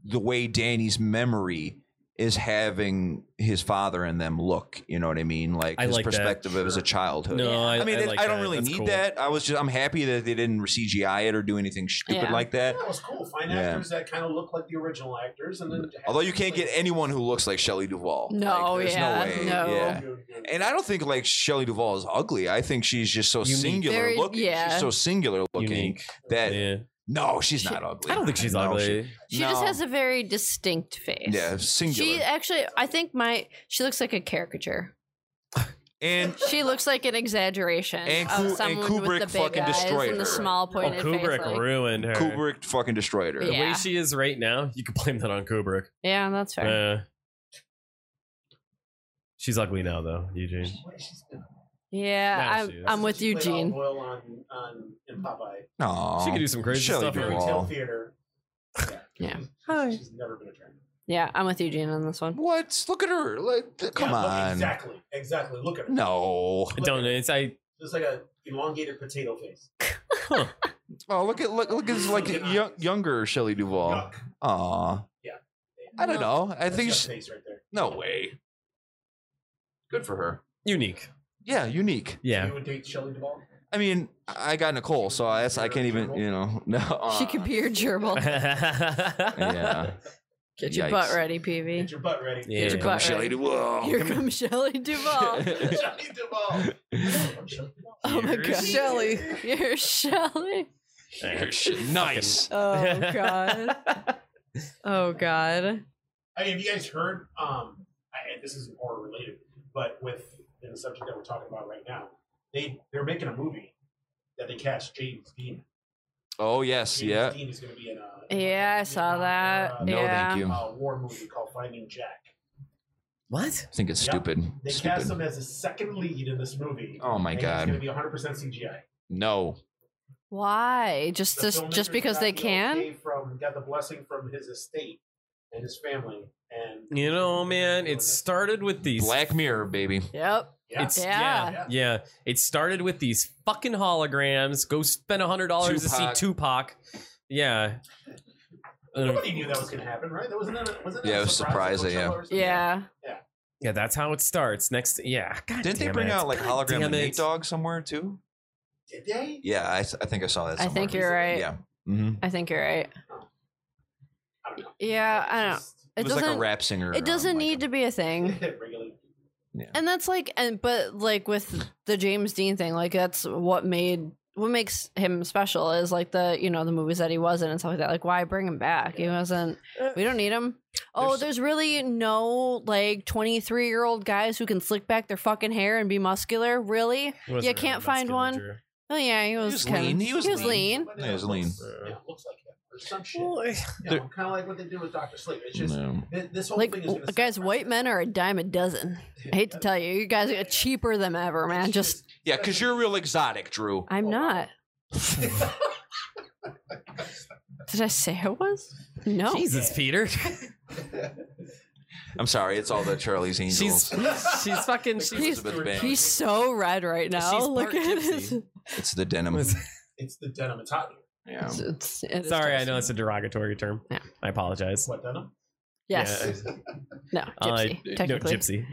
S2: the way Danny's memory is having his father and them look. You know what I mean? Like
S1: I
S2: his
S1: like that.
S2: perspective of his
S5: Sure.
S2: childhood.
S1: no, I,
S2: I mean, it-
S1: like
S2: I don't
S1: that.
S2: really
S1: That's
S2: need
S1: cool.
S2: that. I was just, I'm happy that they didn't CGI it or do anything stupid
S4: Yeah.
S2: like that.
S5: That was cool. Find
S2: Yeah.
S5: actors that kind of look like the original actors, and then have
S2: Although you can't
S5: like-
S2: get anyone who looks like Shelley Duvall.
S4: No,
S2: Like, there's
S4: yeah,
S2: no way.
S4: Uh, no.
S2: Yeah. And I don't think like Shelley Duvall is ugly. I think she's just so
S1: Unique.
S2: singular
S4: Very-
S2: looking.
S4: yeah.
S2: She's so singular looking
S1: Unique.
S2: that
S1: Yeah.
S2: no, she's
S4: She-
S2: not ugly.
S1: I don't think she's
S2: No,
S1: ugly.
S4: She just
S2: No.
S4: has a very distinct face.
S2: yeah, singular.
S4: She actually, I think my she looks like a caricature.
S2: and
S4: She looks like an exaggeration
S2: And
S4: of
S2: Ku- and
S4: someone
S2: Kubrick
S4: with the big
S2: fucking
S4: eyes
S2: destroyed
S4: and
S2: her.
S4: the small
S1: Oh,
S4: pointed
S1: Kubrick
S4: face. like-
S1: ruined her.
S2: Kubrick fucking destroyed her.
S1: The way
S4: Yeah.
S1: she is right now, you could blame that on Kubrick.
S4: yeah, that's fair.
S1: Uh, she's ugly now, though, Eugene.
S4: yeah,
S1: Nah, she
S4: I'm,
S1: is.
S4: I'm with Eugene.
S5: Oil on, on in Popeye.
S2: Aw.
S1: She could do some crazy
S2: Shelley
S1: stuff.
S5: Fairy
S2: Duvall.
S5: tale theater.
S4: Yeah.
S5: She's- She's never been attractive.
S4: Yeah, I'm with Eugene on this one.
S2: what? Look at her. Like, th- come
S5: Yeah, look,
S2: on.
S5: Exactly. Exactly. Look at her.
S2: No.
S1: I don't know. It's I.
S5: It's like a elongated potato face.
S2: Oh, look at look look at this, like
S5: Look at
S2: young,
S5: eyes.
S2: younger Shelley Duvall.
S5: Yuck.
S2: Aw.
S5: Yeah.
S2: I don't know. I
S5: That's
S2: think
S5: your
S2: she,
S5: face right there.
S2: no way. Good for her.
S1: Unique.
S2: Yeah, unique.
S1: Yeah.
S5: You would date Shelley Duvall.
S2: I mean, I got Nicole, so that's I can't even, you know, [LAUGHS] no. uh,
S4: she could be your
S2: [LAUGHS]
S4: gerbil.
S1: yeah.
S2: Yeah. [LAUGHS]
S4: Get your
S2: Yikes.
S4: butt ready, PB.
S5: Get your butt ready. [LAUGHS]
S1: Yeah.
S4: your butt
S2: Shelley
S4: ready.
S2: Duvall.
S4: Oh, Here
S2: [LAUGHS]
S4: [LAUGHS] comes Shelley Duvall.
S5: Shelley
S1: [LAUGHS]
S5: Duvall. I'm Shelley Duvall.
S4: Oh my
S1: Here's
S4: god.
S1: Shelley.
S4: You're Shelley.
S1: [LAUGHS]
S2: nice.
S4: Oh god. [LAUGHS] Oh
S5: I
S4: god.
S5: mean, have you guys heard? Um, I, and this isn't horror related, but with in the subject that we're talking about right now, they they're making a movie that they cast James Dean.
S2: Oh yes,
S5: James
S2: yeah.
S5: Dean is going to be in a
S4: Yeah, I saw that.
S5: uh,
S2: No,
S4: yeah.
S2: thank you. I
S5: uh, war movie called Finding Jack.
S1: What?
S2: think it's
S5: Yep.
S2: stupid.
S5: They cast him
S2: Stupid.
S5: as a second lead in this movie.
S2: Oh my
S5: and It's going to
S2: god.
S5: be 100% CGI.
S2: No.
S4: Why? Just
S5: The
S4: just, just
S5: filmmakers
S4: because
S5: got
S4: they
S5: the
S4: can?
S5: okay From, got the blessing from his estate and his family. And
S1: You know, man, it started with these.
S2: Black Mirror, baby.
S4: Yep.
S5: Yeah.
S1: It's, uh,
S4: Yeah.
S1: yeah. yeah, It started with these fucking holograms. Go spend a hundred dollars to see
S2: Tupac.
S1: Tupac. Yeah. Uh,
S5: Nobody knew that was going to happen, right? That wasn't a, wasn't
S2: Yeah,
S5: a
S2: it was
S5: surprise.
S2: surprising, yeah.
S5: Coachella or something?
S4: Yeah.
S1: yeah, that's how it starts. Next, yeah. God
S2: Didn't they
S1: damn
S2: bring
S1: it.
S2: out like
S1: God
S2: hologram
S1: damn
S2: Nate
S1: it.
S2: Dog somewhere too?
S5: Did they?
S2: Yeah, I, I think I saw that.
S4: I
S2: Somewhere.
S4: think you're right.
S2: Yeah. Mm-hmm.
S4: I think you're right.
S5: I don't know.
S4: Yeah, I don't. It,
S2: It, was
S4: doesn't
S2: like a rap singer.
S4: it doesn't need to be a
S2: [LAUGHS]
S4: thing.
S5: Regularly.
S4: And that's like and but like with the James Dean thing, like that's what made what makes him special is like the you know the movies that he was in and stuff like that. Like why bring him back? He wasn't. We don't need him. Oh, there's,
S2: There's-
S4: really no like 23 year old guys who can slick back their fucking hair and be muscular. Really?
S1: It wasn't
S4: You
S1: really
S4: can't find
S1: muscular,
S4: one.
S1: Drew.
S4: Oh yeah, he was,
S2: was
S4: kinda-
S2: lean. He was
S4: he was lean.
S5: But
S2: Yeah, it was
S5: looks-
S2: lean.
S5: yeah, it looks like him or some shit.
S1: Well,
S5: you know, kind of like what they did with Doctor Sleep. It's just thi- this whole
S4: Like
S5: thing is gonna
S4: guys,
S5: suck. [LAUGHS]
S4: white men are a dime a dozen. I hate to tell you, you guys are cheaper than ever, man. Just
S5: [LAUGHS]
S2: Yeah, because you're real exotic, Drew.
S1: Oh,
S4: I'm not. Did I say I was? No.
S1: Jesus, Peter.
S2: I'm sorry. It's all the Charlie's Angels.
S1: She's [LAUGHS] she's fucking. She's,
S4: He's-
S2: Elizabeth Banks.
S4: He's so red right now.
S1: She's
S4: Look
S1: part
S4: at
S1: gypsy.
S4: his.
S2: it's the denim.
S5: It's the denim. It's hot.
S2: Yeah.
S4: It's- it is
S1: sorry, I
S4: gypsy.
S1: know it's a derogatory term.
S4: Yeah.
S1: I apologize.
S5: What denim?
S4: Yes. No. Gypsy.
S1: Uh,
S4: technically.
S1: No, gypsy.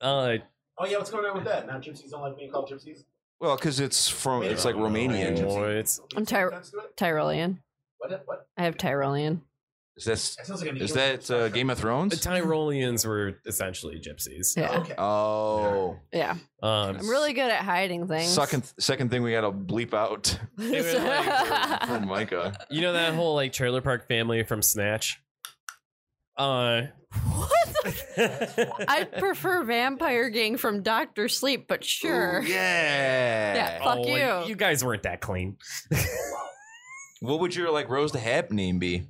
S1: Uh,
S5: Oh yeah, what's going on with that? Now gypsies don't like being called gypsies.
S2: Well, because it's from it's like
S5: Yeah.
S2: Romanian.
S1: Oh, it's
S4: I'm tired.
S5: Offense to it?
S4: Tyrolean.
S5: What? What?
S4: I have Tyrolean.
S2: Is that
S5: That sounds like a
S2: is that uh, Game of
S1: The
S2: Thrones?
S1: Tyroleans were essentially gypsies.
S4: Yeah.
S5: Okay.
S2: Oh,
S4: Yeah.
S1: Um,
S4: I'm really good at hiding things. [LAUGHS]
S2: second second thing we got to bleep out [LAUGHS]
S1: They were
S4: [LAUGHS]
S1: like-
S2: for
S1: [LAUGHS]
S2: Micah.
S1: you know that whole like trailer park family from Snatch. Uh, [LAUGHS]
S4: What the- I prefer Vampire Gang from Doctor Sleep, but sure.
S2: Ooh, yeah.
S4: Yeah. Fuck
S1: oh, and
S4: you.
S1: You guys weren't that clean.
S2: What would your like Rose the Hat name be?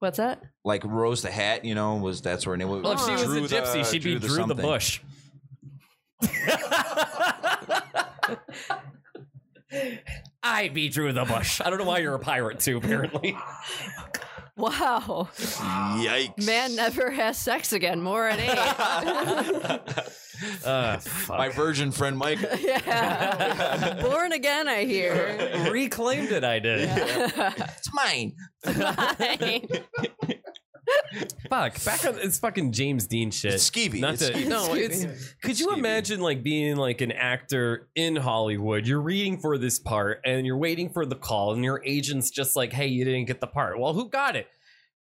S4: What's that?
S2: Like Rose the Hat, you know, was that's her name. Well,
S1: Well, if she was
S2: Drew
S1: a gypsy, she'd be Drew the
S2: something.
S1: Bush. I'd be Drew the Bush. I don't know why you're a pirate
S2: [LAUGHS]
S1: too. Apparently,
S4: Wow.
S2: Yikes!
S4: Man never has sex again. More at eight.
S1: uh,
S2: My
S1: fuck.
S2: virgin friend Micah.
S4: yeah. Born again, I hear.
S1: [LAUGHS] reclaimed it. I did.
S2: It's mine.
S4: [LAUGHS]
S1: Fuck. Back on it's fucking James Dean shit.
S2: It's skeevy.
S1: Not
S2: It's
S1: to,
S2: skeevy.
S1: no, it's could you
S2: Skeevy.
S1: imagine like being like an actor in Hollywood? You're reading for this part and you're waiting for the call, and your agent's just like, "Hey, you didn't get the part. Well, who got it?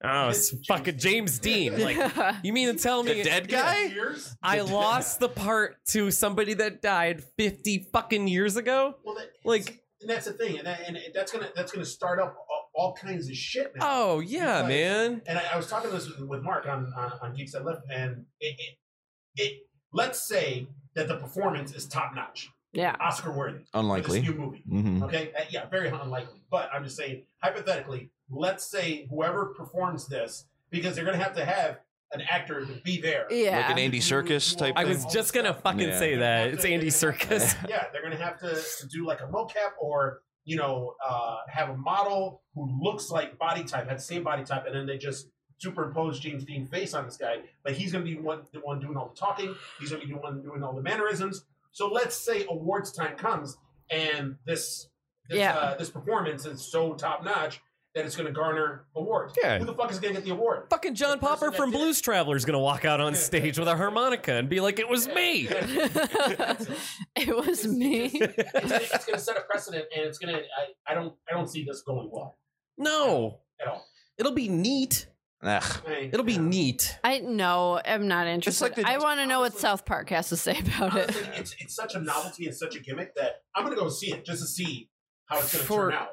S1: Oh, it's fucking James Dean. Like, you mean to tell me
S2: The dead guy?
S5: Years?
S2: [LAUGHS]
S1: I lost the part to somebody that died fifty fucking years ago?
S5: Well, that,
S1: Like,
S5: and that's the thing, and, that, and that's gonna that's gonna start up all, all kinds of shit now.
S1: oh yeah,
S5: Like-
S1: man.
S5: and I, I was talking this with, with Mark on, on on Geeks That Left, and it, it it let's say that the performance is top notch,
S4: yeah.
S5: Oscar worthy,
S2: Unlikely.
S5: This new movie,
S2: Mm-hmm.
S5: okay, Uh, yeah, very unlikely. But I'm just saying, hypothetically, let's say whoever performs this, because they're gonna have to have an actor to be there.
S2: Like
S4: Yeah.
S2: an Andy Circus type.
S1: I
S2: thing?
S1: was just gonna fucking
S2: Yeah.
S1: say that. It's
S5: [LAUGHS]
S1: Andy Circus. [LAUGHS]
S5: yeah, they're gonna have to do like a mocap or you know uh, have a model who looks like body type, has the same body type, and then they just superimpose James Dean face on this guy. But he's gonna be one, the one doing all the talking. He's gonna be the one doing all the mannerisms. So let's say awards time comes and this this,
S4: Yeah.
S5: uh, this performance is so top notch that it's gonna garner awards.
S1: Yeah.
S5: Who the fuck is gonna get the award?
S1: Fucking
S5: person
S1: John Popper
S5: that
S1: from
S5: did it.
S1: Blues Traveler's gonna walk out on stage with a harmonica and be like, "It
S5: [LAUGHS]
S1: was me."
S4: [LAUGHS] it was me.
S5: It's gonna, it's gonna set a precedent, and it's gonna. I, I don't. I don't see this going well
S1: No,
S5: at all.
S1: it'll be neat.
S2: Ugh.
S5: I mean,
S1: It'll be
S5: yeah.
S1: neat.
S4: I no, I'm not interested.
S2: like the-
S4: I want to know what South Park has to say about it.
S5: Honestly, it's, it's such a novelty and such a gimmick that I'm gonna go see it just to see how it's gonna
S1: For-
S5: turn out.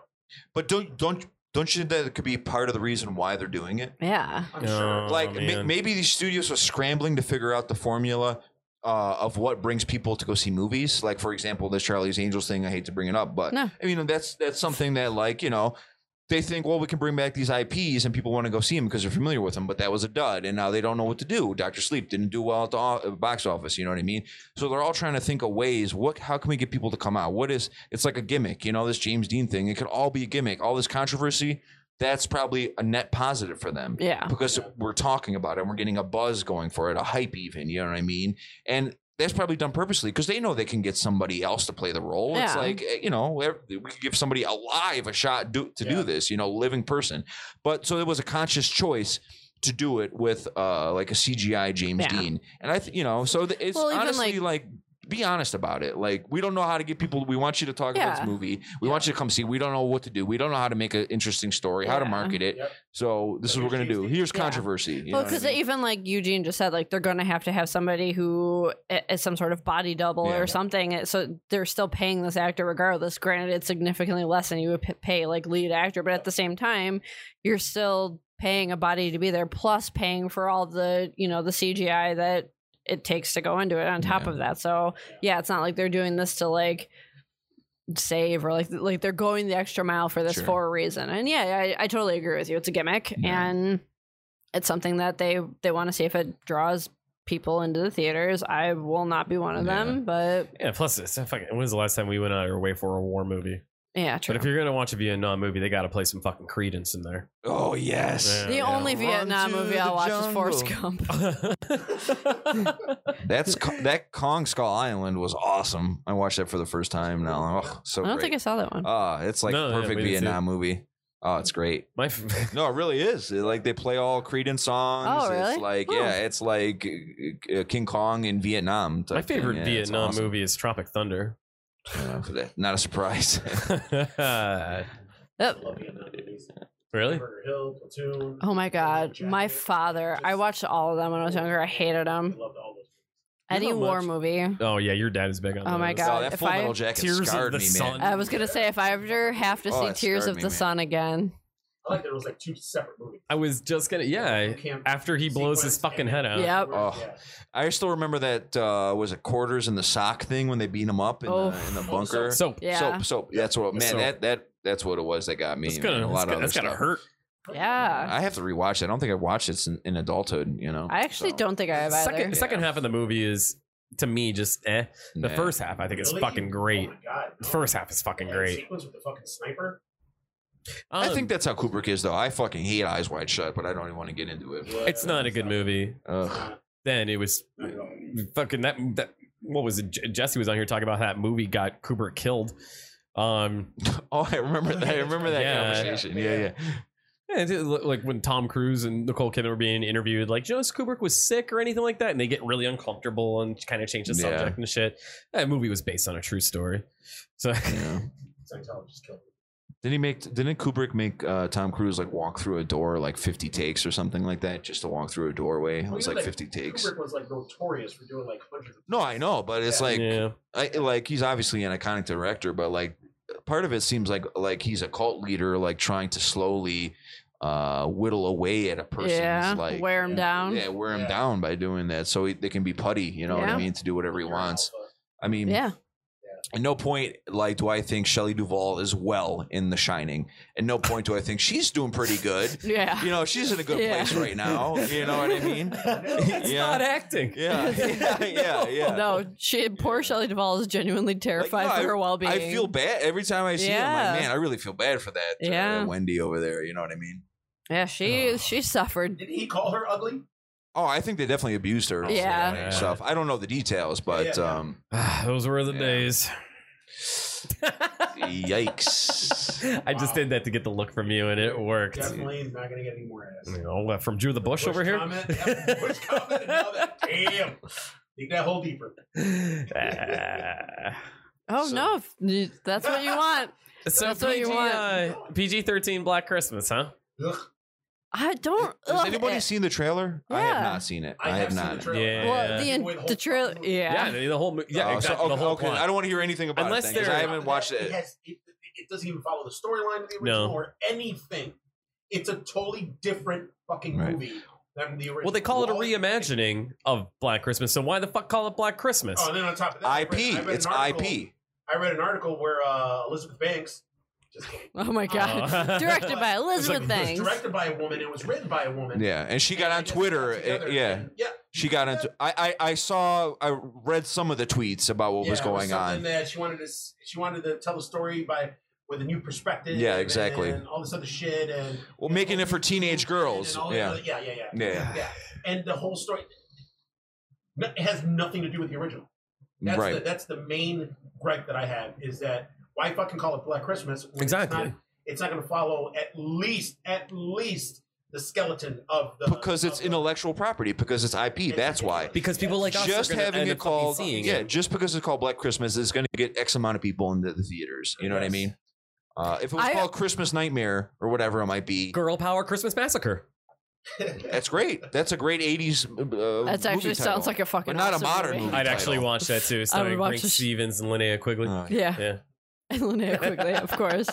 S2: But don't don't don't you think that it could be part of the reason why they're doing it?
S4: Yeah.
S5: I'm sure.
S2: like ma-
S1: man.
S2: maybe these studios are scrambling to figure out the formula uh, of what brings people to go see movies. Like for example, this Charlie's Angels thing. I hate to bring it up, but
S4: No.
S2: I mean that's that's something that like you know they think well we can bring back these IPs and people want to go see them because they're familiar with them. But that was a dud, and now they don't know what to do. Doctor Sleep didn't do well at the o- box office. You know what I mean? So they're all trying to think of ways. What? How can we get people to come out? What is? It's like a gimmick. You know this James Dean thing. It could all be a gimmick. All this controversy. That's probably a net positive for them
S4: Yeah.
S2: because we're talking about it and we're getting a buzz going for it, a hype even, you know what I mean? And that's probably done purposely because they know they can get somebody else to play the role. It's
S4: Yeah.
S2: like, eh, you know, ev- we could give somebody alive a shot do, to
S5: Yeah.
S2: do this, you know, living person. But so it was a conscious choice to do it with uh, like a CGI James
S4: Yeah.
S2: Dean. And I, th- you know, so th- it's
S4: Well, even,
S2: honestly like, be honest about it. Like, we don't know how to get people. We want you to talk about
S4: Yeah.
S2: this movie. We want you to come see. We don't know what to do. We don't know how to make an interesting story, how to
S4: Yeah.
S2: market it.
S5: Yep.
S2: So this is what we're gonna do. Here's
S4: Yeah.
S2: controversy. you
S4: Well,
S2: know what I
S4: because
S2: mean?
S4: [LAUGHS] even like Eugene just said, like they're going to have to have somebody who i- is some sort of body double
S2: Yeah.
S4: or something. It- So they're still paying this actor regardless. Granted, it's significantly less than you would p- pay like lead actor, but at the same time, you're still paying a body to be there, plus paying for all the you know the CGI that it takes to go into it on top
S2: Yeah.
S4: of that. So yeah, it's not like they're doing this to like save or like like they're going the extra mile for this
S2: Sure.
S4: for a reason. And yeah, I, I totally agree with you. It's a gimmick
S2: Yeah.
S4: and it's something that they they want to see if it draws people into the theaters. I will not be one of them, but
S1: Yeah. Plus, it's uh, fucking. When's the last time we went out of our way for a war movie?
S4: yeah, true.
S1: But if you're gonna watch a Vietnam movie, they got to play some fucking credence in there.
S2: oh yes,
S1: Yeah.
S4: the
S1: [LAUGHS]
S4: only
S2: Run
S4: Vietnam
S2: to
S4: movie
S2: the
S4: I'll watch is Forrest
S2: jungle.
S4: Gump.
S2: that's Co- that Kong Skull Island was awesome. I watched that for the first time now. Oh, so
S4: I don't think I
S2: great.
S4: saw that one.
S2: Ah, it's like
S1: No, yeah,
S2: perfect
S1: we didn't see
S2: Vietnam movie. Oh, it's great.
S1: My f-
S2: No, it really is. It, like they play all Creedence songs.
S4: Oh, really?
S2: It's like
S4: Oh.
S2: yeah, it's like uh, uh, King Kong in Vietnam. type
S1: my
S2: thing.
S1: favorite
S2: Yeah, it's
S1: Vietnam
S2: awesome.
S1: movie is
S2: [LAUGHS]
S1: Tropic Thunder. [LAUGHS]
S4: [LAUGHS]
S2: Yeah, [LAUGHS] not a surprise.
S1: yeah,
S4: Oh,
S5: Love Vietnam movies.
S1: Really?
S5: Burger Hill, Platoon.
S4: Oh my god,
S5: Jacket.
S4: my father! I
S5: Just-
S4: watched all of them when I was younger. I hated
S5: I
S4: them.
S5: loved all those.
S4: Any
S1: not
S4: war
S1: much.
S4: movie.
S1: Oh yeah, your dad is big on.
S4: Oh my
S1: those.
S4: God,
S2: oh, that
S4: if
S2: full
S4: I-
S2: metal jacket
S1: Tears of
S2: scarred
S1: the
S2: me,
S1: Sun.
S2: man.
S4: I was gonna say if I ever have to
S2: Oh,
S4: see
S2: that
S4: Tears
S2: scared
S4: of
S2: me,
S4: the
S2: man.
S4: Sun again,
S5: I like that it was like two separate movies.
S1: I was just gonna yeah.
S5: You can't
S1: After he blows his
S5: sequence and-
S1: fucking head out.
S4: Yep.
S2: Oh.
S5: Yeah.
S2: I still remember that uh, was it quarters in the sock thing when they beat him up in,
S4: Oh.
S2: the, in
S4: [LAUGHS]
S2: the
S5: Oh,
S2: bunker.
S1: So
S4: yeah,
S2: Soap, soap. That's what man.
S1: Soap.
S2: That that that's what it was that got me.
S1: it's
S2: man,
S1: gonna
S2: a lot
S1: it's
S2: of
S1: gonna, that's
S2: other
S1: gonna
S2: stuff.
S1: hurt.
S4: yeah.
S2: I have to rewatch it. I don't think I watched it in, in adulthood. You know.
S4: I actually
S2: So,
S4: don't think I have either.
S1: Second second half of the movie is to me just eh. The
S2: nah.
S1: first half I think is
S5: Really?
S1: fucking great.
S5: Oh my god.
S1: The first half is fucking
S5: That
S1: great.
S5: Sequence with the fucking sniper.
S2: I
S1: Um,
S2: think that's how Kubrick is, though. I fucking hate Eyes Wide Shut, but I don't even want to get into it.
S1: it's not a good movie.
S5: It's
S2: Ugh. [LAUGHS]
S5: not-
S1: Then it was
S5: not at all.
S1: fucking that that what was it? J- Jesse was on here talking about how that movie got Kubrick killed. Um,
S2: Oh, I
S1: [LAUGHS]
S2: remember that. I remember that
S1: Yeah.
S2: conversation. Yeah, yeah.
S1: and it, looked like when Tom Cruise and Nicole Kidman were being interviewed, like Jonas Kubrick was sick or anything like that, and they get really uncomfortable and kind of change the
S2: Yeah.
S1: subject and shit. That movie was based on a true story, [LAUGHS] so
S2: yeah.
S5: Scientologists killed him.
S2: Didn't he make? Didn't Kubrick make uh, Tom Cruise like walk through a door like fifty takes or something like that, just to walk through a doorway? It
S5: Well,
S2: was
S5: you know
S2: like
S5: that
S2: fifty takes.
S5: Kubrick was like notorious for doing like hundreds. Of
S2: No, I know, but it's
S5: Yeah.
S2: like
S1: yeah,
S2: I, like he's obviously an iconic director, but like part of it seems like like he's a cult leader, like trying to slowly uh, whittle away at a person's
S4: yeah,
S2: like
S4: wear him
S5: yeah,
S4: down.
S2: yeah, wear him
S5: Yeah.
S2: down by doing that, so he, they can be putty, you know what
S4: Yeah.
S2: I mean, to do whatever he
S5: You're an
S2: wants.
S5: alpha.
S2: I mean,
S4: Yeah.
S2: At no point, like, do I think Shelley Duvall is well in The Shining. At no point do I think she's doing pretty good.
S4: Yeah.
S2: You know, she's in a good
S4: [LAUGHS] Yeah.
S2: place right now. oh, You know what I
S1: [LAUGHS]
S2: mean?
S4: [LAUGHS]
S1: that's
S2: Yeah.
S1: not acting.
S2: Yeah, [LAUGHS] yeah,
S1: [LAUGHS]
S2: yeah, yeah.
S4: [LAUGHS] No, she poor Shelley Duvall is genuinely terrified
S2: no,
S4: for her well being.
S2: I feel bad every time I see him.
S4: Yeah.
S2: Like, man, I really feel bad for that. uh,
S4: Yeah.
S2: Wendy over there. You know what I mean?
S4: Yeah, she
S1: Ugh.
S4: she suffered.
S5: Did he call her ugly?
S2: Oh, I think they definitely abused her. and
S4: Yeah.
S2: that Stuff. I don't know the details, but
S5: Yeah, yeah.
S2: um,
S1: Ah, Those were the
S2: Yeah.
S1: days.
S2: yikes.
S1: I just
S5: Wow.
S1: did that to get the look from you, and it worked.
S5: Definitely not gonna get any more ass.
S1: You know, uh, from Drew the Bush, over here.
S5: comment, yep, Bush comment, and all that. Damn. Dig that hole deeper.
S1: [LAUGHS] Ah.
S4: Oh
S2: So-
S4: no, if you- that's what
S2: [LAUGHS]
S4: you want.
S1: So
S4: That's
S1: PG,
S4: what you want.
S1: Uh, PG thirteen Black Christmas, huh?
S5: Ugh.
S4: I don't.
S2: Has
S4: ugh,
S2: anybody
S4: it-
S2: seen the trailer? I have
S4: Yeah.
S2: not seen it.
S5: I
S2: I, have
S5: have seen the
S2: not.
S5: trailer.
S1: Yeah.
S4: Well, the,
S5: With
S4: in,
S5: whole
S4: the trail.
S5: fucking-
S1: Yeah,
S4: Yeah.
S1: the, the whole mo- yeah,
S2: Oh, so-
S1: exactly. the
S2: okay,
S1: whole
S2: okay.
S1: plot.
S2: I don't want to hear anything about
S1: Unless
S2: it because
S1: they're-
S2: I haven't watched it.
S5: It, has, it, it doesn't even follow the storyline of the
S1: No.
S5: original or anything. It's a totally different fucking
S2: Right.
S5: movie than the original.
S1: well, they call it a
S5: All-
S1: reimagining of Black Christmas. So why the fuck call it Black Christmas?
S5: Oh,
S4: [LAUGHS]
S5: and then on top of that, I
S2: IP.
S5: read- I read
S2: It's
S5: an article-
S2: IP.
S5: I read an article where uh, Elizabeth Banks, just kidding,
S4: Oh my god.
S1: Oh.
S4: [LAUGHS] Directed by
S1: like-
S4: Elizabeth
S5: was
S4: Banks.
S5: directed by a woman. It was written by a woman.
S2: Yeah, and she got
S5: And
S2: on
S5: they just
S2: Twitter.
S5: got together
S2: uh, yeah,
S5: and- yeah.
S2: she got on. I, I I saw. I read some of the tweets about what
S5: Yeah,
S2: was
S5: it was
S2: going
S5: something
S2: on.
S5: That she wanted to s- she wanted to tell the story by with a new perspective.
S2: Yeah, exactly.
S5: And all this other shit and
S2: Well, making it for teenage girls.
S5: and all that
S2: Yeah.
S5: other- yeah, yeah, yeah,
S2: Yeah.
S5: yeah. And the whole story no- it has nothing to do with the original. That's
S2: right.
S5: The, that's the main gripe that I have is that why fucking call it Black Christmas? when
S1: Exactly.
S5: It's not, it's not going to follow at least at least the skeleton of the
S2: because it's
S5: of the-
S2: intellectual property. Because it's IP. That's why.
S1: [LAUGHS] because people like us
S2: Just
S1: are gonna
S2: having
S1: end
S2: it
S1: up fucking
S2: called,
S1: seeing
S2: yeah,
S1: it.
S2: just because it's called Black Christmas is going to get X amount of people into the theaters. You know what I
S5: Yes.
S2: mean? Uh, if it was
S4: I-
S2: called Christmas Nightmare or whatever it might be,
S1: Girl Power Christmas Massacre.
S5: [LAUGHS]
S2: that's great. That's a great '80s. Uh,
S4: That actually
S2: movie title.
S4: sounds like a fucking.
S2: But not a
S4: awesome
S2: modern movie.
S1: I'd actually
S2: Title.
S1: watch that too. Starring
S4: watch
S1: Brink
S4: this-
S1: Stevens and Linnea Quigley.
S2: Uh,
S4: [LAUGHS] Yeah. [LAUGHS]
S1: yeah,
S4: Linnea quickly,
S2: [LAUGHS]
S4: of course.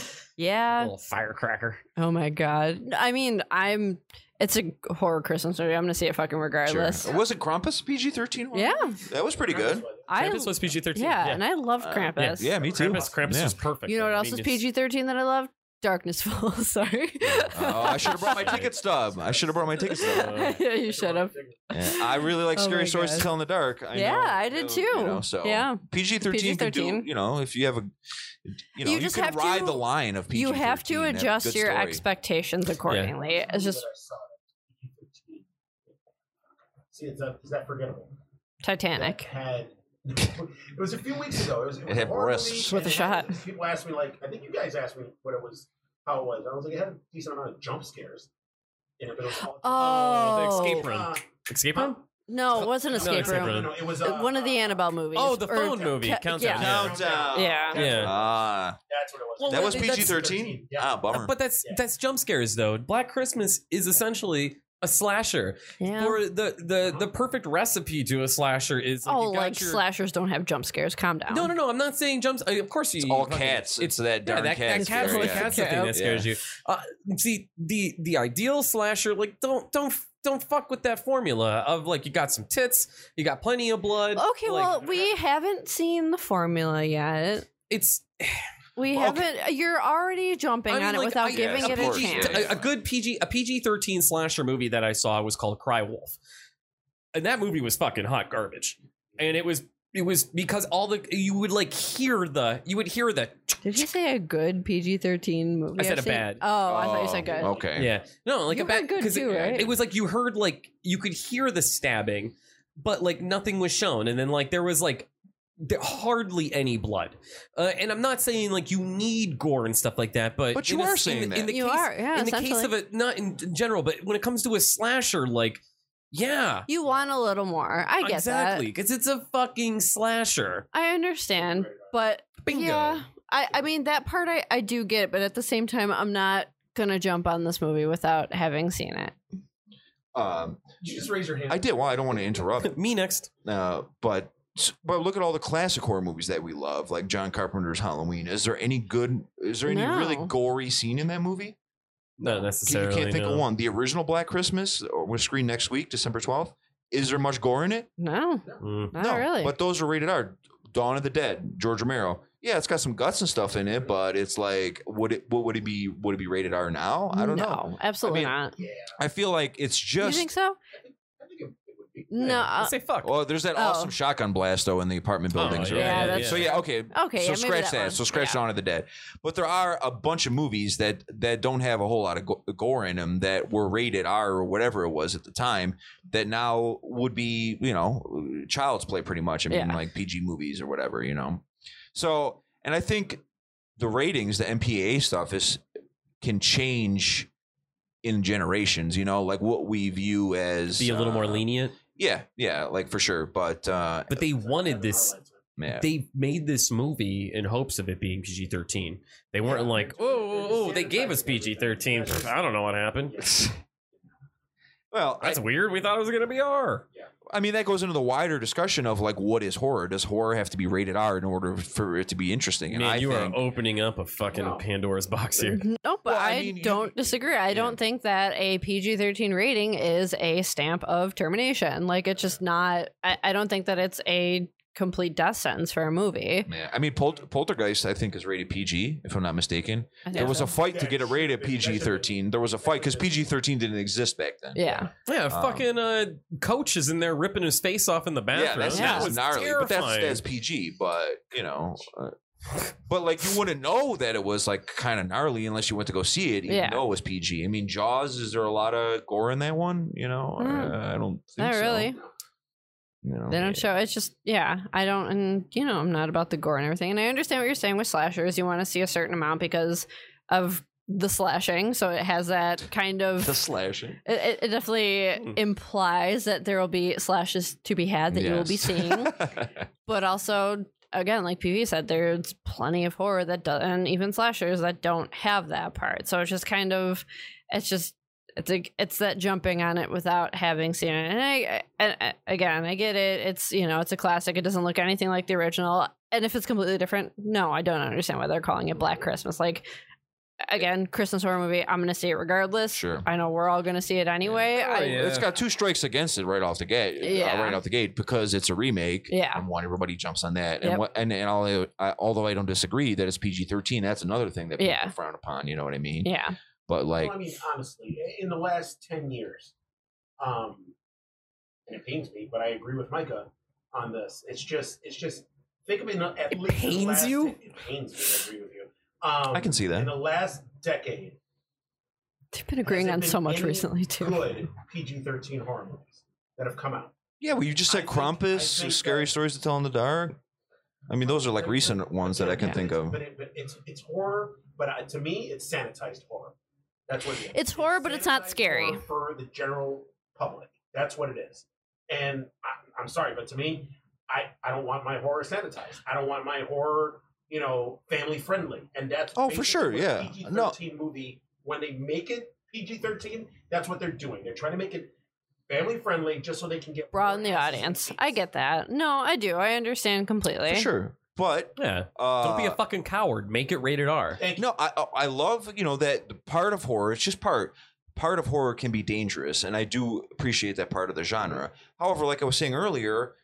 S1: a
S4: Yeah.
S1: little firecracker.
S4: Oh my god. I mean, I'm. It's a horror Christmas movie. I'm gonna see it fucking regardless.
S2: Sure. Was it Krampus PG-13?
S4: Yeah.
S2: that was pretty
S4: [LAUGHS]
S2: good.
S4: I.
S1: Krampus was PG thirteen.
S4: yeah, and I love
S2: Uh,
S4: Krampus.
S2: Yeah, me too.
S1: Krampus, Krampus
S2: Yeah.
S1: was perfect.
S4: You know what
S1: I
S4: else
S1: mean,
S4: is
S1: it's-
S4: PG thirteen that I love? Darkness Falls. [LAUGHS] Sorry.
S2: [LAUGHS] Oh, I should have brought my ticket stub. I should have brought my ticket
S4: [LAUGHS]
S2: stub.
S1: Uh,
S4: yeah, you should have.
S2: Yeah, I really like
S4: Oh my
S2: scary stories to
S4: God.
S2: tell in the dark. I
S4: Yeah,
S2: know,
S4: I did
S2: You
S4: too.
S2: know, so
S4: Yeah.
S2: PG thirteen could do.
S4: PG-13.
S2: You know, if you have a, you know, you,
S4: just
S2: can
S4: have
S2: ride
S4: to-
S2: the line of PG.
S4: You have to adjust your expectations accordingly. It's just
S5: See, is that, is that forgettable?
S4: Titanic.
S5: That had it was a few weeks ago. It was, it was a
S2: had
S5: horror
S2: breasts.
S5: movie,
S4: With a
S5: and
S4: shot.
S5: People asked me like, I think you guys asked me what it was, how it was. I was like, it had a
S4: Uh,
S5: [LAUGHS] decent amount of jump scares. in it, but it was all-
S1: Oh, the escape
S4: [LAUGHS] Oh,
S1: room.
S5: Uh,
S1: Escape room.
S4: No, it wasn't
S1: No,
S4: Escape
S1: Escape
S4: Room.
S1: Room.
S5: No, it was
S4: Uh,
S5: uh,
S4: One of the Annabelle movies.
S1: Oh, the
S4: Or-
S1: phone movie.
S4: Ca-
S1: Countdown.
S4: Yeah.
S2: Countdown.
S4: Yeah.
S1: Yeah.
S2: Ah,
S5: That's what it was.
S1: Well,
S2: that was
S1: that's-
S2: PG thirteen.
S5: Yeah.
S2: Ah, bummer.
S1: But that's
S5: Yeah.
S1: that's jump scares though. Black Christmas is essentially a slasher.
S4: Yeah.
S1: For the the
S2: Uh-huh.
S1: the perfect recipe to a slasher is like
S4: oh,
S1: you got
S4: like
S1: your-
S4: slashers don't have jump scares. Calm down.
S1: No, no, no. I'm not saying jumps. I- Of course, you
S2: it's all
S1: fucking-
S2: cats.
S1: It's
S2: It's that
S1: yeah,
S2: darn
S1: that,
S2: cat.
S1: that cat's,
S2: scary,
S1: the,
S2: yeah.
S1: cat's the thing that scares
S2: Yeah.
S1: you. Uh, see, the the ideal slasher, like don't don't don't fuck with that formula of like you got some tits, you got plenty of blood.
S4: Okay,
S1: like, uh,
S4: well, we haven't seen the formula yet.
S1: it's
S4: We
S2: Well, okay.
S4: haven't. You're already jumping
S1: I mean,
S4: on it
S1: like,
S4: without
S1: I-
S4: giving
S2: yeah,
S4: it
S2: of
S4: a
S2: course,
S4: chance.
S2: yeah.
S1: a, a good PG a PG thirteen slasher movie that I saw was called Cry Wolf, and that movie was fucking hot garbage, and it was it was because all the you would like hear the you would hear the
S4: Did you say a good PG-13 movie?
S1: I said
S4: I've
S1: a
S4: seen?
S1: bad.
S4: Oh, I thought you said good.
S2: Oh, Okay.
S1: yeah no like
S4: You
S1: a bad
S4: heard good
S1: because
S4: too,
S1: it,
S4: right?
S1: it was like you heard like you could hear the stabbing, but like nothing was shown, and then like there was like. There hardly any blood, uh, and I'm not saying like you need gore and stuff like that, but
S2: But you
S1: in a-
S2: are
S1: in
S2: saying
S1: the-
S2: that.
S1: in the
S4: you
S1: case-
S4: are, yeah.
S1: in the case
S4: essentially.
S1: of it, not in general, but when it comes to a slasher, like, yeah,
S4: you want a little more. I get
S1: exactly,
S4: that.
S1: because it's a fucking slasher.
S4: I understand, but
S1: Bingo.
S4: yeah, I, I mean that part I, I do get, but at the same time, I'm not gonna jump on this movie without having seen it.
S2: Um,
S5: Did you just raise your hand?
S2: I did. Well, I don't want to
S1: [LAUGHS]
S2: interrupt.
S1: [LAUGHS] Me next.
S2: Uh, but but look at all the classic horror movies that we love, like John Carpenter's Halloween. Is there any good? Is there any really
S4: No.
S2: gory scene in that movie?
S1: Not
S2: You
S1: necessarily.
S2: can't think
S1: no.
S2: of one. The original Black Christmas, or was screened next week, December twelfth. Is there much gore in it?
S4: No,
S1: Mm.
S4: not Oh, really.
S2: But those are rated R. Dawn of the Dead, George Romero. Yeah, it's got some guts and stuff in it, but it's like, would it? What would it be? Would it be rated R now? I don't
S4: no,
S2: know.
S4: Absolutely
S2: I mean,
S4: not.
S5: yeah.
S2: I feel like it's
S4: you
S2: just.
S4: think so?
S5: I think it, it would be.
S4: No. uh,
S1: I say fuck.
S2: Well, there's that
S4: Oh.
S2: awesome shotgun blast though in the apartment
S1: Oh,
S2: buildings.
S1: yeah,
S2: right?
S4: Yeah, that's-
S2: So yeah, okay.
S4: Okay,
S2: so
S4: yeah, maybe
S2: scratch
S4: that
S2: that.
S4: one.
S2: So scratch
S4: Yeah.
S2: Dawn of the Dead. But there are a bunch of movies that that don't have a whole lot of go- gore in them that were rated R or whatever it was at the time that now would be you know child's play pretty much. I mean
S4: Yeah.
S2: like PG movies or whatever you know. So and I think the ratings, the MPAA stuff is can change in generations. You know, like what we view as
S1: Be a little more
S2: uh,
S1: lenient,
S2: yeah, yeah, like for sure. But uh
S1: but they wanted this. [LAUGHS]
S2: yeah.
S1: They made this movie in hopes of it being PG thirteen. They weren't like, oh, oh, oh, they gave us PG thirteen. I don't know what happened.
S2: well, I,
S1: That's weird. We thought it was gonna be R.
S2: I mean that goes into the wider discussion of like what is horror? Does horror have to be rated R in order for it to be interesting?
S1: Man,
S2: And I
S1: you
S2: think,
S1: are opening up a fucking
S5: Wow.
S1: Pandora's box here.
S4: Mm-hmm. No, but
S2: Well, I
S4: I,
S2: mean, you-
S4: don't disagree. I don't think that a PG 13 rating is a stamp of termination. Like, it's just not, I, I don't think that it's a complete death sentence for a movie.
S2: yeah, I mean Pol- Poltergeist I think is rated PG if I'm not mistaken.
S4: I
S2: There
S4: think
S2: was
S4: so.
S2: a fight to get it rated
S5: Yeah, it should be.
S2: PG-13. There was a fight cuz PG-13 didn't exist back then.
S4: yeah.
S1: Yeah,
S2: Um,
S1: fucking uh, coach is in there ripping his face off in the bathroom.
S2: Yeah, that's,
S1: That
S2: that's
S1: was
S2: gnarly, but that's
S1: terrifying.
S2: that's PG. But you know, uh, but like you wouldn't know that it was like kind of gnarly unless you went to go see it. You
S4: Yeah.
S2: know, it was PG. I mean, Jaws. Is there a lot of gore in that one? You know,
S4: Mm.
S2: Uh, I don't. Think
S4: Not
S2: so. Oh,
S4: really.
S2: You know?
S4: They don't show. It's just, yeah. I don't, and you know, I'm not about the gore and everything. And I understand what you're saying with slashers. You want to see a certain amount because of the slashing. So it has that kind of.
S2: the Hmm. slashing.
S4: It- It, it definitely
S1: Mm.
S4: implies that there will be slashes to be had Uh, that you will be
S2: Yes. [LAUGHS]
S4: seeing. but also, again, like PV said, there's plenty of horror that does, and even slashers that don't have that part. So it's just kind of, it's just, it's like it's that jumping on it without having seen it. And I, I- and I, again, I get it. It's you know, it's a classic. It doesn't look anything like the original. And if it's completely different, no, I don't understand why they're calling it Black Christmas. Like. Again, Christmas horror movie. I'm gonna see it regardless.
S2: Sure.
S4: I know we're all gonna see it anyway.
S1: Oh,
S4: I,
S1: yeah.
S2: It's got two strikes against it right off the gate. uh,
S4: Yeah.
S2: right off the gate because it's a remake.
S4: Yeah.
S2: and one everybody jumps on that.
S4: Yep.
S2: And what and, and although I, although I don't disagree that it's PG thirteen, that's another thing that people
S4: Yeah.
S2: frown upon. You know what I mean?
S4: yeah.
S2: But like,
S5: Well, I mean, honestly, in the last ten years, um, and it pains me, but I agree with Micah on this. It's just, it's just. Think of it. in the- At
S1: It
S5: least in the
S1: pains
S5: last-
S1: you?
S5: It pains me. I agree with you. Um,
S2: I can see that.
S5: In the last decade,
S4: They've been agreeing
S5: there
S4: on
S5: been
S4: so much
S5: any
S4: recently too.
S5: good PG-13 horror movies that have come out.
S2: Yeah, well, you just
S5: I
S2: said
S5: think- I
S2: Krampus,
S5: think
S2: Scary
S5: that-
S2: Stories to Tell in the Dark. I mean, those are like recent ones that I can
S5: Yeah.
S2: think of.
S5: But, it, but it's it's horror. But uh, to me, it's sanitized horror. That's what it is.
S4: It's horror, but it's not
S5: sanitized
S4: scary.
S5: horror for the general public. That's what it is. And I, I'm sorry, but to me, I, I don't want my horror sanitized. I don't want my horror, you know, family friendly. And that's
S2: Oh, for sure,
S5: basically what a
S2: yeah. No.
S5: PG-13 movie when they make it PG-13, that's what they're doing. They're trying to make it family friendly just so they can get
S4: Broaden
S5: more
S4: the
S5: asses in
S4: audience.
S5: seats.
S4: I get that. No, I do. I understand completely.
S2: for sure. But
S1: Yeah.
S2: uh,
S1: Don't be a fucking coward. Make it rated R.
S5: Thank you.
S2: No, I I- I love you know that part of horror. It's just part part of horror can be dangerous, and I do appreciate that part of the genre. However, like I was saying earlier,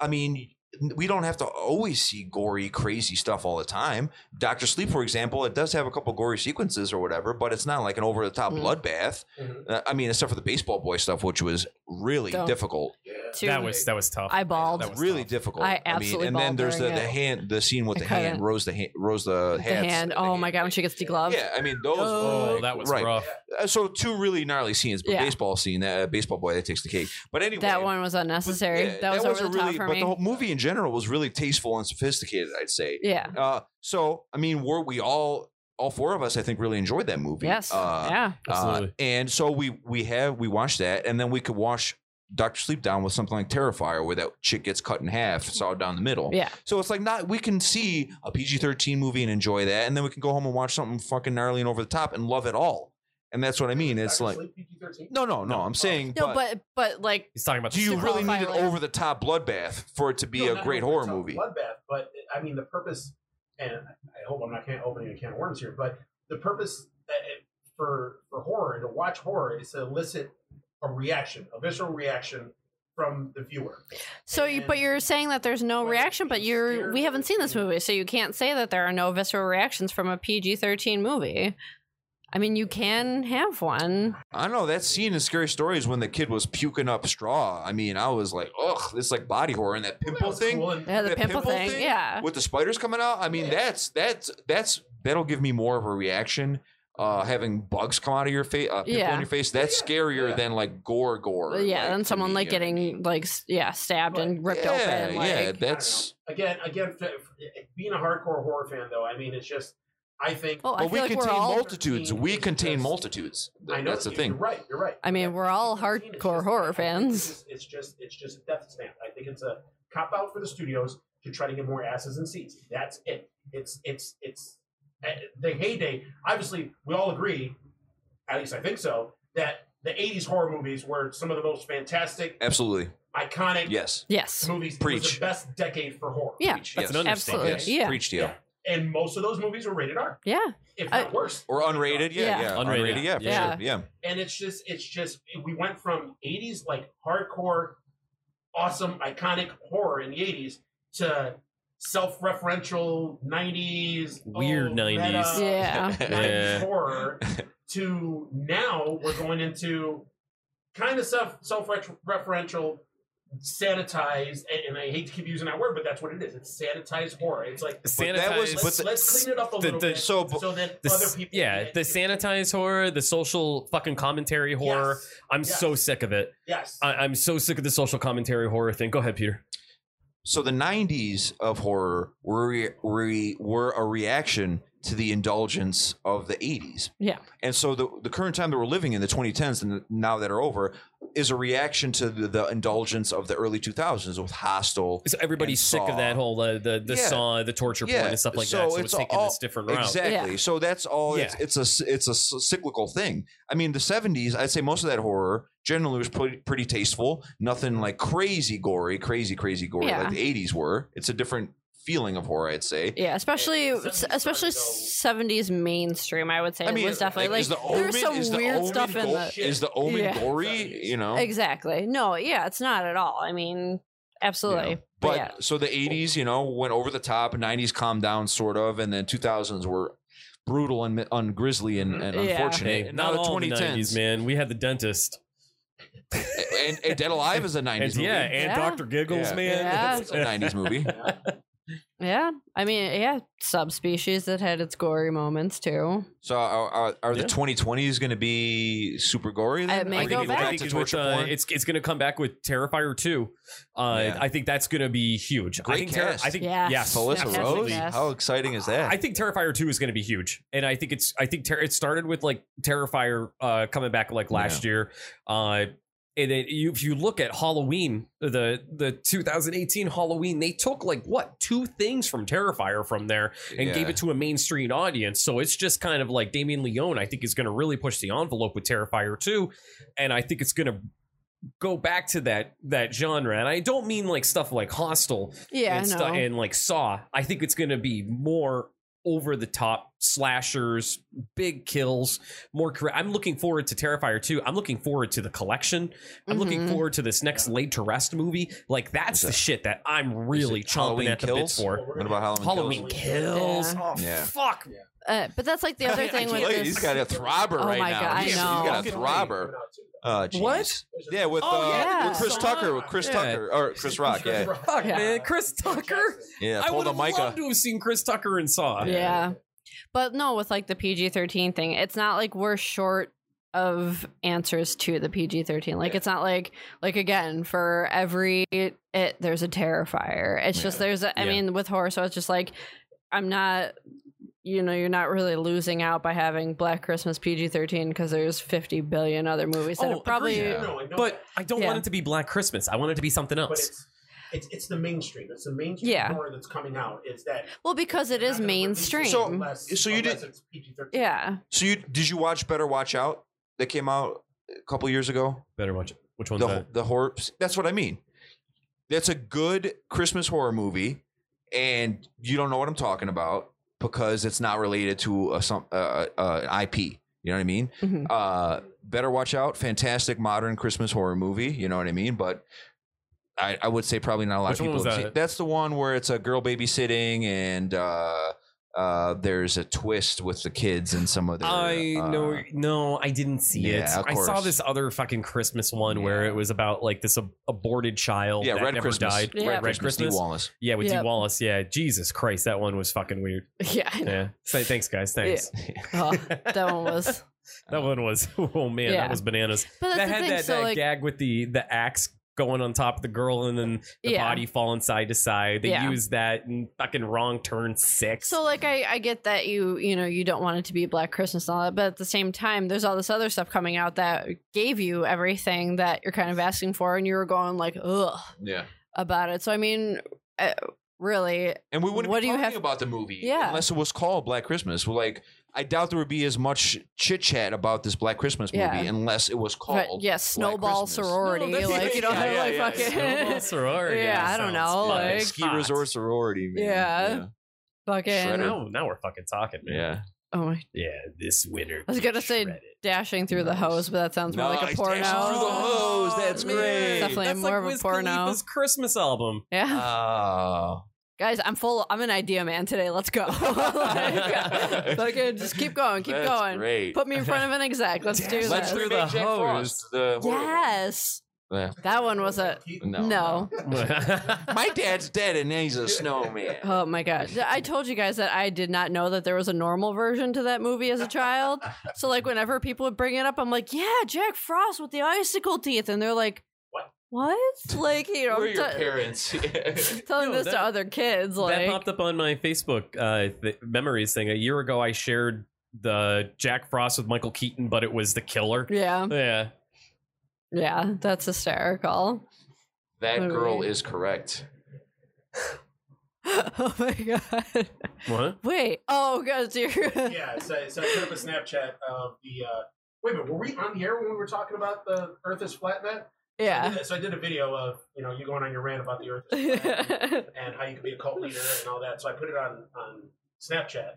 S2: I mean. We don't have to always see gory, crazy stuff all the time. Doctor Sleep, for example, it does have a couple gory sequences or whatever, but it's not like an over the top
S1: Mm-hmm.
S4: Mhm.
S2: bloodbath.
S5: Mhm.
S2: Uh, I mean, except for the baseball boy stuff, which was really
S4: Don't.
S2: difficult.
S5: Yeah.
S4: Too-
S1: That was that was tough.
S4: I bawled.
S1: That was
S2: really
S1: tough.
S2: difficult.
S4: I
S2: mean,
S4: absolutely
S2: and then
S4: bawled
S2: there's the,
S4: during
S2: the
S4: it.
S2: hand, the scene with
S4: I
S2: the hand,
S4: couldn't.
S2: rose the hand, rose the,
S4: the
S2: hats,
S4: hand.
S2: the
S4: Oh my
S2: hand.
S4: god, when she gets degloved.
S2: Yeah, I mean those.
S1: Oh, that was
S2: right.
S1: rough.
S2: Uh, So two really gnarly scenes, but
S4: Yeah.
S2: baseball scene, uh, baseball boy that takes the cake. But anyway,
S4: That one was
S2: but
S4: unnecessary.
S2: yeah,
S4: that, was over
S2: wasn't
S4: the top
S2: really,
S4: for
S2: but
S4: me.
S2: the whole movie in general was really tasteful and sophisticated. I'd say.
S4: yeah.
S2: Uh, so I mean, were we all? All four of us, I think, really enjoyed that movie.
S4: Yes.
S2: Uh,
S4: yeah.
S2: uh,
S1: Absolutely.
S2: and so we we have we watched that, and then we could watch Doctor Sleep down with something like Terrifier, where that chick gets cut in half, sawed down the middle.
S4: Yeah.
S2: So it's like not we can see a PG thirteen movie and enjoy that, and then we can go home and watch something fucking gnarly and over the top and love it all. And that's what I mean. It's
S5: Dr.
S2: like
S5: Sleep, PG-13?
S2: no, no, no. I'm saying,
S4: No,
S2: but,
S4: but but like
S1: He's talking about
S2: do you
S4: It's
S2: really need an
S4: qualifying.
S2: over the top bloodbath for it to be
S5: No,
S2: a
S5: not
S2: great
S5: over the
S2: horror
S5: top
S2: movie?
S5: Bloodbath, but I mean the purpose, and I hope I'm not can- opening a can of worms here, but the purpose uh, for for horror to watch horror is to elicit a reaction, a visceral reaction from the viewer.
S4: so, you, but
S5: And-
S4: you're saying that there's no
S5: Whether
S4: reaction, but
S5: it's
S4: you're
S5: scared
S4: we haven't seen this
S5: or-
S4: movie, so you can't say that there are no visceral reactions from a PG-13 movie. I mean, you can have one.
S2: I know that scene in Scary Stories when the kid was puking up straw. I mean, I was like, ugh, it's like body horror and that
S5: That
S2: pimple
S5: was
S2: thing.
S5: cool, and
S4: Yeah, the,
S2: That
S4: pimple, thing. Yeah.
S2: with the spiders coming out. I mean, that's that's that's that'll give me more of a reaction. Uh, having bugs come out of your face, uh, pimple
S4: Yeah.
S2: on your face, that's scarier
S5: Yeah.
S2: than like gore, gore.
S4: yeah,
S2: to
S4: then someone
S2: me,
S4: like
S2: you know.
S4: getting like s- yeah stabbed and ripped
S2: yeah,
S4: open. and, Like,
S2: yeah,
S5: I don't
S2: that's.
S5: know. again, again, f- f- being a hardcore horror fan though, I mean, it's just I think
S4: Oh, I
S2: But
S4: feel
S2: we
S4: like
S2: contain
S4: we're all.
S2: multitudes. We
S5: It's
S2: contain
S5: just-
S2: multitudes.
S5: I know
S2: That's the
S5: you-
S2: thing.
S5: You're right. You're right.
S4: I mean, we're all
S5: PG-13 is just-
S4: hardcore horror
S5: I think
S4: fans.
S5: It's just, it's just it's just a death stamp. I think it's a cop out for the studios to try to get more asses and seats. That's it. It's it's it's uh, the heyday. Obviously, we all agree. At least I think so. That the '80s horror movies were some of the most fantastic,
S2: Absolutely.
S5: iconic
S2: Yes.
S4: Yes.
S5: movies. It was
S2: Preach.
S5: the best decade for horror.
S4: Yeah.
S2: Preach,
S1: That's
S2: yes.
S1: an understatement.
S4: Absolutely.
S2: Yes.
S4: Yeah.
S2: Preach to you.
S5: Yeah. And most of those movies were rated R,
S4: Yeah.
S5: if
S4: I-
S5: not worse.
S2: Or unrated. Yeah.
S4: Yeah.
S2: Yeah.
S1: Unrated.
S2: Unrated. Yeah. For
S4: Yeah.
S2: sure. Yeah.
S5: and it's just it's just we went from 80s like hardcore awesome iconic horror in the 80s to self-referential 90s
S1: Weird
S5: oh,
S1: 90s.
S5: meta
S4: Yeah.
S5: 90s
S1: Yeah. [LAUGHS]
S5: horror to now we're going into kind of self self-referential sanitized and, and I hate to keep using that word but that's what it is it's sanitized horror it's like
S2: But that was-
S5: let's,
S1: Sanitized-
S2: but the-
S5: let's clean it up a
S1: the-
S5: little
S1: the-
S5: bit
S2: so-
S5: so, that
S1: the,
S5: other people
S1: yeah,
S5: can-
S1: the sanitized horror, the social fucking commentary horror.
S5: Yes,
S1: I'm
S5: yes,
S1: so sick of it.
S5: yes
S1: I, I'm so sick of the social commentary horror thing. Go ahead, Peter.
S2: So the '90s of horror were re- re- were a reaction to the indulgence of the '80s.
S4: Yeah.
S2: And so the the current time that we're living in, the 2010s, and now that are over, is a reaction to the, the indulgence of the early 2000s with Hostile.
S1: So everybody's
S2: And
S1: sick of
S2: Saw.
S1: that whole uh, the the
S2: Yeah.
S1: saw, the torture
S2: Yeah.
S1: porn, and stuff like
S2: So
S1: that. So
S2: it's
S1: it's, taking
S2: all-
S1: this different route.
S2: Exactly. So that's all. It's, it's a it's a c- cyclical thing. I mean, the '70s. I'd say most of that horror generally was pretty, pretty tasteful. Nothing like crazy gory, crazy crazy gory
S4: Yeah.
S2: like the '80s were. It's a different feeling of horror. I'd say.
S4: Yeah, especially
S5: 70s started
S4: especially
S5: to go-
S4: seventies mainstream. I would say it was definitely like,
S2: is the
S4: there's
S2: Omen-
S4: some
S2: is the
S4: weird
S2: Omen
S4: stuff in
S2: go-
S4: the
S2: Is the Omen
S4: Yeah.
S2: gory? You know,
S4: exactly. No, yeah, it's not at all. I mean, absolutely.
S2: Yeah.
S4: But,
S2: But
S4: yeah,
S2: so the '80s, you know, went over the top. '90s calmed down, sort of, and then 2000s were brutal and ungrisly and, and
S4: Mm-hmm. Yeah.
S2: unfortunate.
S1: Hey,
S2: And now
S1: not
S2: the
S1: all the
S2: 2010s,
S1: 90s, man. We had the dentist.
S2: and, and Dead Alive is a '90s
S1: [LAUGHS] And,
S2: movie.
S1: yeah, and
S4: Yeah.
S1: Dr. Giggles,
S2: Yeah.
S1: man. [LAUGHS]
S4: Yeah.
S2: it's a '90s movie.
S4: yeah. I mean, yeah, subspecies that had its gory moments too.
S2: So are, are, are the
S1: Yeah.
S2: 2020s going to be super gory? Then
S4: It may
S2: Are
S1: I
S2: we
S1: think
S2: gonna
S4: go
S1: it-
S2: go
S1: I
S4: back.
S2: back
S1: think
S2: to
S1: it with,
S2: torture
S1: uh,
S2: porn?
S1: it's it's going to come back with Terrifier 2. Uh,
S2: Yeah.
S1: I think that's going to be huge. I
S2: Great
S1: think
S2: cast.
S1: I think
S4: Yes.
S1: uh, yes.
S2: Melissa
S4: Fantastic
S2: Rose.
S4: cast.
S2: How exciting is that?
S1: I think Terrifier 2 is going to be huge. And I think it's I think ter- it started with like Terrifier uh coming back like last year. Uh And it, you, if you look at Halloween, the the 2018 Halloween, they took like what two things from Terrifier from there and gave
S2: Yeah.
S1: it to a mainstream audience. So it's just kind of like Damien Leone. I think is going to really push the envelope with Terrifier too, and I think it's going to go back to that that genre. And I don't mean like stuff like Hostel,
S4: Yeah,
S1: and,
S4: no.
S1: stu- and like Saw. I think it's going to be more over the top slashers, big kills, more. Cra- I'm looking forward to Terrifier 2. I'm looking forward to the collection. I'm looking
S4: Mhm.
S1: forward to this next Laid to Rest movie. Like that's the
S2: that?
S1: shit that I'm really chomping
S2: Halloween
S1: at the bits
S2: Kills?
S1: for.
S2: What about Halloween?
S1: Halloween
S2: Kills?
S1: kills.
S4: Yeah.
S1: Oh
S2: Yeah.
S1: fuck.
S4: Uh, but that's like the other thing with
S2: Look,
S4: this.
S2: He's got a throbber
S4: Oh
S2: right
S4: my
S2: now.
S4: God, I
S2: he's,
S4: know.
S2: he's got a throbber. Uh, jeez.
S1: What?
S2: Yeah, with,
S1: Oh,
S2: uh,
S4: yeah.
S2: with Chris
S1: Saw.
S2: Tucker, with Chris
S1: Yeah.
S2: Tucker or Chris Rock. Yeah,
S1: Fuck man, Chris Tucker.
S2: yeah.
S1: I would
S2: Pulled a
S1: have
S2: Micah.
S1: loved to have seen Chris Tucker in Saw.
S4: yeah. But no, with like the PG 13 thing, it's not like we're short of answers to the PG 13. Like, it's not like, like again, for every it, there's a terrifier. It's just, there's, a, I
S1: Yeah.
S4: mean, with horror, so it's just like, I'm not, you know, you're not really losing out by having Black Christmas PG 13 because there's 50 billion other movies that
S1: Oh,
S4: are probably,
S2: agreed.
S5: No, I know
S1: But
S5: that,
S1: I don't
S4: Yeah.
S1: want it to be Black Christmas. I want it to be something
S5: but
S1: else.
S5: it's, it's it's the mainstream. It's the mainstream
S4: Yeah.
S5: horror that's coming out. Is that
S4: well, because it
S5: they're
S4: is
S5: not gonna release
S4: mainstream.
S2: So-
S5: unless,
S2: so you
S5: unless
S2: did-
S5: it's PG-13.
S4: yeah.
S2: So you did you watch Better Watch Out that came out a couple years ago?
S1: Better watch it. Which one's
S2: The
S1: that?
S2: the horror. That's what I mean. That's a good Christmas horror movie, and you don't know what I'm talking about because it's not related to a some uh, uh, IP. You know what I mean?
S4: Mhm.
S2: Uh, better watch out. Fantastic modern Christmas horror movie. You know what I mean? But I, I would say probably not a lot
S1: Which
S2: of
S1: one
S2: people.
S1: was
S2: have
S1: that?
S2: seen- That's the one where it's a girl babysitting and uh, uh, there's a twist with the kids and some of their.
S1: I know.
S2: uh,
S1: no, I didn't see
S2: Yeah,
S1: it.
S2: of
S1: I saw
S2: course.
S1: this other fucking Christmas one where
S2: Yeah.
S1: it was about like this ab- aborted child
S2: yeah,
S1: that
S2: Red
S1: never
S2: Christmas.
S1: died.
S4: Yeah.
S1: Red, Red
S2: Christmas.
S1: Christmas.
S2: Dee Wallace.
S1: Yeah, with
S4: Yep.
S1: D Wallace. Yeah, Jesus Christ, that one was fucking weird.
S4: [LAUGHS] Yeah. I know.
S1: Yeah. Say thanks, guys. Thanks.
S4: [LAUGHS] Oh, that one was.
S1: [LAUGHS] that one was. [LAUGHS] Oh man,
S4: Yeah.
S1: that was bananas.
S4: But that's
S1: that
S4: the
S1: had
S4: thing.
S1: that,
S4: so,
S1: that
S4: like,
S1: gag with the the axe going on top of the girl and then the
S4: Yeah.
S1: body falling side to side. They
S4: Yeah.
S1: used that in fucking wrong turn six.
S4: So like I, I get that you you know you don't want it to be Black Christmas and all that, but at the same time there's all this other stuff coming out that gave you everything that you're kind of asking for, and you were going like ugh
S2: Yeah.
S4: about it. So I mean, uh, really,
S2: And we wouldn't
S4: What
S2: be
S4: do you
S2: talking
S4: have-
S2: about the movie
S4: Yeah.
S2: unless it was called Black Christmas. Well, like I doubt there would be as much chit chat about this Black Christmas movie
S4: Yeah.
S2: unless it was
S4: but
S2: called.
S4: yeah, snowball
S2: Christmas.
S4: sorority,
S1: No, that's-
S4: like [LAUGHS] you know
S2: Yeah,
S4: they're
S2: yeah,
S4: like
S2: yeah,
S1: Snowball
S4: [LAUGHS] fucking
S1: sorority.
S4: Yeah, I don't
S1: sounds
S4: know,
S1: fucking
S4: like-
S2: ski
S1: hot.
S2: resort sorority. Man.
S4: Yeah. fucking
S2: Shredder.
S1: Now, now we're fucking talking,
S2: Yeah.
S1: man.
S2: yeah.
S4: oh my
S1: Yeah, this winter.
S4: I was gonna say dashing through the
S2: Nice.
S4: hose, but that sounds more like
S2: Nice,
S4: a porno.
S2: dashing through the hose, that's
S1: man.
S2: great.
S4: Definitely
S1: That's
S4: more
S1: like
S4: of a
S1: Wiz
S4: porno.
S1: Khalifa's
S2: [LAUGHS]
S1: Christmas album. [LAUGHS]
S4: Yeah,
S2: [LAUGHS] Oh.
S4: guys, I'm full. I'm an idea man today. Let's go. [LAUGHS] like, fucking just keep going, keep
S2: That's
S4: going.
S2: Great.
S4: Put me in front of an exec. Let's do
S1: Yes.
S4: this.
S2: Let's
S1: Let's
S2: through
S1: through
S2: the
S1: the
S2: Jack Frost, the horror one.
S4: yes.
S2: Yeah.
S4: That one was a
S2: No.
S4: no.
S2: [LAUGHS] My dad's dead and he's a snowman.
S4: [LAUGHS] Oh my god. I told you guys that I did not know that there was a normal version to that movie as a child. So like whenever people would bring it up, I'm like, "Yeah, Jack Frost with the icicle teeth." And they're like,
S5: What?
S4: What? Like, you know,
S2: We're
S4: I'm
S2: your
S4: t-
S2: parents. [LAUGHS]
S4: telling
S1: No,
S4: this to
S1: that-
S4: other kids
S1: that
S4: like
S1: popped up on my Facebook uh, th- memories thing. A year ago, I shared the Jack Frost with Michael Keaton, but it was the killer.
S4: Yeah.
S1: Yeah.
S4: Yeah, that's hysterical. [LAUGHS]
S2: that
S4: Wait,
S2: girl
S4: wait.
S2: is correct.
S4: oh my god.
S1: What?
S4: Wait. Oh god, [LAUGHS] dear.
S5: yeah, so, so I put up a Snapchat of the. Uh, wait a minute, were we on here when we were talking about the Earth is flat? Then
S4: Yeah.
S5: So I did a video of you know you going on your rant about the Earth is flat and-
S4: yeah.
S5: and how you can be a cult leader and all that. So I put it on on Snapchat,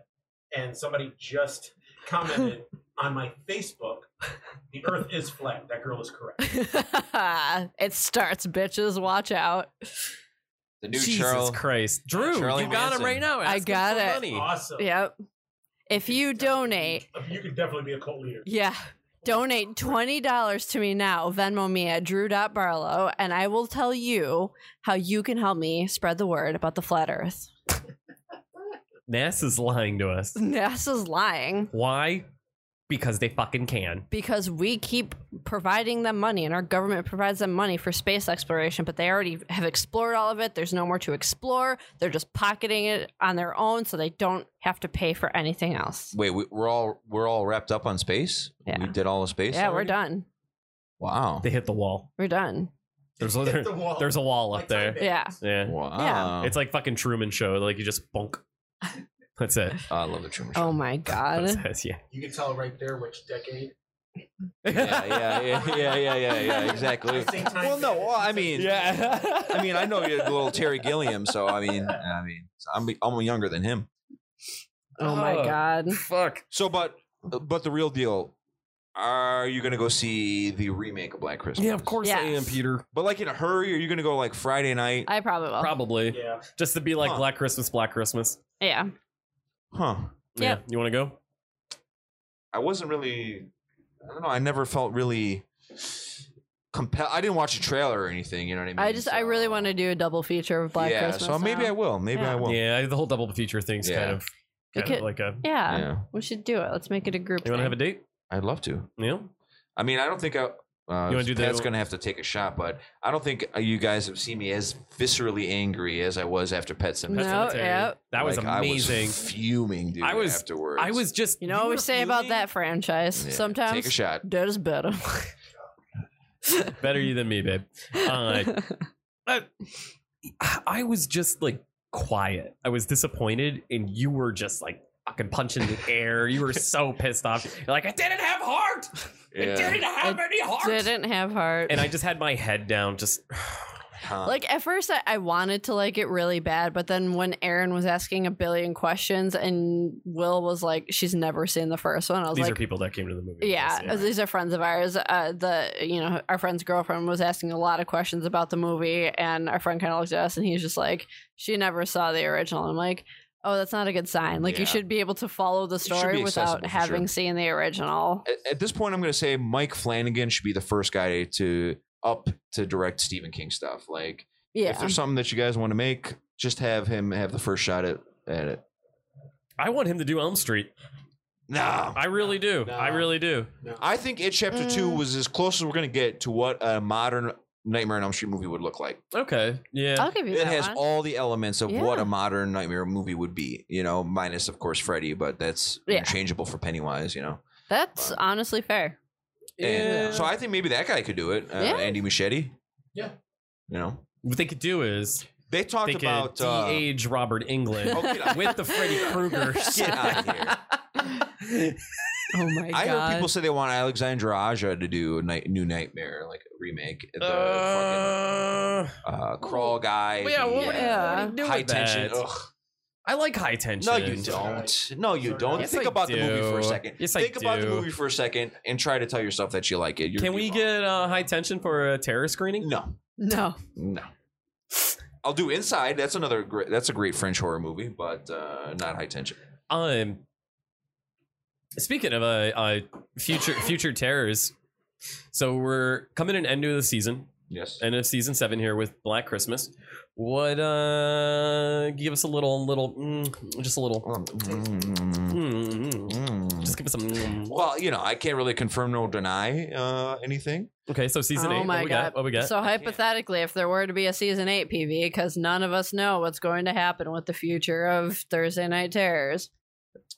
S5: and somebody just commented on my Facebook, "The Earth is flat. That girl is correct."
S4: [LAUGHS] it starts, bitches. Watch out.
S2: The new
S1: Jesus
S2: Charles.
S1: Christ. Drew,
S2: Charlie
S1: you got
S2: Manson.
S1: him right now. Ask
S4: I
S1: him
S4: got
S1: for
S4: it.
S1: money.
S5: Awesome.
S4: Yep. If you donate,
S5: You could definitely be a cult
S4: [LAUGHS]
S5: leader.
S4: yeah, donate $20 to me now, Venmo me at drew.barlow, and I will tell you how you can help me spread the word about the flat earth. [LAUGHS]
S1: NASA's lying to us.
S4: NASA's lying
S1: Why? Because they fucking can.
S4: because we keep providing them money and our government provides them money for space exploration, but they already have explored all of it. There's no more to explore. They're just pocketing it on their own so they don't have to pay for anything else.
S2: Wait, we, we're all we're all wrapped up on space.
S4: Yeah.
S2: We did all of space.
S4: Yeah, we're
S2: already?
S4: done.
S2: Wow.
S1: They hit the wall.
S4: We're done.
S1: There's
S5: Hit
S1: there-
S5: the wall.
S1: [LAUGHS] there's a wall up
S5: Like Time
S1: there.
S5: Bandits.
S4: Yeah.
S1: Yeah,
S2: Wow.
S1: it's like fucking Truman Show. Like you just bonk.
S5: [LAUGHS]
S1: That's
S4: [LAUGHS]
S1: it.
S2: I love the Truman
S4: Oh
S2: [LAUGHS]
S4: my
S1: That's
S4: god.
S1: it. Yeah.
S5: You can tell right there which decade.
S2: yeah, yeah,
S1: [LAUGHS]
S2: yeah, yeah, yeah,
S4: [LAUGHS]
S2: yeah, yeah, exactly.
S5: I think Time
S2: Well, no, well, I mean,
S1: Yeah.
S2: I mean, I know you're a little Terry Gilliam, so I mean, I mean, I'm I'm younger than him.
S4: Oh my
S1: Oh. [LAUGHS]
S4: god.
S1: Fuck.
S2: So, but
S4: Uh-huh.
S2: but the real deal, are you gonna go see the remake of Black Christmas?
S1: Yeah, of course I am,
S4: Yes.
S1: Peter.
S2: But like in a hurry, are you gonna go like Friday night?
S4: I probably will.
S1: Probably
S5: Yeah.
S1: just to be like
S2: Huh.
S1: Black Christmas, Black Christmas.
S4: yeah.
S2: Huh?
S1: Yeah.
S4: Yeah.
S1: You want to go?
S2: I wasn't really. I don't know. I never felt really compelled. I didn't watch a trailer or anything. You know what I mean?
S4: I just I really want to do a double feature of Black
S2: yeah,
S4: Christmas.
S2: so maybe
S4: now.
S2: I will. Maybe I
S4: Yeah.
S2: will.
S1: yeah. The whole double feature thing's
S2: Yeah.
S1: kind of kind
S4: We
S1: of
S4: could-
S1: like a.
S4: yeah.
S2: yeah.
S4: We should do it. Let's make it a group.
S1: You want to have
S4: thing.
S1: a date?
S2: I'd love to.
S1: Yeah.
S2: I mean, I don't think I. Uh,
S1: You wanna do the-
S2: Pat's gonna have to take a shot, but I don't think uh, you guys have seen me as viscerally angry as I was after Pet Cemetery.
S1: Pet
S4: No,
S1: Sematary.
S4: yep.
S1: That was
S2: Like, I [LAUGHS]
S1: amazing.
S2: fuming, dude.
S1: I was-
S2: afterwards.
S1: I was just.
S4: You know what we
S1: were
S4: say about
S1: fuming?
S4: that franchise?
S2: Yeah,
S4: [LAUGHS] Sometimes
S2: take a
S4: [LAUGHS]
S2: shot.
S4: dead
S1: [LAUGHS]
S4: is better.
S1: Better you than me, babe.
S4: [LAUGHS]
S1: Uh, I, I was just like quiet. I was disappointed, and you were just like fucking punching the air. You
S2: [LAUGHS]
S1: were so pissed off. You're like, I didn't have heart. It
S4: [LAUGHS]
S1: didn't have
S4: It
S1: any heart.
S4: Didn't have heart.
S1: And I just had my head down, just [SIGHS]
S2: Huh.
S4: like at first I, I wanted to like it really bad, but then when Aaron was asking a billion questions and Will was like, She's never seen the first one, I was
S1: these
S4: like
S1: are people that came to the movie. with
S4: yeah,
S1: us,
S4: these are friends of ours. Uh, the you know our friend's girlfriend was asking a lot of questions about the movie, and our friend kind of looked at us, and he's just like, "She never saw the original." I'm like, "Oh, that's not a good sign. Like
S2: Yeah.
S4: you should be able to follow the
S2: should
S4: story
S2: be accessible
S4: without
S2: for
S4: having
S2: sure.
S4: seen the original."
S2: at, at this point, I'm gonna say Mike Flanagan should be the first guy to up to direct Stephen King stuff. Like, if
S4: Yeah,
S2: there's something that you guys want to make, just have him have the first shot at at it.
S1: I want him to do Elm Street.
S2: Nah.
S1: I really do.
S5: No.
S1: I really do.
S5: No.
S2: I think It Chapter Two
S4: Mm.
S2: was as close as we're gonna get to what a modern Nightmare on Elm Street movie would look like.
S1: Okay. Yeah.
S4: I'll give you
S2: It
S4: that
S2: has
S4: one.
S2: all the elements of what
S4: Yeah.
S2: a modern Nightmare movie would be, you know, minus of course Freddy, but that's
S4: Yeah.
S2: interchangeable for Pennywise, you know.
S4: that's honestly fair.
S2: And so I think maybe that guy could do it, uh,
S4: Yeah.
S2: Andy Muschietti.
S5: Yeah.
S2: You know,
S1: what they could do is
S2: they talked
S1: they could
S2: about uh,
S1: de-age Robert England
S2: [LAUGHS]
S1: [LAUGHS]
S2: Oh, get out.
S1: with the Freddy
S4: [LAUGHS]
S2: [LAUGHS]
S1: Krueger.
S2: Get out of here.
S4: Oh my
S2: I heard
S4: god!
S2: people say they want Alexandra Aja to do a night, new Nightmare, like a remake. The
S1: Uh,
S2: fucking uh, crawl guy.
S1: yeah,
S2: the,
S1: what, would-
S2: uh,
S4: Yeah.
S1: what do you do
S2: high
S1: with
S2: tension.
S1: that?
S2: Ugh.
S1: I like high tension.
S2: No, you don't. No, you
S5: Sorry.
S2: don't.
S1: Yes,
S2: Think
S1: I
S2: about the movie for a
S1: do.
S2: second.
S1: Yes, I
S2: Think about the
S1: do.
S2: movie for a second and try to tell yourself that you like it. You're-
S1: Can we
S2: you're
S1: get uh, high tension for a terror screening?
S2: wrong.
S4: no,
S2: No, no. I'll do Inside. That's another. Great, that's a great French horror movie, but uh, not high tension.
S1: Um, speaking of uh, uh
S2: [LAUGHS]
S1: future future terrors, so we're coming an end to the season,
S2: Yes.
S1: end of season seven here with Black Christmas. What uh, give us a little little, mm, just a little,
S2: Um, mm,
S1: mm, mm,
S2: mm.
S1: just give us some. Mm.
S2: well, you know, I can't really confirm nor deny uh, anything.
S1: Okay, so season
S4: Oh
S1: eight.
S4: my
S1: what we
S4: God.
S1: got? What we got?
S4: So
S2: I can't.
S4: hypothetically, if there were to be a season eight PV, because none of us know what's going to happen with the future of Thursday Night Terrors,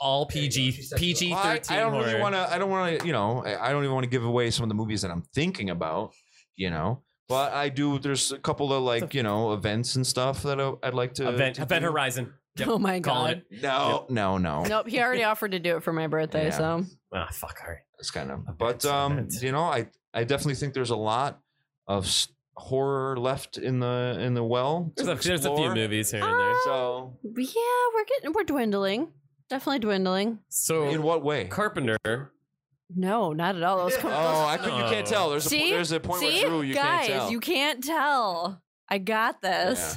S1: All
S5: There you go,
S1: PG
S5: she said
S1: PG
S2: Well, I,
S1: E thirteen.
S2: I don't really want to. I don't want to. You know, I I don't even want to give away some of the movies that I'm thinking about. You know, but I do. There's a couple of like you know events and stuff that I, I'd like to.
S1: event
S2: to
S1: Event
S2: do.
S1: Horizon. Yep,
S4: oh my
S1: calling
S4: god!
S1: it.
S2: No, no, no.
S4: Nope, he already offered to do it for my birthday,
S2: Yeah.
S4: so
S1: Ah, fuck. All right.
S2: It's kind of.
S1: Event,
S2: But um,
S1: event.
S2: you know, I I definitely think there's a lot of s- horror left in the in the well. to
S1: There's a, Ah. there's a few
S2: explore.
S1: movies here and there.
S2: So,
S4: yeah, we're getting we're dwindling, definitely dwindling.
S1: So
S2: in what way?
S1: Carpenter.
S4: No, not at all. Those com-
S2: Oh, I could, you
S1: Uh,
S2: can't tell. There's a,
S4: See?
S2: po- there's a point
S4: See,
S2: where Drew, you
S4: guys,
S2: can't tell.
S4: you can't tell. I got this.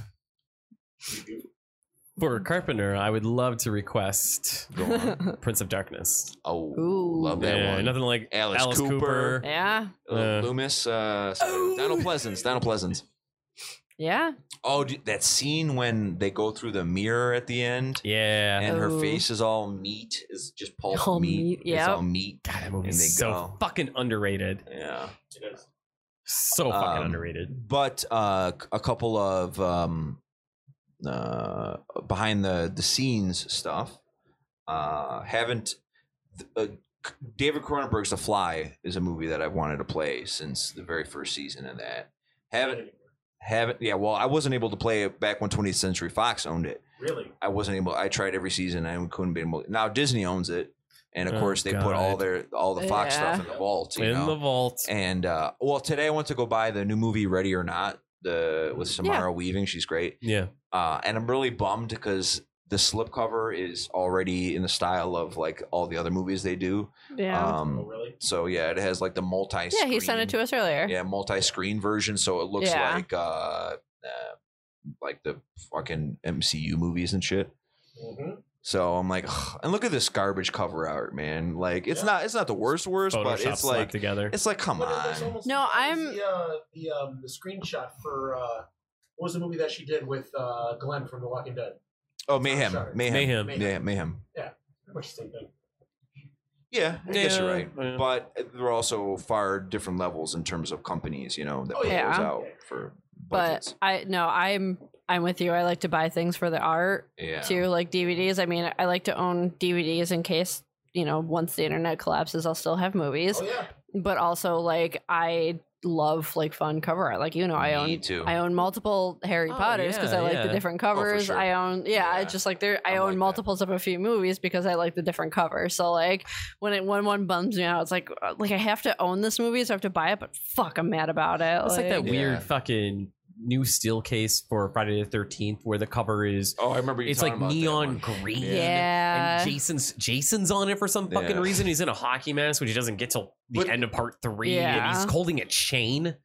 S1: For Carpenter, I would love to [LAUGHS] request
S2: Go on.
S1: Prince of Darkness.
S2: Oh,
S4: [LAUGHS] Ooh.
S2: love that
S1: Yeah,
S2: one.
S1: nothing like
S2: Alice
S1: Alice,
S2: Cooper.
S1: Cooper.
S4: yeah,
S2: Uh,
S1: Uh,
S2: Loomis, uh, sorry,
S1: Oh.
S2: Donald Pleasance, Donald Pleasance.
S4: yeah.
S2: Oh, d that scene when they go through the mirror at the end,
S1: Yeah.
S2: and her
S4: Oh.
S2: face is all meat, is just pulp
S4: All
S2: meat.
S4: meat,
S2: It's
S4: yep.
S2: all meat.
S1: God, that
S2: And they
S1: movie's so
S2: go.
S1: fucking underrated.
S2: Yeah,
S1: So fucking
S2: Um,
S1: underrated.
S2: but uh, c- a couple of um, uh, behind the the scenes stuff. Uh, haven't th- uh, David Cronenberg's The Fly is a movie that I've wanted to play since the very first season of that. Haven't haven't yeah. Well, I wasn't able to play it back when 20th Century Fox owned it.
S5: Really?
S2: I wasn't able. I tried every season. I couldn't be able. Now Disney owns it, and of
S1: Oh,
S2: course they put
S1: God.
S2: all their all the Fox
S4: Yeah.
S2: stuff in the vault. You
S1: in
S2: know?
S1: the vault.
S2: and uh, well, today I went to go buy the new movie Ready or Not. The with Samara Weaving, she's great.
S1: yeah.
S2: Uh, and I'm really bummed because the slipcover is already in the style of like all the other movies they do.
S4: Yeah.
S5: Oh,
S2: Um,
S5: really?
S2: so yeah, it has like the multi.
S4: yeah, he sent it to us earlier.
S2: Yeah, multi-screen version, so it looks
S4: Yeah.
S2: like uh, uh, like the fucking MCU movies and shit.
S5: Mm-hmm.
S2: So I'm like, "Ugh." and look at this garbage cover art, man. Like it's
S5: Yeah.
S2: not it's not the worst worst, but
S1: Photoshop
S2: it's
S1: slapped
S2: like
S1: together.
S2: it's like come
S5: But it
S2: on.
S5: was almost
S4: No,
S5: as good as
S4: I'm-
S5: the uh, the, um, the screenshot for uh, what was the movie that she did with uh, Glenn from The Walking Dead?
S2: Oh, mayhem,
S5: Sorry.
S2: mayhem, mayhem,
S1: Mayhem.
S2: mayhem, mayhem.
S5: Pretty much the same thing.
S2: Yeah, I guess you're
S1: Yeah,
S2: right.
S1: yeah.
S2: But there are also far different levels in terms of companies, you know, that
S5: Oh,
S2: put
S4: yeah.
S2: those out for
S4: But
S2: budgets.
S4: I no, I'm I'm with you. I like to buy things for the art
S2: yeah,
S4: too, like DVDs. I mean, I like to own DVDs in case you know once the internet collapses, I'll still have movies.
S5: Oh yeah,
S4: But also, like I love like fun cover art. Like you know, I
S2: Me
S4: own
S2: too.
S4: I own multiple Harry
S1: Oh,
S4: Potters because
S1: yeah,
S4: I like
S1: yeah.
S4: the different covers.
S2: sure.
S4: I own yeah,
S2: Yeah.
S4: it's just like there I
S2: I'm
S4: own
S2: like that.
S4: multiples of a few movies because I like the different covers. So like when it when one bums me out, it's like uh, like I have to own this movie, so I have to buy it, but fuck I'm mad about it.
S1: It's like that
S2: Yeah.
S1: weird fucking new steel case for Friday the Thirteenth, where the cover is
S2: oh, I remember. You
S1: it's like
S2: talking about that
S1: neon
S2: one.
S1: green.
S4: Yeah.
S1: And Jason's Jason's on it for some fucking
S2: Yeah.
S1: reason. He's in a hockey mask, which he doesn't get till the
S2: But-
S1: end of part three, and
S4: Yeah.
S1: he's holding a chain.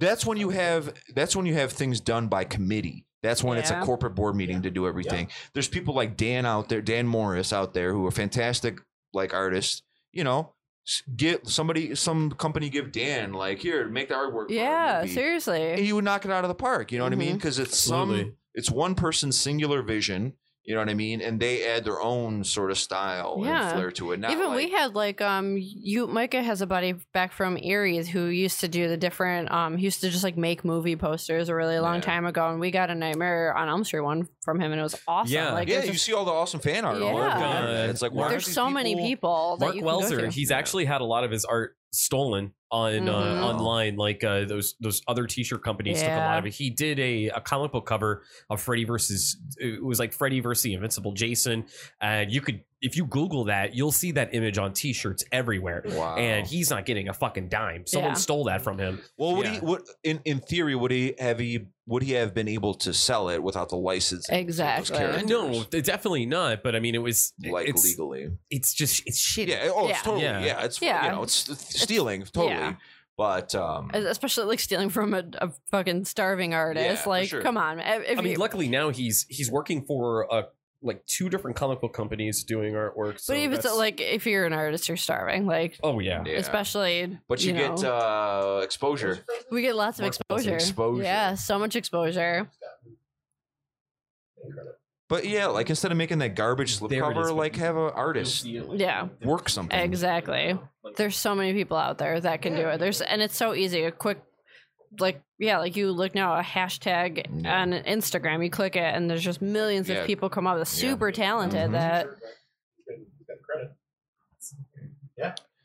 S2: That's when you have. That's when you have things done by committee. That's when it's a
S4: Yeah.
S2: corporate board meeting to do everything. There's people like Dan out there, Dan Morris out there, who are fantastic like artists. You know, S- get somebody, some company give Dan like here, make the artwork. for our
S4: yeah,
S2: movie."
S4: seriously.
S2: and you would knock it out of the park. You know what I
S4: Mm-hmm.
S2: mean? Because it's some,
S1: Absolutely.
S2: it's one person's singular vision. You know what I mean? And they add their own sort of style
S4: Yeah.
S2: and flair to it. Not
S4: Even
S2: like,
S4: we had like um you Micah has a buddy back from Erie who used to do the different um he used to just like make movie posters a really long
S2: Yeah.
S4: time ago and we got a nightmare on Elm Street one from him and it was awesome.
S1: Yeah.
S4: Like
S2: yeah,
S4: there's
S2: you
S4: just-
S2: see all the awesome fan art. All over
S4: Yeah.
S2: the internet. It's like why aren't
S1: There's
S4: there's
S2: these
S4: so many people that
S1: Mark
S4: you can go through.
S1: Welzer, he's
S2: Yeah.
S1: actually had a lot of his art stolen on
S4: Mhm.
S1: uh, online, like uh, those those other T-shirt companies took a
S4: Yeah.
S1: lot of it. He did a, a comic book cover of Freddy versus it was like Freddy versus the Invincible Jason, and you could if you Google that, you'll see that image on T-shirts everywhere.
S2: Wow.
S1: And he's not getting a fucking dime. Someone
S4: Yeah.
S1: stole that from him.
S2: well, would
S1: yeah.
S2: he? Would in in theory would he have he would he have been able to sell it without the license? of those
S4: Exactly.
S2: characters?
S1: No, definitely not. But I mean, it was
S2: Like
S1: it's,
S2: legally,
S1: It's just it's shitty.
S2: yeah. Oh, it's
S4: Yeah.
S2: totally.
S1: Yeah.
S2: Yeah, it's
S4: Yeah.
S2: you know, it's stealing totally.
S4: yeah.
S2: But um,
S4: especially like stealing from a, a fucking starving
S2: Yeah,
S4: artist.
S2: for
S4: like,
S2: sure.
S4: come on. e, If if
S1: I mean,
S4: you-
S1: luckily now he's he's working for uh like two different comic book companies doing artwork. So
S4: but even so,
S1: that's-
S4: like if you're an artist, you're starving. Like,
S1: oh yeah,
S2: yeah.
S4: especially.
S2: but you, get
S4: know,
S2: uh, exposure.
S4: we get lots of
S1: Mark Welzer
S4: exposure.
S2: exposure.
S4: Yeah, so much exposure.
S5: Incredible.
S2: But yeah, like instead of making that garbage
S1: There it is,
S2: slipcover,
S1: but
S2: like
S1: you-
S2: have an artist
S4: Yeah.
S2: work something.
S4: Exactly. There's so many people out there that can do it. There's and it's so easy. A quick like yeah, like you look now a hashtag
S2: Yeah.
S4: on Instagram, you click it and there's just millions
S2: Yeah.
S4: of people come up that's
S2: Yeah.
S4: super talented
S1: Mm-hmm.
S2: Mhm.
S4: that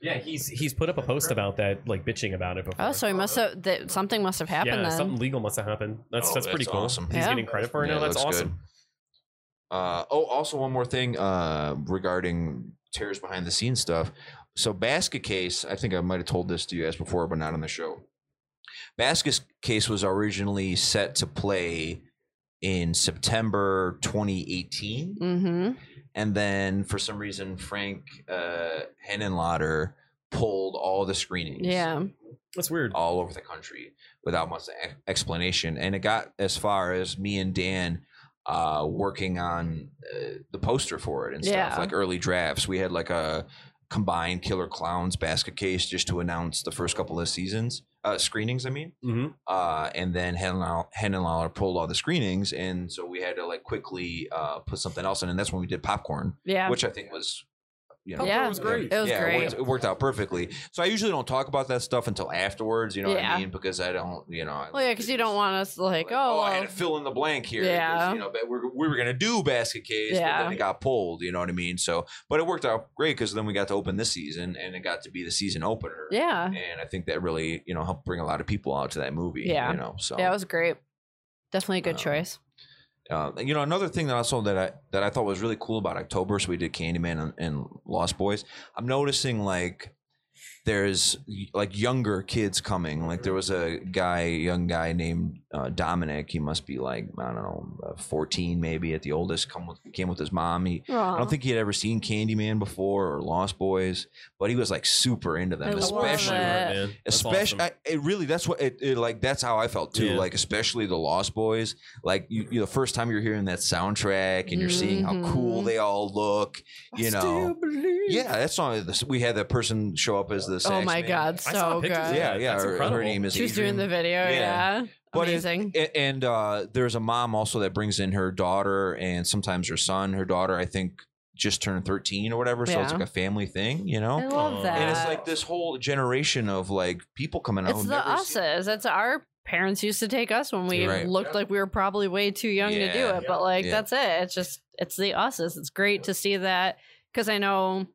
S1: yeah. He's he's put up a post about that, like bitching about it before.
S4: oh so he must have that something must have happened
S1: yeah,
S4: then.
S1: something legal must have happened. That's
S2: Oh,
S1: that's pretty
S2: that's
S1: cool.
S2: awesome.
S1: He's
S4: Yeah.
S1: getting credit for it
S2: Yeah,
S1: now. That's
S2: looks good.
S1: awesome.
S2: Uh, oh, also one more thing uh, regarding tears behind the scenes stuff. So Basket Case, I think I might have told this to you guys before, but not on the show. Basket Case was originally set to play in September 2018.
S4: Mm-hmm.
S2: and then for some reason Frank uh, Henenlotter pulled all the screenings
S4: Yeah.
S1: That's weird.
S4: Oh.
S2: all over the country without much e- explanation, and it got as far as me and Dan uh, working on uh, the poster for it and stuff
S4: Yeah.
S2: like early drafts. We had like a combined Killer Clowns basket case just to announce the first couple of seasons uh, screenings. I mean
S1: hmm
S2: uh, and then Hen and Lawler pulled all the screenings, and so we had to like quickly uh, put something else in, and that's when we did popcorn,
S4: Yeah.
S2: which I think was you know.
S1: Popcorn
S4: Yeah.
S1: was great.
S4: It was
S2: yeah, It
S4: great.
S2: worked, it worked out perfectly. So I usually don't talk about that stuff until afterwards. You know what
S4: Yeah.
S2: I mean? Because I don't, you know. I
S4: Well, yeah, because you don't want us like, oh, well,
S2: I had to fill in the blank here. 'cause,
S4: Yeah.
S2: You know, but we're, we were gonna do basket case, but
S4: Yeah.
S2: then it got pulled. You know what I mean? So, but it worked out great because then we got to open this season, and it got to be the season opener.
S4: yeah,
S2: And I think that really, you know, helped bring a lot of people out to that movie.
S4: Yeah.
S2: You know, so
S4: yeah, it was great. Definitely a good
S2: Um,
S4: choice.
S2: uh, you know, another thing that also that I that I thought was really cool about October, so we did Candyman and, and Lost Boys. I'm noticing like there's like younger kids coming. Like there was a guy, young guy named uh, Dominic. He must be like I don't know, uh, 14 maybe at the oldest. Come with, came with his mom. He I
S4: Aw.
S2: don't think he had ever seen Candyman before or Lost Boys, but he was like super into them,
S4: I love
S2: especially
S4: it.
S2: especially I, it really that's what it, it like that's how i felt too
S1: Yeah.
S2: like especially the lost boys like you, you the first time you're hearing that soundtrack and you're seeing how cool
S4: Mhm.
S2: they all look you know yeah that's not this we had that person show up as the
S4: Oh
S2: sax
S4: my
S2: man.
S4: god,
S1: I saw
S4: so good.
S1: pictures of
S2: yeah
S1: that.
S2: yeah
S1: That's
S2: her, her
S1: incredible.
S2: name is
S4: She was doing the
S2: Adrian.
S4: video.
S2: Yeah.
S4: Yeah,
S2: But it-
S4: amazing.
S2: A- and uh there's a mom also that brings in her daughter and sometimes her son her daughter i think just turned 13 or whatever so it's
S4: Yeah.
S2: like a family thing you know
S4: I love that.
S2: oh, and it's like this whole generation of like people coming out
S4: It's
S2: who've
S4: the
S2: never seen-
S4: us's. It's our parents used to take us when we
S2: Right.
S4: looked like we were probably way too young to do
S2: Yeah.
S4: it. But like
S2: Yeah.
S4: that's it. It's just it's the us's. It's great to see that because I know.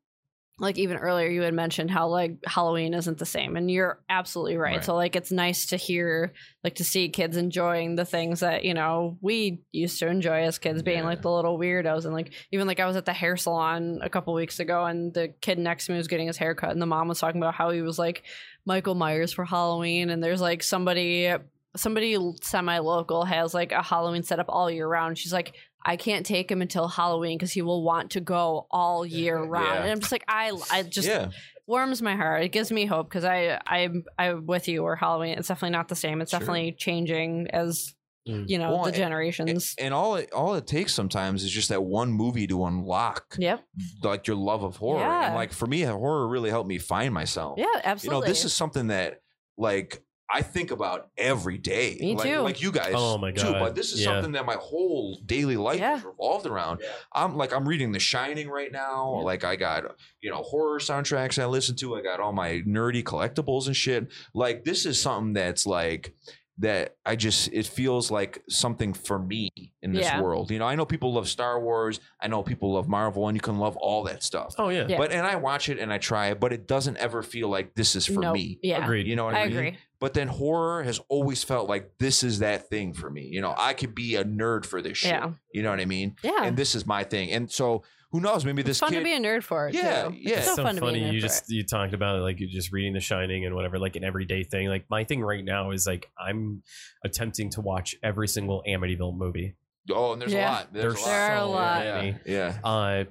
S4: Like even earlier, you had mentioned how like Halloween isn't the same, and you're absolutely right.
S2: Right.
S4: So like it's nice to hear, like to see kids enjoying the things that you know we used to enjoy as kids, being
S2: Yeah.
S4: like the little weirdos, and like even like I was at the hair salon a couple weeks ago, and the kid next to me was getting his haircut, and the mom was talking about how he was like Michael Myers for Halloween, and there's like somebody somebody semi local has like a Halloween setup all year round. She's like, I can't take him until Halloween because he will want to go all year round.
S2: Yeah.
S4: And I'm just like, I I just
S2: yeah
S4: warms my heart. It gives me hope because I I'm I'm with you. Or Halloween, it's definitely not the same. It's
S2: Sure.
S4: definitely changing as
S1: Mm.
S4: you know
S2: Well,
S4: the
S2: and- and,
S4: generations.
S2: and all it all it takes sometimes is just that one movie to unlock
S4: yep.
S2: like your love of horror. And
S4: Mm. Yeah.
S2: like for me, horror really helped me find myself.
S4: Yeah.
S2: you
S4: Absolutely.
S2: know, this is something that like I think about every day.
S4: Me
S2: like,
S4: too.
S2: Like you guys.
S1: Oh my
S2: Too,
S1: God.
S2: but this is
S1: Yeah.
S2: something that my whole daily life
S4: Yeah.
S2: is revolved around.
S5: Yeah.
S2: I'm like I'm reading The Shining right now. Like I got you know horror soundtracks I listen to. I got all my nerdy collectibles and shit. Like this is something that's like that I just it feels like something for me in this
S4: Yeah.
S2: world. You know, I know people love Star Wars. I know people love Marvel, and you can love all that stuff.
S1: Oh yeah.
S4: Yeah.
S2: But and I watch it and I try it, but it doesn't ever feel like this is for
S4: Nope.
S2: me.
S4: Yeah.
S1: Agreed.
S2: You know what I,
S4: I
S2: mean?
S4: agree.
S2: But then horror has always felt like this is that thing for me. You know, I could be a nerd for this shit.
S4: Yeah.
S2: You know what I mean?
S4: Yeah.
S2: And this is my thing. And so who knows? Maybe this
S4: it's fun
S2: kid.
S4: to be a nerd for it.
S2: Yeah,
S4: too.
S2: yeah.
S4: It's so, fun to be a nerd
S1: You
S4: for
S1: just you talked about like you just reading The Shining and whatever, like an everyday thing. Like my thing right now is like I'm attempting to watch every single Amityville movie.
S2: oh, and there's a
S4: Yeah.
S2: lot. There's,
S1: There's
S2: a lot.
S1: so
S4: There are a lot.
S2: Yeah.
S1: many.
S2: yeah.
S1: Uh,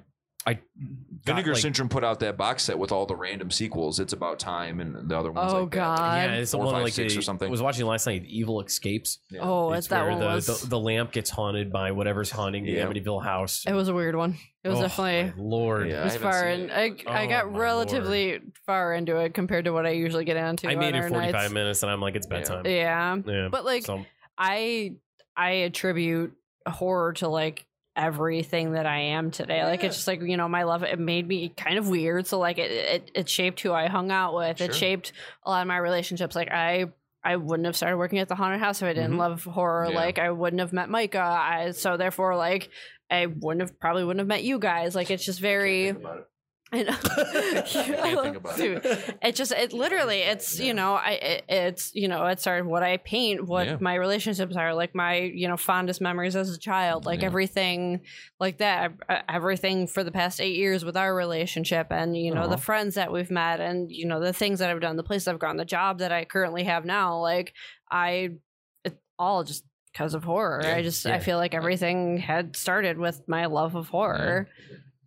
S1: I got,
S2: Vinegar
S1: like-
S2: Syndrome put out that box set with all the random sequels. It's about time and the other ones.
S4: Oh,
S2: like that.
S4: God.
S1: uh, Yeah, it's the
S2: Four,
S1: one
S2: five,
S1: like
S2: six
S1: the-
S2: or something.
S1: I was watching last night. The Evil Escapes.
S4: it. Oh,
S1: it's
S4: it's that
S1: where
S4: one
S1: the,
S4: was.
S1: the the lamp gets haunted by whatever's haunting
S2: Yeah.
S1: the Amityville house.
S4: it was a weird one. It was
S1: Oh,
S4: definitely.
S1: my Lord.
S2: Yeah, I
S4: was
S2: haven't
S4: far
S2: seen
S4: in. I,
S2: it.
S4: I
S1: Oh,
S4: got
S1: my
S4: relatively far into it compared to what I usually get into.
S1: I made
S4: on
S1: it
S4: our
S1: 45
S4: nights.
S1: minutes, and I'm like, it's
S2: Yeah.
S1: bedtime.
S4: Yeah,
S1: Yeah.
S4: but like
S1: so,
S4: I I attribute horror to like everything that I am today. Like it's just like you know my love. It made me kind of weird. So like it it, it shaped who I hung out with.
S2: Sure.
S4: It shaped a lot of my relationships. Like I. I wouldn't have started working at the haunted house if I didn't
S2: Mhm.
S4: love horror.
S2: Yeah.
S4: Like I wouldn't have met Micah. I so therefore like I wouldn't have probably wouldn't have met you guys. Like it's just very [LAUGHS]
S2: [LAUGHS]
S6: Can't think about it.
S4: I
S2: can't
S4: know.
S2: think about
S5: [LAUGHS]
S2: it.
S4: Dude, it just it literally it's
S2: Yeah.
S4: you know I it, it's you know it's sort of what I paint, what
S2: Yeah.
S4: my relationships are, like my you know fondest memories as a child, like
S2: Yeah.
S4: everything like that, ev- e, everything for the past eight years with our relationship, and you know
S2: Uh-huh.
S4: the friends that we've met, and you know the things that I've done, the places I've gone, the job that I currently have now, like I it all just because of horror.
S2: Yeah,
S4: I just
S2: yeah.
S4: I feel like everything had started with my love of horror,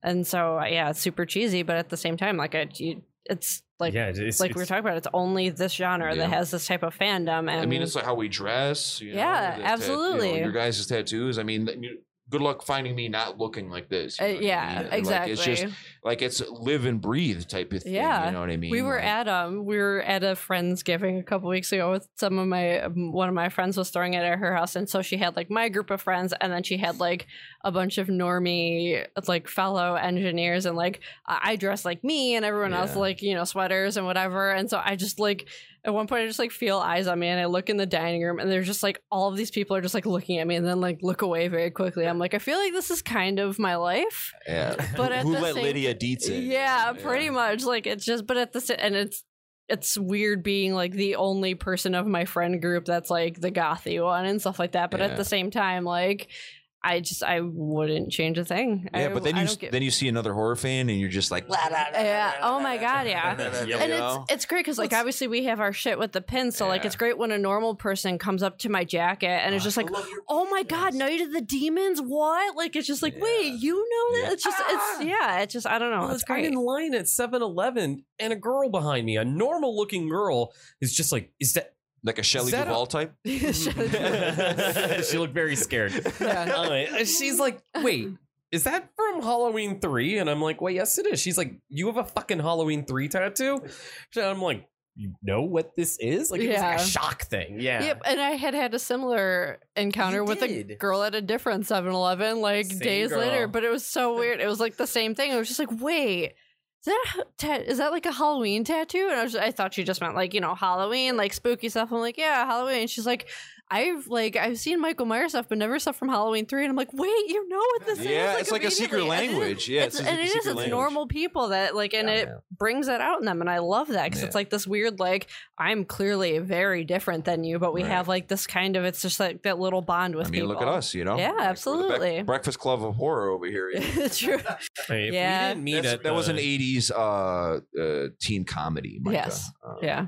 S4: and so yeah, it's super cheesy, but at the same time, like I, you, it's like
S1: yeah, it's,
S4: like we were
S1: it's-
S4: talking about, it's only this genre
S2: Yeah.
S4: that has this type of fandom, and
S2: I mean, it's like how we dress. You know,
S4: Yeah,
S2: the tat- you know,
S4: absolutely.
S2: your guys' tattoos. I mean, th- you-
S7: good luck finding me not looking like this.
S4: Uh,
S7: you know what I
S4: yeah,
S7: mean? Like,
S4: exactly.
S7: it's just like it's live and breathe type of thing.
S4: Yeah.
S7: You know what I mean?
S4: we were
S7: Like,
S4: at um we were at a friendsgiving a couple weeks ago with some of my um, one of my friends was throwing it at her house and so she had like my group of friends and then she had like a bunch of normie like fellow engineers and like I I dressed like me and everyone else
S2: Yeah.
S4: like you know sweaters and whatever and so I just like at one point I just like feel eyes on me and I look in the dining room and there's just like all of these people are just like looking at me and then like look away very quickly I'm like I feel like this is kind of my life
S2: Yeah.
S4: [LAUGHS]
S2: [LAUGHS]
S4: But at
S2: who
S4: the
S2: let
S4: same-
S2: Lydia Dietz in?
S4: yeah, pretty much. Like it's just, but at the sa- and it's it's weird being like the only person of my friend group that's like the gothy one and stuff like that. But
S2: Yeah.
S4: at the same time, like I just I wouldn't change a thing.
S2: Yeah,
S4: I,
S2: but then
S4: I
S2: you
S4: don't
S2: s-
S4: get-
S2: then you see another horror fan and you're just like, "La, la, la,
S4: Yeah.
S2: la, la,
S4: Oh my
S2: la,
S4: God,
S2: la,
S4: yeah.
S2: [LAUGHS] la, la, la,"
S1: Yep.
S2: you
S4: and it's
S2: know?
S4: it's great because like
S2: Let's-
S4: obviously we have our shit with the pins, so like
S2: Yeah.
S4: it's great when a normal person comes up to my jacket and it's just like, oh my god, no, you did the demons? What? Like it's just like,
S2: Yeah.
S4: wait, you know that?
S2: Yeah.
S4: It's just it's yeah, it's just I don't know.
S1: Oh,
S4: Ah! It's
S1: I'm
S4: great.
S1: in
S4: [LAUGHS]
S1: line at 7-Eleven, and a girl behind me, a normal-looking girl, is just like, "Is
S4: [LAUGHS]
S1: that?"
S2: like a Shelley
S1: Is that a-
S2: Duvall type.
S1: [LAUGHS] she looked very scared.
S4: Yeah.
S1: [LAUGHS] Uh, she's like,
S4: [LAUGHS]
S1: "Wait, is that from Halloween 3?" And I'm like, "Well, yes, it is." She's like, "You have a fucking Halloween 3 tattoo?" And I'm like, "You know what this is?" Like, it was
S4: Yeah.
S1: like a shock thing. Yeah.
S4: Yep, and I had had a similar encounter
S1: You
S4: with a
S1: did.
S4: girl at a different 7-Eleven like
S1: Same
S4: days
S1: girl.
S4: later, but it was
S2: [LAUGHS]
S4: so weird. It was like the same thing. I was just like, "Wait, is that a ta- is that like a Halloween tattoo?" And I was I thought she just meant like, you know, Halloween, like spooky stuff. I'm like, "Yeah, Halloween." And she's like, "I've like I've seen Michael Myers stuff, but never stuff from Halloween 3." And I'm like, "Wait, you know what this is?"
S2: Yeah, it's like a secret
S4: immediately. And it is-
S2: language. Yeah,
S4: it's,
S2: it's a
S4: and it is
S2: secret
S4: it's
S2: language.
S4: normal people that like and it brings it out in them and i love that because it's like this weird like i'm clearly very different than you but we
S2: Right.
S4: have like this kind of it's just like that little bond with
S2: I mean,
S4: people
S2: look at us, you know?
S4: Yeah,
S2: Like, we're the
S4: absolutely.
S2: Breakfast Club of Horror over here.
S4: [LAUGHS]
S5: [LAUGHS] Oh
S4: true
S1: Hey, if We
S4: Yeah.
S1: didn't [LAUGHS] meet
S2: That's-
S1: at
S2: that was
S1: the-
S2: an 80s uh, uh, teen comedy. Micah.
S4: Yes.
S2: Uh,
S4: yeah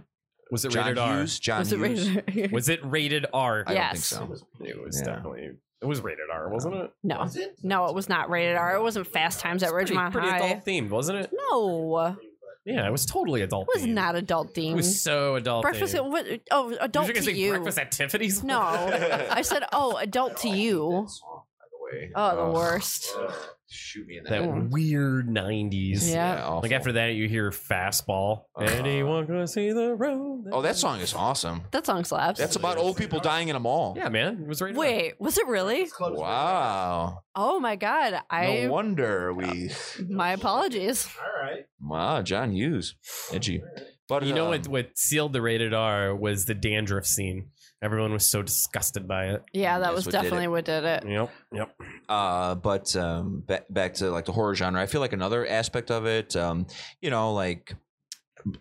S1: Was it
S2: John
S1: rated R?
S2: Hughes. John
S4: was it
S2: Hughes.
S4: [LAUGHS] rated-
S1: Was it rated R?
S2: I
S4: Yes.
S2: don't
S1: It
S2: think
S1: was,
S2: so.
S1: it was
S2: Yeah.
S1: definitely it was rated R, wasn't it?
S4: no
S5: Was it?
S4: no it was not rated r it wasn't fast times at
S1: Pretty,
S4: ridgemont
S1: pretty
S4: high
S1: adult themed, wasn't it?
S4: no
S1: Yeah, it was totally adult.
S4: it was
S1: themed.
S4: not adult
S1: It
S4: themed
S1: was so adult.
S4: breakfast
S1: themed.
S4: at what oh
S1: You were
S4: adult
S1: gonna
S4: to
S1: say
S4: you
S1: breakfast at Tiffany's. [LAUGHS]
S4: no i said oh adult to you
S2: Way.
S4: oh
S2: Uh,
S4: the worst
S2: uh, shoot me in the
S1: that
S2: head.
S7: Hmm.
S1: weird '90s.
S4: Yeah.
S2: awful.
S1: Like after that, you hear fastball.
S2: Uh-huh.
S1: Anyone gonna see the road?
S7: Oh, that song is awesome.
S4: that song slaps
S7: That's about old people dying in a mall.
S1: Yeah, man, it was rated. R.
S4: wait was it really
S7: Wow.
S4: oh my god i
S7: no wonder we.
S4: my apologies
S5: All right.
S7: Wow, John Hughes, edgy. But
S1: You know
S7: um,
S1: what? What sealed the rated R was the dandruff scene. Everyone was so disgusted by it.
S4: Yeah, that
S2: That's
S4: was
S2: what did it.
S4: definitely what did it.
S1: Yep. Yep.
S2: uh but um ba- back to like the horror genre i feel like another aspect of it um you know like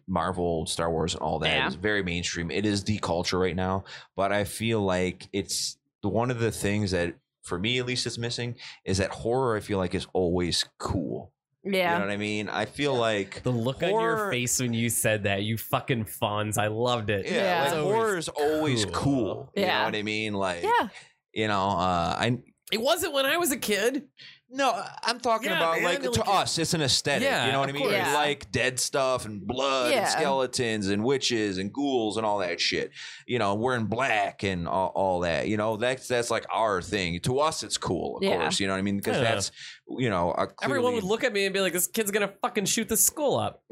S2: marvel star wars and all that
S4: Yeah.
S2: is very mainstream it is the culture right now but i feel like it's one of the things that for me at least is missing is that horror i feel like is always cool you
S4: Yeah.
S2: know what i mean i feel like
S1: The look on your
S2: Horror-
S1: face when you said that, you fucking fawns. I loved it.
S2: yeah,
S4: Yeah.
S2: like
S1: It's always
S2: horror is always
S1: cool.
S2: cool, you
S4: Yeah.
S2: know what i mean like
S4: Yeah.
S2: you know uh i
S1: It wasn't when I was a kid.
S2: No, I'm talking
S1: Yeah,
S2: about
S1: man,
S2: like
S1: like
S2: to
S1: it-
S2: us, it's an aesthetic.
S1: Yeah,
S2: you know what I
S1: of
S2: mean?
S1: course.
S2: We
S4: Yeah.
S2: like dead stuff and blood
S4: Yeah.
S2: and skeletons and witches and ghouls and all that shit. You know, wearing black and all, all that. You know, that's that's like our thing. To us, it's cool, of
S4: Yeah.
S2: course. You know what I mean? Because
S1: Yeah.
S2: that's you know, a
S1: Everyone
S2: clearly-
S1: would look at me and be like, "This kid's gonna fucking shoot the school up."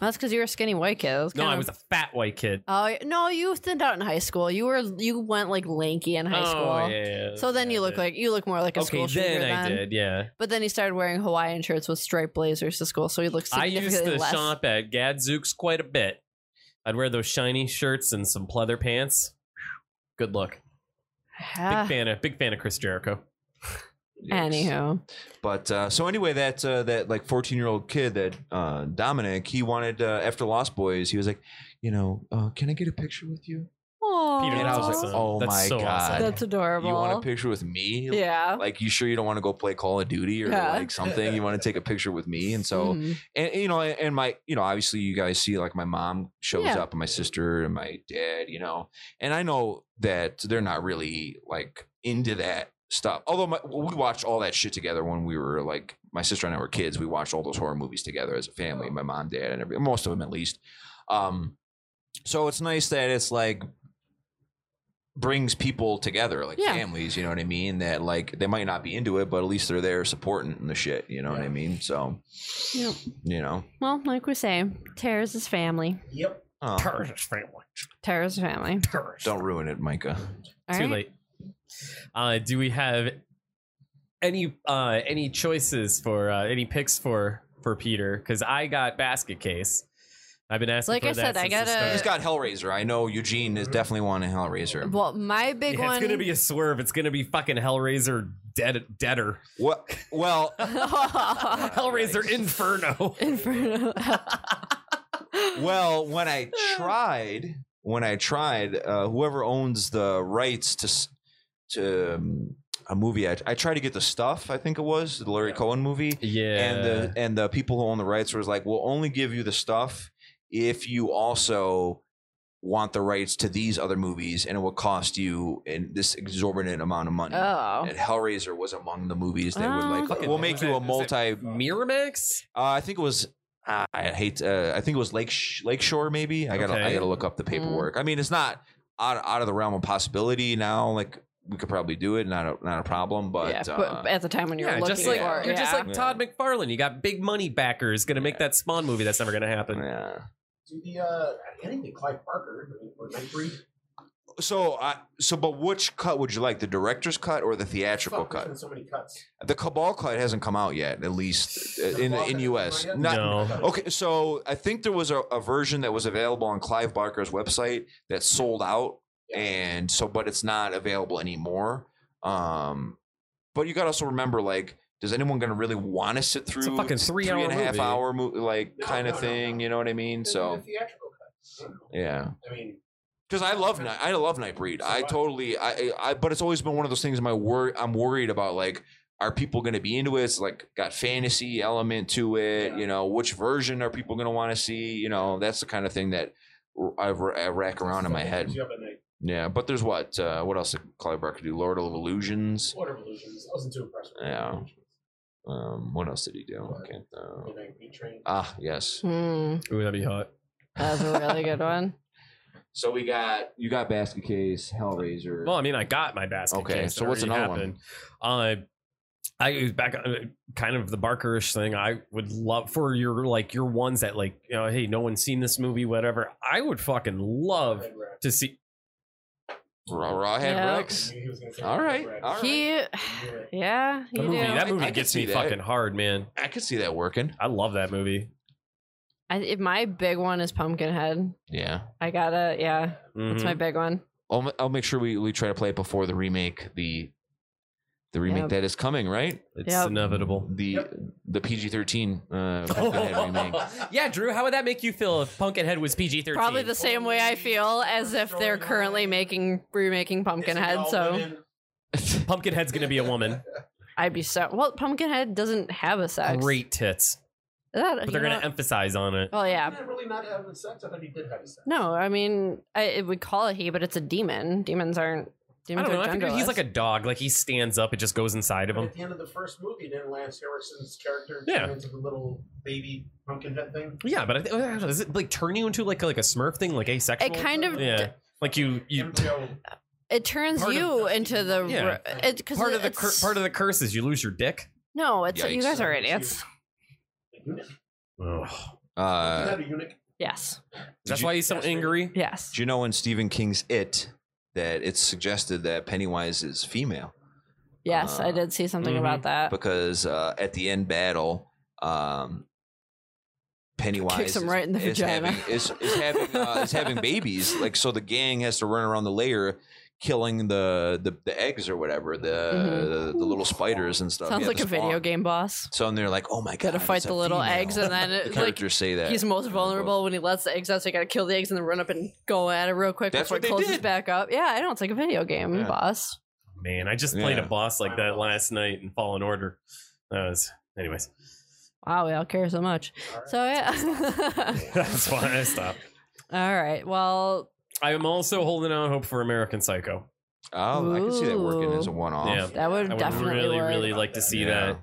S4: That's because you were a skinny white kid. That was
S1: No,
S4: kind
S1: I
S4: of-
S1: was a fat white kid.
S4: Oh yeah. no, you thinned out in high school. You were you went like lanky in high
S1: Oh,
S4: school.
S1: yeah.
S4: So then
S1: Yeah,
S4: you
S1: I
S4: look
S1: did.
S4: like you look more like a
S1: okay.
S4: school shooter
S1: Then I
S4: then.
S1: did. Yeah.
S4: But then he started wearing Hawaiian shirts with striped blazers to school, so he looked
S1: I used
S4: significantly
S1: to
S4: less.
S1: shop at Gadzooks quite a bit. I'd wear those shiny shirts and some pleather pants. Good look. Big
S4: Ah,
S1: fan of big fan of Chris Jericho.
S2: Yes.
S4: Anywho,
S2: But uh, so anyway, that uh, that like 14 year old kid that uh, Dominic, he wanted uh, after Lost Boys, he was like, you know, uh, can I get a picture with you?
S1: Peter
S2: And I was
S1: That's
S2: like,
S1: awesome.
S2: oh
S1: That's
S2: my
S1: so
S2: god,
S1: awesome.
S4: that's adorable.
S2: you want a picture with me?
S4: yeah.
S2: like you sure you don't want to go play call of duty or
S4: Yeah.
S2: like something you want to take a picture with me and so
S4: Mhm.
S2: and you know and my you know obviously you guys see like my mom shows
S4: Yeah.
S2: up and my sister and my dad you know and i know that they're not really like into that stuff although my, we watched all that shit together when we were like my sister and i were kids we watched all those horror movies together as a
S4: Oh.
S2: family my mom dad and every most of them at least um so it's nice that it's like brings people together, like
S4: Yeah.
S2: families. You know what I mean? That like they might not be into it, but at least they're there supporting the shit. You know what I
S5: Yeah.
S2: mean? So,
S4: Yep.
S2: you know,
S4: Well, like we say, Tara's his family.
S5: Yep.
S2: Oh,
S1: Terrorist family.
S4: Tara's family.
S1: Terrorist.
S2: don't ruin it, Micah.
S4: All
S1: Too
S4: right.
S1: late. Uh, do we have any uh, any choices for uh, any picks for for Peter? Because I got basket case. I've been asking
S4: Like
S1: for
S4: I
S1: that
S4: said, I
S1: since the
S4: gotta-
S1: start.
S2: He's got Hellraiser. I know Eugene is definitely wanting Hellraiser.
S4: Well, my big
S1: Yeah,
S4: one.
S1: it's
S4: [LAUGHS]
S1: gonna be [LAUGHS] a swerve. It's gonna be fucking Hellraiser dead deader.
S2: What?
S1: [LAUGHS]
S2: Well,
S1: Hellraiser
S2: yikes.
S4: [LAUGHS]
S1: Inferno.
S4: Inferno.
S2: [LAUGHS]
S1: [LAUGHS]
S2: well, when I tried, when I tried, uh, whoever owns the rights to s- to um, a movie, I, I tried to get the stuff. I think it was the Larry Cohen movie,
S1: Yeah.
S2: and uh, the and the people who own the rights was like, "We'll only give you the stuff if you also." want the rights to these other movies and it will cost you in this exorbitant amount of money
S4: oh.
S2: and hellraiser was among the movies that would
S4: Oh.
S2: like
S1: Fucking-
S2: we'll
S1: was
S2: make you
S1: that-
S2: a
S1: was
S2: multi
S1: Miramax.
S2: Uh, I think it was. I I hate. Uh, I think it was Lake Lakeshore. Maybe I gotta. I
S1: Okay.
S2: gotta look up the paperwork. I mean, it's not out, out of the realm of possibility now. Like we could probably do it. Not a not a problem. But,
S4: yeah,
S2: uh,
S4: but at the time when you
S1: Yeah,
S4: were looking
S1: just like
S4: for,
S1: you're
S4: yeah.
S1: just like
S2: Yeah.
S1: Todd McFarlane. You got big money backers gonna make that Spawn movie. That's never gonna happen.
S2: yeah.
S5: Do the uh, anything Clive Barker I mean, or Nightbreed.
S2: So I so but which cut would you like? The director's cut or the theatrical
S5: Fuck, there's been
S2: cut?
S5: So many cuts.
S2: The Cabal cut hasn't come out yet. At least uh,
S5: The
S2: in
S5: Cabal
S2: in
S5: cut
S2: U.S.
S5: hasn't come out
S2: Not,
S5: yet?
S1: no.
S2: Okay, so I think there was a, a version that was available on Clive Barker's website that sold out, and so but it's not available anymore. Um, but you got to also remember, like, does anyone going to really want to sit through
S1: a fucking
S2: three
S1: three-hour
S2: and a half
S1: movie.
S2: hour movie, like
S5: No,
S2: kind of
S5: no, no,
S2: thing?
S5: no.
S2: You know what I mean?
S5: There's
S2: So
S5: been theatrical cuts. I don't know.
S2: yeah,
S5: I mean,
S2: because I love Night, I love Nightbreed. I
S5: So I-
S2: totally, I, I, I- but it's always been one of those things. My wor- I'm worried about like, are people going to be into it? It's like got fantasy element to it.
S5: Yeah.
S2: You know, which version are people going to want to see? You know, that's the kind of thing that r- I, r- I rack around in my
S5: something keeps
S2: head.
S5: You up at night.
S2: Yeah, but there's what, uh, what else did Clive Barker do? Lord of Illusions.
S5: Water Illusions. I wasn't too impressed. with
S2: Yeah.
S5: Water Illusions.
S2: Um, what else did he do? I can't, uh,
S5: Midnight Beat Train.
S2: ah, yes.
S4: Hmm,
S1: Ooh, that'd be hot.
S4: that's a
S1: [LAUGHS]
S4: really good one.
S2: So we got you got Basket Case, Hellraiser.
S1: Well, I mean, I got my basket.
S2: Okay,
S1: case.
S2: so
S1: It
S2: what's
S1: already
S2: another one?
S1: happened. Uh, I it was back uh, kind of the Barkerish thing. I would love for your like your ones that like you know, hey, no one's seen this movie, whatever. I would fucking love
S5: Red Rack.
S1: to see.
S2: Raw, Rawhead
S4: Yeah.
S5: I
S2: Rex.
S5: knew he was gonna say
S2: All
S5: Red
S2: right,
S5: Rack. [LAUGHS]
S2: all right.
S4: He,
S5: I knew it.
S4: [SIGHS] yeah,
S1: The
S4: you
S1: movie,
S4: do.
S1: that movie
S2: I- I
S1: gets
S2: could
S1: me
S2: see that.
S1: fucking hard, man.
S2: I could see that working.
S1: I love that movie.
S4: I, if my big one is Pumpkinhead.
S2: Yeah.
S4: I gotta, yeah, that's
S1: Mhm.
S4: my big one.
S2: I'll, ma- I'll make sure we, we try to play it before the remake the the remake
S4: Yep.
S2: that is coming right
S1: it's
S4: Yep.
S1: inevitable.
S2: the
S5: Yep.
S2: the PG thirteen uh, Pumpkinhead remake. [LAUGHS]
S5: [LAUGHS]
S1: yeah, Drew, how would that make you feel if Pumpkinhead was PG thirteen?
S4: Probably the same way I feel as if they're currently making remaking
S5: It's gonna be
S4: Pumpkinhead.
S5: all
S4: So
S5: women.
S1: Pumpkinhead's gonna be a
S4: [LAUGHS]
S1: woman.
S4: I'd be so well. Pumpkinhead doesn't have a sex.
S1: Great tits,
S4: That-
S1: but
S4: you
S1: they're
S4: know
S1: gonna
S4: what?
S1: emphasize on it.
S4: Well, oh, yeah.
S5: Didn't I really not having sex? I thought he did have sex.
S4: No, I mean, I, it would call it he, but it's a demon. Demons aren't.
S1: I
S4: Demons
S1: don't know. I
S4: Are
S1: figured he's
S4: genderless.
S1: like a dog. Like he stands up, it just goes inside of
S5: But
S1: him.
S5: at the end of the first movie, didn't Lance Harrison's character
S1: Yeah.
S5: turn into the little baby Pumpkinhead thing?
S1: Yeah, but I thi- I don't know, does it like turn you into like a, like a Smurf thing, like asexual?
S4: It kind of
S1: yeah, like you you
S5: Embryo.
S4: it turns
S1: part of
S4: you
S5: the-
S4: into the
S1: Yeah.
S4: it, cause
S1: part of the
S4: it's-
S1: cur- part of the curse is you lose your dick.
S4: no. It's you
S2: Yikes.
S4: guys are idiots.
S5: Eunuch. Isn't
S2: Uh,
S5: that a eunuch?
S4: Yes,
S1: That's
S2: you-
S1: why he's so angry.
S4: yes.
S2: do you know in Stephen King's It that it's suggested that Pennywise is female
S4: Yes, I
S2: Uh,
S4: did see something
S1: mhm.
S4: about
S2: [LAUGHS]
S4: that.
S2: because uh, at the end battle, um, Pennywise
S4: Kicks him
S2: is-
S4: right in the
S2: is
S4: vagina.
S2: having- is, is having uh, is
S4: [LAUGHS]
S2: having babies. Like so, the gang has to run around the lair, killing the the, the eggs or whatever the, the the little spiders and
S1: uh,
S2: stuff.
S4: Mm-hmm. Sounds
S2: Yeah,
S4: like
S2: the
S4: a video
S2: spawn.
S4: game boss.
S2: So and they're like, oh my god,
S4: Gotta fight
S2: it's a
S4: the little
S2: female.
S4: eggs, and
S2: [LAUGHS]
S4: then
S2: the
S4: it, like
S2: characters say that
S4: he's most vulnerable when he lets the eggs out. So you gotta kill the eggs and then run up and go at it real quick
S2: That's
S4: before
S2: what
S4: it
S2: they
S4: closes
S2: did.
S4: back up. Yeah, I know it's like a video game
S2: Yeah.
S4: boss.
S1: Oh, Man, I just played a
S2: Yeah.
S1: boss like that last night in Fallen Order. That was, anyways. [LAUGHS]
S4: Wow, we all care so much.
S5: All right.
S4: So [LAUGHS] yeah. [LAUGHS]
S1: That's why I stopped.
S4: all right. Well,
S1: I am also holding out hope for American Psycho.
S2: Oh, I can see that working as a
S4: Ooh.
S2: one-off.
S1: Yeah.
S4: that would
S1: I would
S4: definitely
S1: really,
S4: work.
S1: really like to see
S2: Yeah.
S1: that.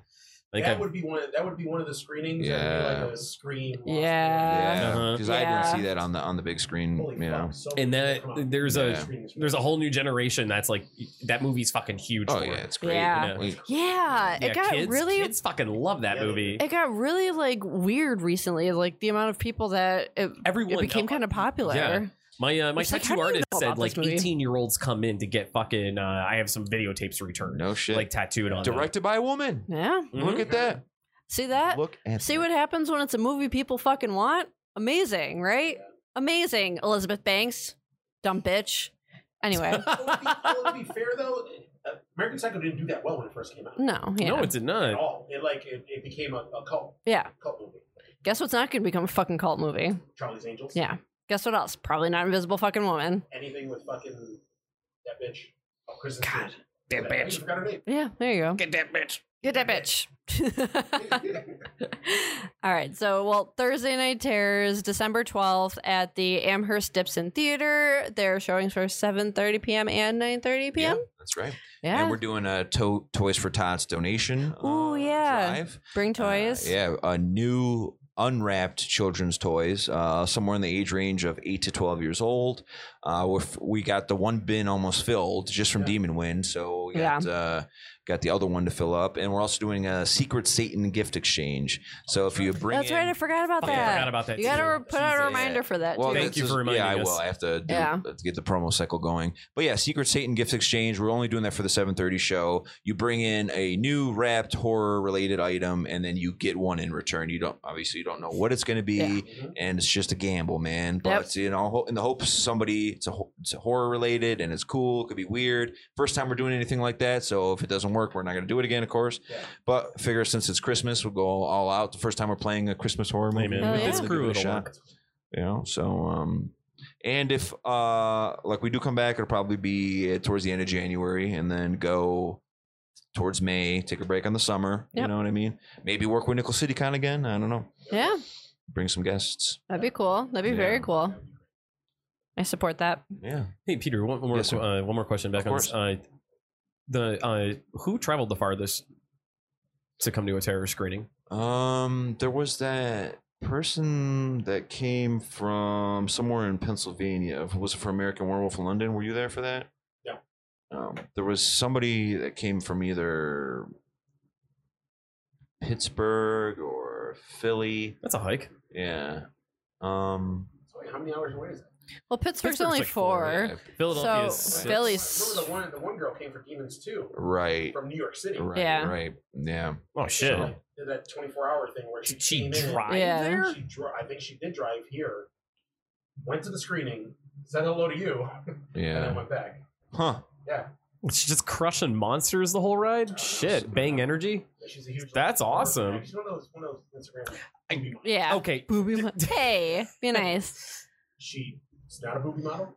S1: Like
S5: that
S1: I-
S5: would be one. That would be one of the screenings. that would be
S2: Yeah.
S5: like a screen. lost
S4: Yeah.
S2: yeah,
S1: Uh-huh.
S2: because I
S4: Yeah.
S2: didn't see that on the on the big
S5: in.
S2: screen.
S5: Holy
S2: you know.
S5: fuck, so
S1: And
S5: many
S1: that-
S5: people come out.
S1: there's a-
S5: Screenings.
S1: there's a whole new generation that's like that movie's fucking huge.
S2: Oh
S1: for
S2: yeah,
S1: it.
S2: it's great.
S4: Yeah.
S1: Yeah.
S2: Like,
S4: Yeah,
S1: Yeah,
S4: Uh, it got
S1: kids,
S4: really
S1: kids fucking love that
S5: Yeah, they
S1: movie.
S4: it got really like weird recently, like the amount of people that it,
S1: Everyone
S4: it became
S1: uh,
S4: kind of popular.
S1: yeah. My uh, my
S4: It's like,
S1: tattoo
S4: how do you
S1: artist
S4: know
S1: said
S4: about
S1: like
S4: this movie?
S1: 18 year olds come in to get fucking. Uh, I have some videotapes returned,
S2: No shit.
S1: like tattooed on. them.
S2: Directed by a woman.
S4: Yeah.
S1: Mhm.
S4: [LAUGHS]
S2: Look at that.
S4: See that?
S2: Look at
S4: See what happens when it's a movie people fucking want? Amazing, right? Amazing. Elizabeth Banks, dumb bitch. Anyway,
S1: [LAUGHS]
S5: Well, to be-
S1: Mm-hmm.
S5: well, to be fair though, uh, American Psycho didn't do that well when it first came out
S1: Mm.
S4: no, yeah.
S1: No, it's
S5: at
S1: not.
S5: all. It like it, it became a, a cult
S4: yeah.
S5: cult movie.
S4: Guess what's not going to become a fucking cult movie?
S5: Charlie's Angels.
S4: Yeah. Guess what else? Probably not Invisible Fucking Woman.
S5: Anything with fucking that bitch. Oh, Kristen
S1: God,
S5: Stewart.
S1: that
S5: Yeah, I
S1: bitch.
S5: forgot her name.
S4: Yeah, there you go.
S1: Get that bitch.
S4: Get that bitch. [LAUGHS] All right. So, well, Thursday Night Terrors, December 12th at the Amherst Dipson Theater. They're showing for 7.30 p.m. and 9.30
S2: Yeah,
S4: p.m.
S2: that's right.
S4: Yeah.
S2: And we're doing a to- Toys for Tots donation.
S4: Ooh,
S2: uh,
S4: yeah.
S2: drive.
S4: Bring toys.
S2: Uh, yeah, a new unwrapped children's toys, uh, somewhere in the age range of eight to twelve years old. Uh, we're f- we got the one bin almost filled just from
S5: Yeah.
S2: Demon Wind, so we got uh, got the other one to fill up, and we're also doing a Secret Satan gift exchange. So if you bring
S4: That's
S2: in,
S4: right. I forgot about
S1: Fucking
S4: that.
S1: forgot about that.
S4: You gotta
S1: too.
S4: re- put out a
S1: Jesus.
S4: reminder for that.
S2: Well,
S4: too.
S1: Thank
S2: this
S1: you
S2: is-
S1: for reminding
S2: yeah, I
S1: us.
S2: will. I have to do,
S4: Yeah.
S2: let's get the promo cycle going. But yeah, Secret Satan Gift Exchange. We're only doing that for the 7:30 show. You bring in a new wrapped horror related item, and then you get one in return. You don't obviously you don't know what it's going to be,
S4: Yeah.
S5: Mhm.
S2: and it's just a gamble, man. But you know, ho- in the hopes somebody it's a ho- it's a horror related and it's cool. It could be weird. First time we're doing anything like that. So if it doesn't work, we're not going to do it again, of course.
S5: Yeah.
S2: But figure since it's Christmas, we'll go all out. The first time we're playing a Christmas horror movie,
S1: Amen.
S4: Hell
S1: With
S4: Oh, yeah.
S1: this
S2: Give it
S1: crew,
S2: a
S1: it'll
S2: shot
S1: work.
S2: you know so um and if uh like we do come back it'll probably be uh, towards the end of january and then go towards may take a break on the summer you
S4: Yep.
S2: know what i mean maybe work with nickel city con again i don't know
S4: yeah,
S2: bring some guests
S4: that'd be cool. That'd be very
S2: Yeah.
S4: cool. I support that.
S2: yeah
S1: Hey Peter, one, one more
S2: Yes, sir.
S1: uh, one more question back
S2: Of
S1: on this. Uh, the uh, who traveled the farthest to come to a terror screening?
S2: um there was that person that came from somewhere in pennsylvania was it for american werewolf in london were you there for that
S5: No.
S2: um, there was somebody that came from either Pittsburgh or Philly.
S1: That's a hike.
S2: Yeah. Um,
S5: So, wait, how many hours away is it?
S4: Well, Pittsburgh's,
S1: Pittsburgh's
S4: only
S1: like
S4: four.
S1: four, Philadelphia. is
S4: So,
S1: six.
S4: Philly's-
S5: Remember the one? The one girl came for Demons too
S2: right.
S5: from New York City.
S2: Right.
S4: Yeah.
S2: Right. Yeah.
S1: Oh shit.
S2: So-
S5: Did that 24 hour thing where she
S1: Did she
S5: came in.
S1: drive
S4: Yeah.
S1: there?
S5: She dro- I think she did drive here. Went to the screening, said hello to you, and then
S2: Yeah.
S5: went back.
S2: Huh.
S5: Yeah,
S1: She's just crushing monsters the whole ride. Shit, bang energy.
S5: she's a huge.
S1: That's awesome.
S5: She's one of those one of those Instagram.
S1: I-
S4: Yeah.
S1: Okay, [LAUGHS]
S4: Booby. mo- hey, be nice.
S5: She's not a booby model.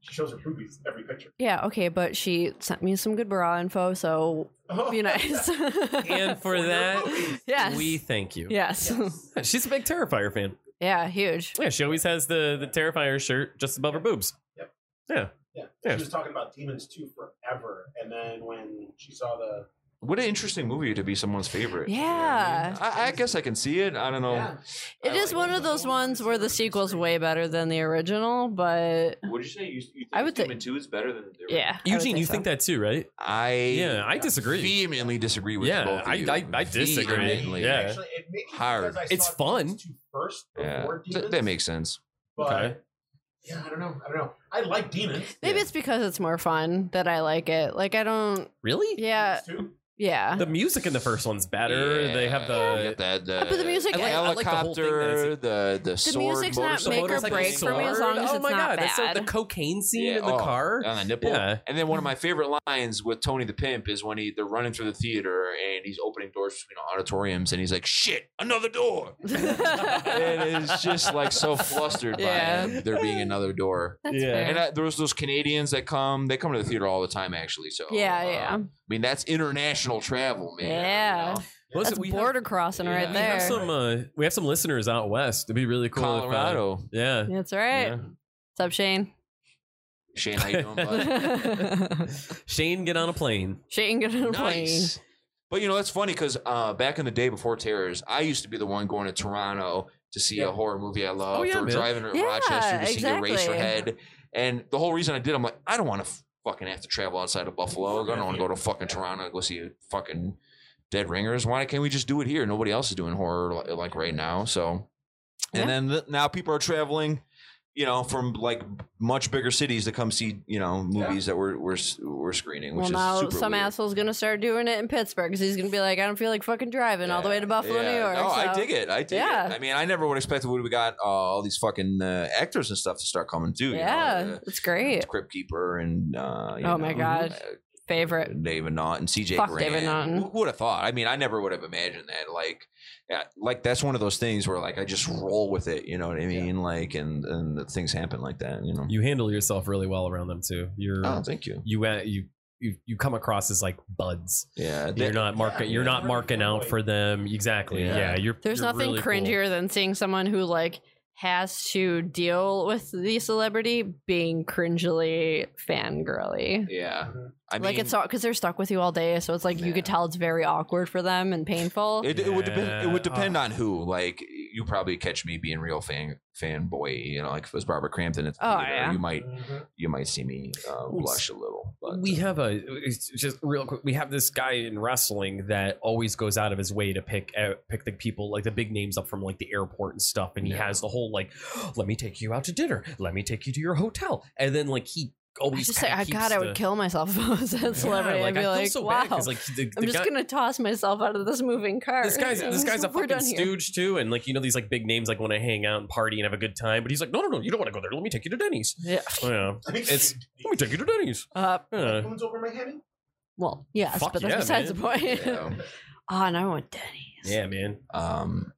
S5: She shows her boobies every picture.
S4: Yeah. Okay, but she sent me some good bra
S1: [LAUGHS]
S4: info, so be
S5: [LAUGHS]
S4: nice.
S1: and for
S5: your
S1: that,
S5: movies.
S4: [LAUGHS] yes.
S1: we thank you.
S4: yes.
S5: Yes.
S1: She's a big Terrifier fan.
S4: [LAUGHS] Yeah. Huge.
S1: Yeah, she always has the the Terrifier shirt just above her boobs.
S5: Yeah.
S1: Yeah.
S5: She was talking about demons too forever, and then when she saw the
S2: What an interesting movie to be someone's favorite. You know what I,
S4: Yeah.
S2: mean? I, I guess I can see it. I don't know.
S5: yeah,
S4: It is one of those ones where the sequel's way better than the original, but
S2: Would you say you, think
S4: I would think Demon
S2: Two is better than
S4: yeah. I would
S1: Eugene, you
S4: so.
S1: think that too, right?
S2: I
S1: Yeah, I disagree.
S2: vehemently disagree with
S1: Yeah,
S2: both of
S1: I-
S2: you.
S1: I- I disagree.
S2: Vehemently.
S1: Yeah.
S5: Actually, it may be because
S2: Hard.
S5: I
S1: It's
S5: saw
S1: fun.
S5: Demons 2 first
S2: Yeah.
S5: before
S2: Th-
S5: demons.
S2: that makes sense.
S5: But,
S1: Okay.
S5: Yeah, I don't know. I don't know. I like demons.
S4: Maybe
S2: Yeah.
S4: it's because it's more fun that I like it. Like I don't.
S1: Really?
S4: Yeah.
S5: Demons too.
S1: [LAUGHS]
S4: Yeah. [LAUGHS]
S1: The music in the first one's better. They have the
S2: the, the,
S4: Uh, but the music- I like-
S1: I like the whole thing that it's-
S2: helicopter, the the sword,
S4: music's not
S2: motorcycle,
S4: make or
S1: motorcycle
S4: break for me as
S1: sword.
S4: long as
S1: oh
S4: it's
S1: my
S4: not
S1: god, that's so- the
S4: bad.
S1: cocaine scene
S2: Yeah,
S1: in the
S2: oh,
S1: car.
S2: on the nipple.
S1: Yeah.
S2: And then one of my favorite lines with Tony the pimp is when he they're running through the theater and he's opening doors between auditoriums and he's like, "Shit, another door."
S4: That's
S2: it is just [LAUGHS] like so flustered
S4: Yeah.
S2: by him, there being another door.
S1: Yeah.
S4: fair.
S2: And I, there was those Canadians that come. They come to the theater all the time, actually. So
S1: Oh,
S4: yeah,
S2: uh,
S4: yeah.
S2: I mean, that's international travel, man.
S4: Yeah.
S2: you know?
S1: Well, listen,
S4: That's
S1: we have-
S4: border crossing
S2: Yeah.
S4: right
S1: We have
S4: there.
S1: some uh, we have some listeners out west. It'd be really cool. if, uh,
S2: Colorado.
S1: yeah.
S4: That's right.
S2: Yeah.
S4: What's up, Shane?
S2: Shane,
S4: [LAUGHS]
S2: how you doing, bud?
S4: Shane
S1: Shane, get on a plane.
S4: [LAUGHS] get on a plane.
S2: nice.
S7: But you know, that's funny because uh, back in the day before Terrors, I used to be the one going to Toronto to see
S1: Yeah.
S7: a horror movie I loved,
S1: yeah,
S7: or
S1: man.
S7: driving to
S4: Oh, Yeah,
S7: Rochester to
S4: exactly.
S7: see Eraserhead. And the whole reason I did, I'm like, I don't want to fucking have to travel outside of Buffalo. I don't want to go to fucking Toronto and go see fucking Dead Ringers. Why can't we just do it here? Nobody else is doing horror li- like right now, so.
S4: Yeah.
S2: And then th- now people are traveling, you know, from like much bigger cities to come see, you know, movies that we're we're s- we're screening, which
S4: well,
S2: is
S4: now
S2: super
S4: some
S2: weird.
S4: asshole's gonna start doing it in Pittsburgh because he's gonna be like, I don't feel like fucking driving all the way to Buffalo,
S2: Yeah.
S4: New York.
S2: No, I
S4: so-
S2: dig it. I dig
S4: Yeah.
S2: it. I mean, I never would expect we got uh, all these fucking uh, actors and stuff to start coming too. you know,
S4: Yeah,
S2: uh,
S4: it's great.
S2: Crypt Keeper and uh, you
S4: Oh my
S2: know,
S4: God.
S2: uh,
S4: Favorite.
S2: David Naughton, CJ
S4: Fuck
S2: Graham.
S4: David Naughton.
S2: Who would have thought? I mean, I never would have imagined that. Like, yeah, like that's one of those things where like I just roll with it. You know what I mean? Like, and and the things happen like that. You know.
S1: You handle yourself really well around them too. You're
S2: oh, thank you.
S1: you uh, you you you come across as like buds.
S2: Yeah,
S1: You're
S2: that-
S1: not marking. You're not
S5: Yeah.
S1: marking out for them. Exactly. Yeah.
S2: Yeah.
S1: you're.
S4: There's
S1: you're
S4: nothing
S1: really cool.
S4: cringier than seeing someone who like has to deal with the celebrity being cringily fangirly.
S2: Yeah,
S5: Mm-hmm.
S2: I mean,
S4: like it's all because they're stuck with you all day, so it's like you could tell it's very awkward for them and painful.
S2: It, it would depend. It would
S1: Yeah.
S2: depend on who. Like you probably catch me being real fan fanboy. You know, like if it was Barbara Crampton, at the
S4: Oh,
S2: theater,
S4: yeah.
S2: you might
S5: Mhm.
S2: you might see me uh, blush a little. But
S1: we have a it's just real quick. We have this guy in wrestling that always goes out of his way to pick uh, pick the people like the big names up from like the airport and stuff, and he
S2: Yeah.
S1: has the whole like, let me take you out to dinner, let me take you to your hotel, and then like he
S4: I
S1: always
S4: just like,
S1: kinda
S4: I,
S1: keeps
S4: God, I
S1: the-
S4: would kill myself [LAUGHS] if I was that celebrity.
S1: Yeah,
S4: I'd be
S1: I feel
S4: like,
S1: so
S4: wow.
S1: bad 'cause, like the,
S4: I'm
S1: the
S4: just
S1: guy,
S4: gonna toss myself out of this moving car.
S1: this
S4: [LAUGHS]
S1: guy's this guy's a
S4: We're
S1: fucking
S4: done here.
S1: stooge too, and like you know these like big names like want to hang out and party and have a good time, but he's like, no, no, no, you don't want to go there. Let me take you to Denny's.
S4: Yeah.
S1: Oh, yeah,
S5: I think
S1: It's- [LAUGHS] let me take you to Denny's.
S4: Uh,
S1: Yeah.
S5: Spoons over my head.
S4: well, yes,
S1: Fuck
S4: but
S1: yeah,
S4: that's besides
S1: man.
S4: the point.
S2: yeah.
S4: [LAUGHS] oh, and I want Denny's.
S1: yeah, man.
S7: Um,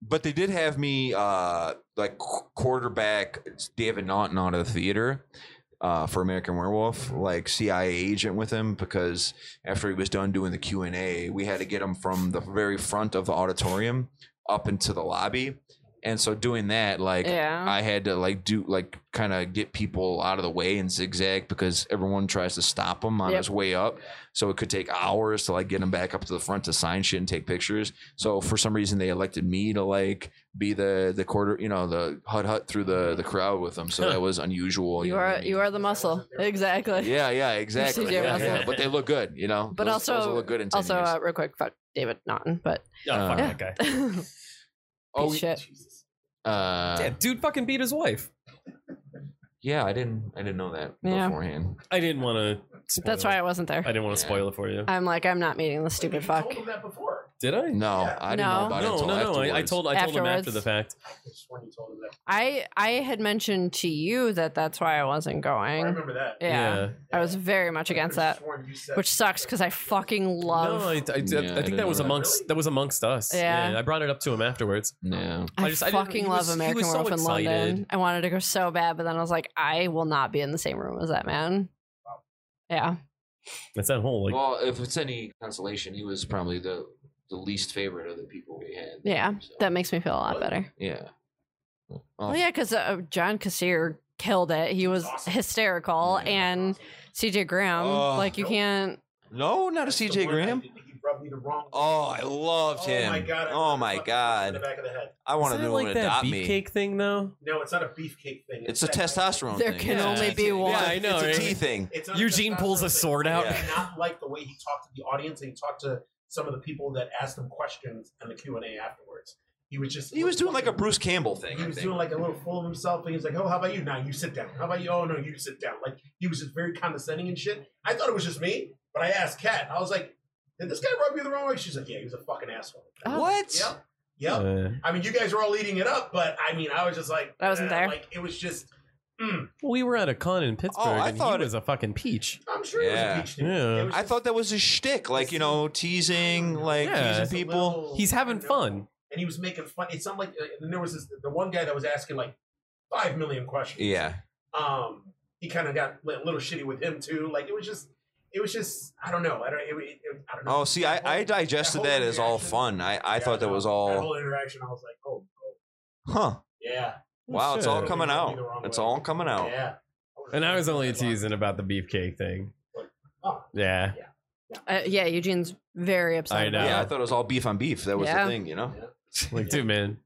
S7: but they did have me uh, like qu- quarterback David Naughton out of the theater uh, for American Werewolf, like CIA agent with him because after he was done doing the Q and A, we had to get him from the very front of the auditorium up into the lobby, and so doing that, like
S4: Yeah.
S7: I had to like do like kind of get people out of the way and zigzag because everyone tries to stop him on
S4: Yep.
S7: his way
S2: oh.
S7: up. So it could take hours to like get him back up to the front to sign shit and take pictures. So for some reason they elected me to like be the the quarter, you know, the hut hut through the the crowd with them. So
S1: Huh. [LAUGHS]
S7: that was
S1: Oh,
S7: unusual.
S4: you
S7: know what
S4: are
S7: I mean?
S4: you are the muscle. [LAUGHS] Exactly.
S7: Yeah,
S4: [LAUGHS]
S7: yeah, exactly.
S4: CJ
S7: Yeah,
S4: Russell.
S7: yeah. But they look good, you know.
S4: But
S7: Those-
S4: also
S7: those will look good in 10
S4: also
S7: years.
S4: uh, real quick, fuck David Naughton, but [LAUGHS]
S1: Oh,
S7: Uh,
S1: fuck
S4: yeah.
S1: that guy.
S4: piece
S7: oh,
S4: of shit.
S5: Jesus.
S7: uh,
S1: Yeah, dude fucking beat his wife.
S7: yeah, I didn't I didn't know that
S4: Yeah.
S7: beforehand.
S1: I didn't want to.
S4: That's why I wasn't there.
S1: I didn't want to
S7: Yeah.
S1: spoil it for you.
S4: I'm like, I'm not meeting this
S5: You
S4: stupid fuck.
S5: told him that before.
S1: Did I?
S7: No,
S5: Yeah.
S7: I didn't
S4: No.
S7: know about it
S1: no,
S7: until
S1: no, no. I, I
S7: afterwards.
S1: told I told him after
S4: Afterwards.
S1: the fact.
S5: I swear you told him that.
S4: I I had mentioned to you that that's why I wasn't
S5: I
S4: going.
S5: remember that.
S4: Yeah, I was very much against that, which sucks because I fucking love.
S1: No, I, I, I,
S7: Yeah, I
S1: think
S7: didn't
S1: that was
S7: know that.
S1: amongst that was amongst us.
S4: Um, Yeah.
S1: I brought it up to him afterwards.
S7: Yeah.
S4: I,
S1: I just- I didn't-
S4: fucking
S1: he
S4: love
S1: was- he
S4: American
S1: was so
S4: Werewolf in
S1: excited.
S4: London. I wanted to go so bad, but then I was like, I will not be in the same room as that man. Yeah,
S1: It's that whole like
S7: well, if it's any consolation, he was probably the the least favorite of the people we had.
S4: yeah,
S7: So,
S4: that makes me feel a lot better.
S7: yeah. Oh,
S4: Well, yeah, because uh, John Kassir killed it. He was
S5: Awesome.
S4: hysterical, and CJ Graham,
S2: Oh.
S4: like you can't.
S2: no, not a CJ Graham.
S5: He rubbed me the wrong.
S2: Oh, I loved him.
S5: Oh my god. I
S2: Oh
S5: rubbed
S2: my
S5: him In the
S2: god.
S5: back of the head.
S2: I
S1: Isn't
S2: want to
S1: that
S2: know
S1: like
S2: to
S1: that
S2: adopt
S1: beefcake
S2: me.
S1: thing though.
S5: No, it's not a beefcake thing.
S2: It's a
S5: that-
S2: testosterone.
S4: There
S2: thing.
S4: can
S2: It's a
S4: only
S2: T
S4: be
S2: thing.
S4: one.
S2: Yeah,
S1: I know,
S2: It's
S1: right?
S2: a T thing.
S5: It's not a
S1: Eugene
S5: testosterone
S1: pulls his
S5: thing.
S1: sword out.
S5: I did not like the way he talked to the audience and he talked to some of the people that asked him questions in the Q and A afterwards. He was just
S2: He was doing like a Bruce Campbell thing.
S5: He
S2: I
S5: was
S2: think.
S5: doing like a little fool of himself, and he was like, "Oh, how about you? Now you sit down. How about you? Oh no, you sit down." Like he was just very condescending and shit. I thought it was just me, but I asked Kat. I was like, "Did this guy rub you the wrong way?" She's like, "Yeah, he was a fucking asshole."
S4: Oh.
S2: What?
S5: Yep, yep.
S1: Uh,
S5: I mean, you guys were all eating it up, but I mean, I was just like,
S4: I wasn't
S5: eh,
S4: there.
S5: Like it was just, mm,
S1: we were at a con in Pittsburgh,
S2: I
S1: and
S2: thought
S1: he was a fucking peach.
S5: I'm sure it was
S2: Yeah.
S5: a peach thing.
S1: Yeah.
S5: It was
S2: I
S5: just
S2: thought that was his shtick, like you know, teasing, like
S1: Yeah.
S2: teasing
S5: a
S2: people.
S5: little-
S1: He's having
S5: I know.
S1: fun.
S5: and he was making fun. It sounded like, like and there was this, the one guy that was asking like five million questions.
S2: Yeah,
S5: um he kind of got li- a little shitty with him too like it was just it was just i don't know i don't, it, it, it- I don't know
S2: Oh, see, I, I digested that as all fun. I, I
S5: Yeah,
S2: thought that
S5: no,
S2: was
S5: that
S2: all,
S5: whole interaction i was like oh, oh,
S2: huh?
S5: yeah
S2: Wow, it's all
S1: Sure.
S2: coming out.
S5: Maybe the wrong
S2: It's
S5: way.
S2: all coming out.
S5: yeah
S1: And I was only teasing about the beefcake thing.
S5: Oh.
S1: Yeah.
S5: Yeah.
S4: Uh, yeah, Eugene's very upset.
S1: I
S4: about
S1: know.
S2: Yeah,
S4: it.
S2: I thought it was all beef on beef. That was
S4: Yeah.
S2: the thing, you know.
S1: Like, dude, man,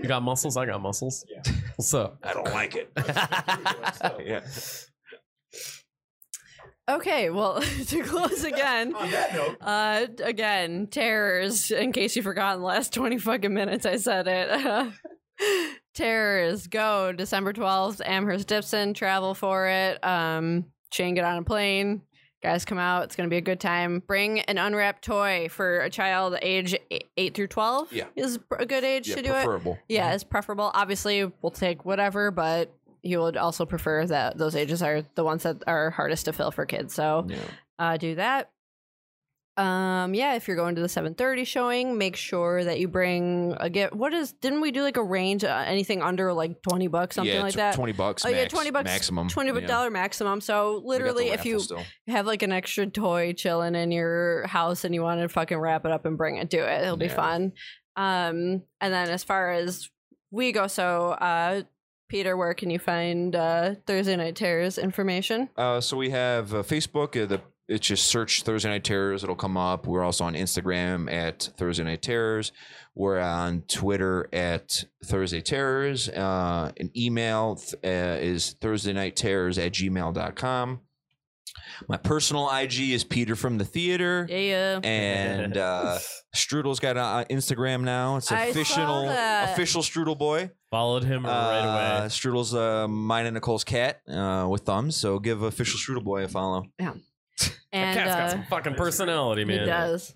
S1: you got muscles. I got muscles.
S5: Yeah.
S1: [LAUGHS] What's up?
S2: I don't like
S4: [LAUGHS]
S2: it. Yeah.
S4: Okay, well, [LAUGHS] to
S2: [LAUGHS]
S4: close [LAUGHS] again.
S5: On that note,
S4: Uh, again, terrors. In case you forgot, in the last twenty fucking minutes, I said it. [LAUGHS] terrors go December twelfth. Amherst Dipson travel for it. Um, Shane get on a plane. Guys, come out. It's gonna be a good time. Bring an unwrapped toy for a child age eight, eight through twelve.
S2: Yeah.
S4: is a good age
S2: Yeah, Mm-hmm.
S4: to do it.
S2: preferable.
S4: Yeah, it's preferable. Obviously, we'll take whatever, but he would also prefer that those ages are the ones that are hardest to fill for kids. So
S2: Yeah.
S4: uh, do that. Um, yeah, if you're going to the 7:30 showing, make sure that you bring a gift. What is? Didn't we do like a range? Uh, anything under like 20 bucks, something
S2: yeah,
S4: like
S2: tw-
S4: that.
S2: Twenty bucks.
S4: oh yeah,
S2: max-
S4: 20 bucks
S2: maximum.
S4: 20
S2: yeah.
S4: dollar maximum. So
S2: They got the
S4: literally, if
S2: raffle
S4: you
S2: still.
S4: have like an extra toy chilling in your house and you want to fucking wrap it up and bring it to it. It'll be
S2: Yeah.
S4: fun. Um, and then as far as we go, so uh, Peter, where can you find uh, Thursday Night Terrors information?
S2: Uh, so we have uh, Facebook. Uh, the it's just search Thursday Night Terrors. It'll come up. We're also on Instagram at Thursday Night Terrors. We're on Twitter at Thursday Terrors. Uh, an email th- uh, is Thursday Night Terrors at gmail.com. My personal IG is Peter from the Theater.
S4: Yeah.
S2: And
S4: [LAUGHS]
S2: uh, Strudel's got an Instagram now. It's
S4: I saw
S2: official,
S4: that.
S2: official Strudel boy.
S1: Followed him right
S2: Uh,
S1: away.
S2: Strudel's uh, mine and Nicole's cat uh, with thumbs. So give official Strudel boy a follow.
S1: That
S4: And
S1: cat's got
S4: uh,
S1: some fucking personality,
S4: he
S1: man.
S4: does.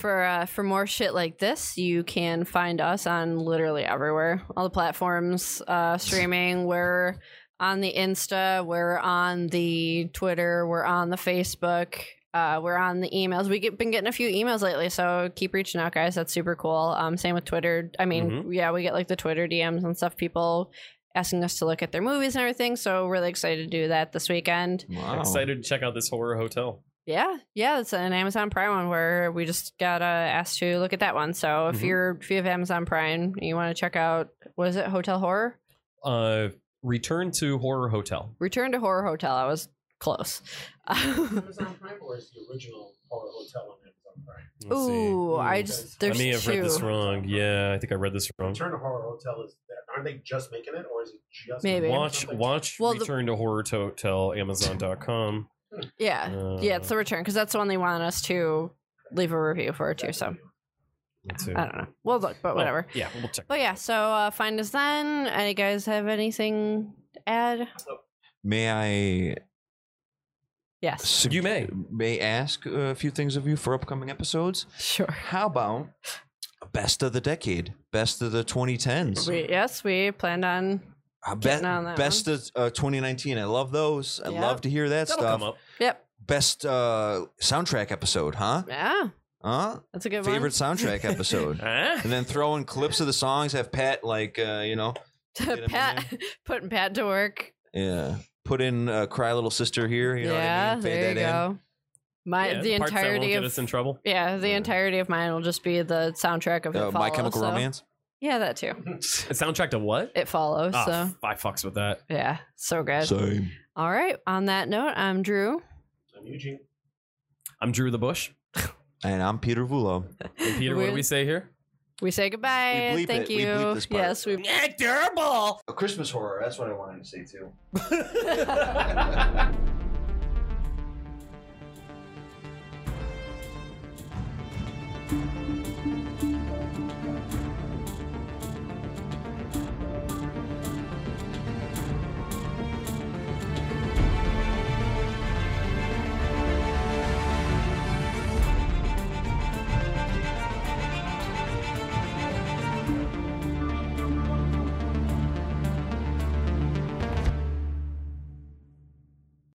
S4: For uh, for more shit like this, you can find us on literally everywhere, all the platforms, uh, streaming. We're on the Insta, we're on the Twitter, we're on the Facebook, uh, we're on the emails. We've been getting a few emails lately, so keep reaching out, guys. That's super cool. Um, same with Twitter. I mean, yeah, we get like the Twitter DMs and stuff. People asking us to look at their movies and everything. So really excited to do that this weekend.
S2: Wow.
S1: Excited to check out this horror hotel.
S4: Yeah, yeah, it's an Amazon Prime one where we just got uh, asked to look at that one. So if
S1: Mhm.
S4: you're if you have Amazon Prime, and you want to check out what is it Hotel Horror?
S1: Uh, return to horror hotel.
S4: Return to Horror Hotel. I was close. [LAUGHS]
S5: Amazon Prime or is the original horror hotel on Amazon Prime?
S1: Let's see.
S4: Ooh, I just
S1: I
S4: there's
S1: may have
S4: two.
S1: read this wrong. Yeah, I think I read this wrong.
S5: Return to Horror Hotel is that? Aren't they just making it, or is it just
S4: Maybe.
S1: Watch, watch.
S4: Well, the-
S1: return to horror hotel. Amazon.com.
S4: yeah,
S1: Uh,
S4: yeah, it's the return because that's the one they wanted us to leave a review for too. So
S1: Let's see.
S4: I don't know. We'll look, but whatever.
S1: Oh, yeah, we'll check.
S4: But yeah, so uh, find us then. Uh, you guys have anything to add?
S2: May I?
S4: Yes,
S2: sug-
S1: You may.
S2: May ask a few things of you for upcoming episodes.
S4: sure.
S2: How about best of the decade, best of the 2010s,
S4: We, yes, we planned on.
S2: Uh, be-
S4: Getting on that
S2: best of uh, 2019? I love those. I
S4: Yeah.
S2: love to hear that
S1: That'll
S2: stuff.
S1: come up.
S4: Yep.
S2: Best uh, soundtrack episode, huh?
S4: Yeah,
S2: Huh?
S4: that's a good one.
S2: Favorite
S4: [LAUGHS]
S2: soundtrack episode.
S1: [LAUGHS] Huh?
S2: And then throw in clips of the songs. Have Pat like uh, you know, Get 'em in
S4: Pat [LAUGHS] putting Pat to work.
S2: yeah. Put in uh, "Cry Little Sister" here. You know what I
S4: yeah,
S2: mean?
S4: there you
S2: that in.
S4: go. My
S1: Yeah,
S4: the
S1: parts that won't
S4: entirety
S1: get
S4: of
S1: us in trouble.
S4: yeah the entirety of mine will just be the soundtrack of
S2: Uh,
S4: it. Follows,
S2: My Chemical
S4: so-
S2: Romance.
S4: Yeah, that too.
S1: A soundtrack to what?
S4: It uh, follows.
S1: Mm-hmm. Ah,
S4: So
S1: f- I fucks with that.
S4: yeah, so good.
S2: Same.
S4: All right. On that note, I'm Drew.
S5: I'm Eugene.
S1: I'm Drew the Bush.
S2: And I'm Peter Vulo.
S1: And Peter, what do
S4: We-
S1: we say here?
S4: We say goodbye.
S2: We bleep
S4: Thank
S2: it. We
S4: you.
S2: bleep this part.
S4: Yes, we.
S1: Durable.
S8: A Christmas horror. That's what I wanted to say too.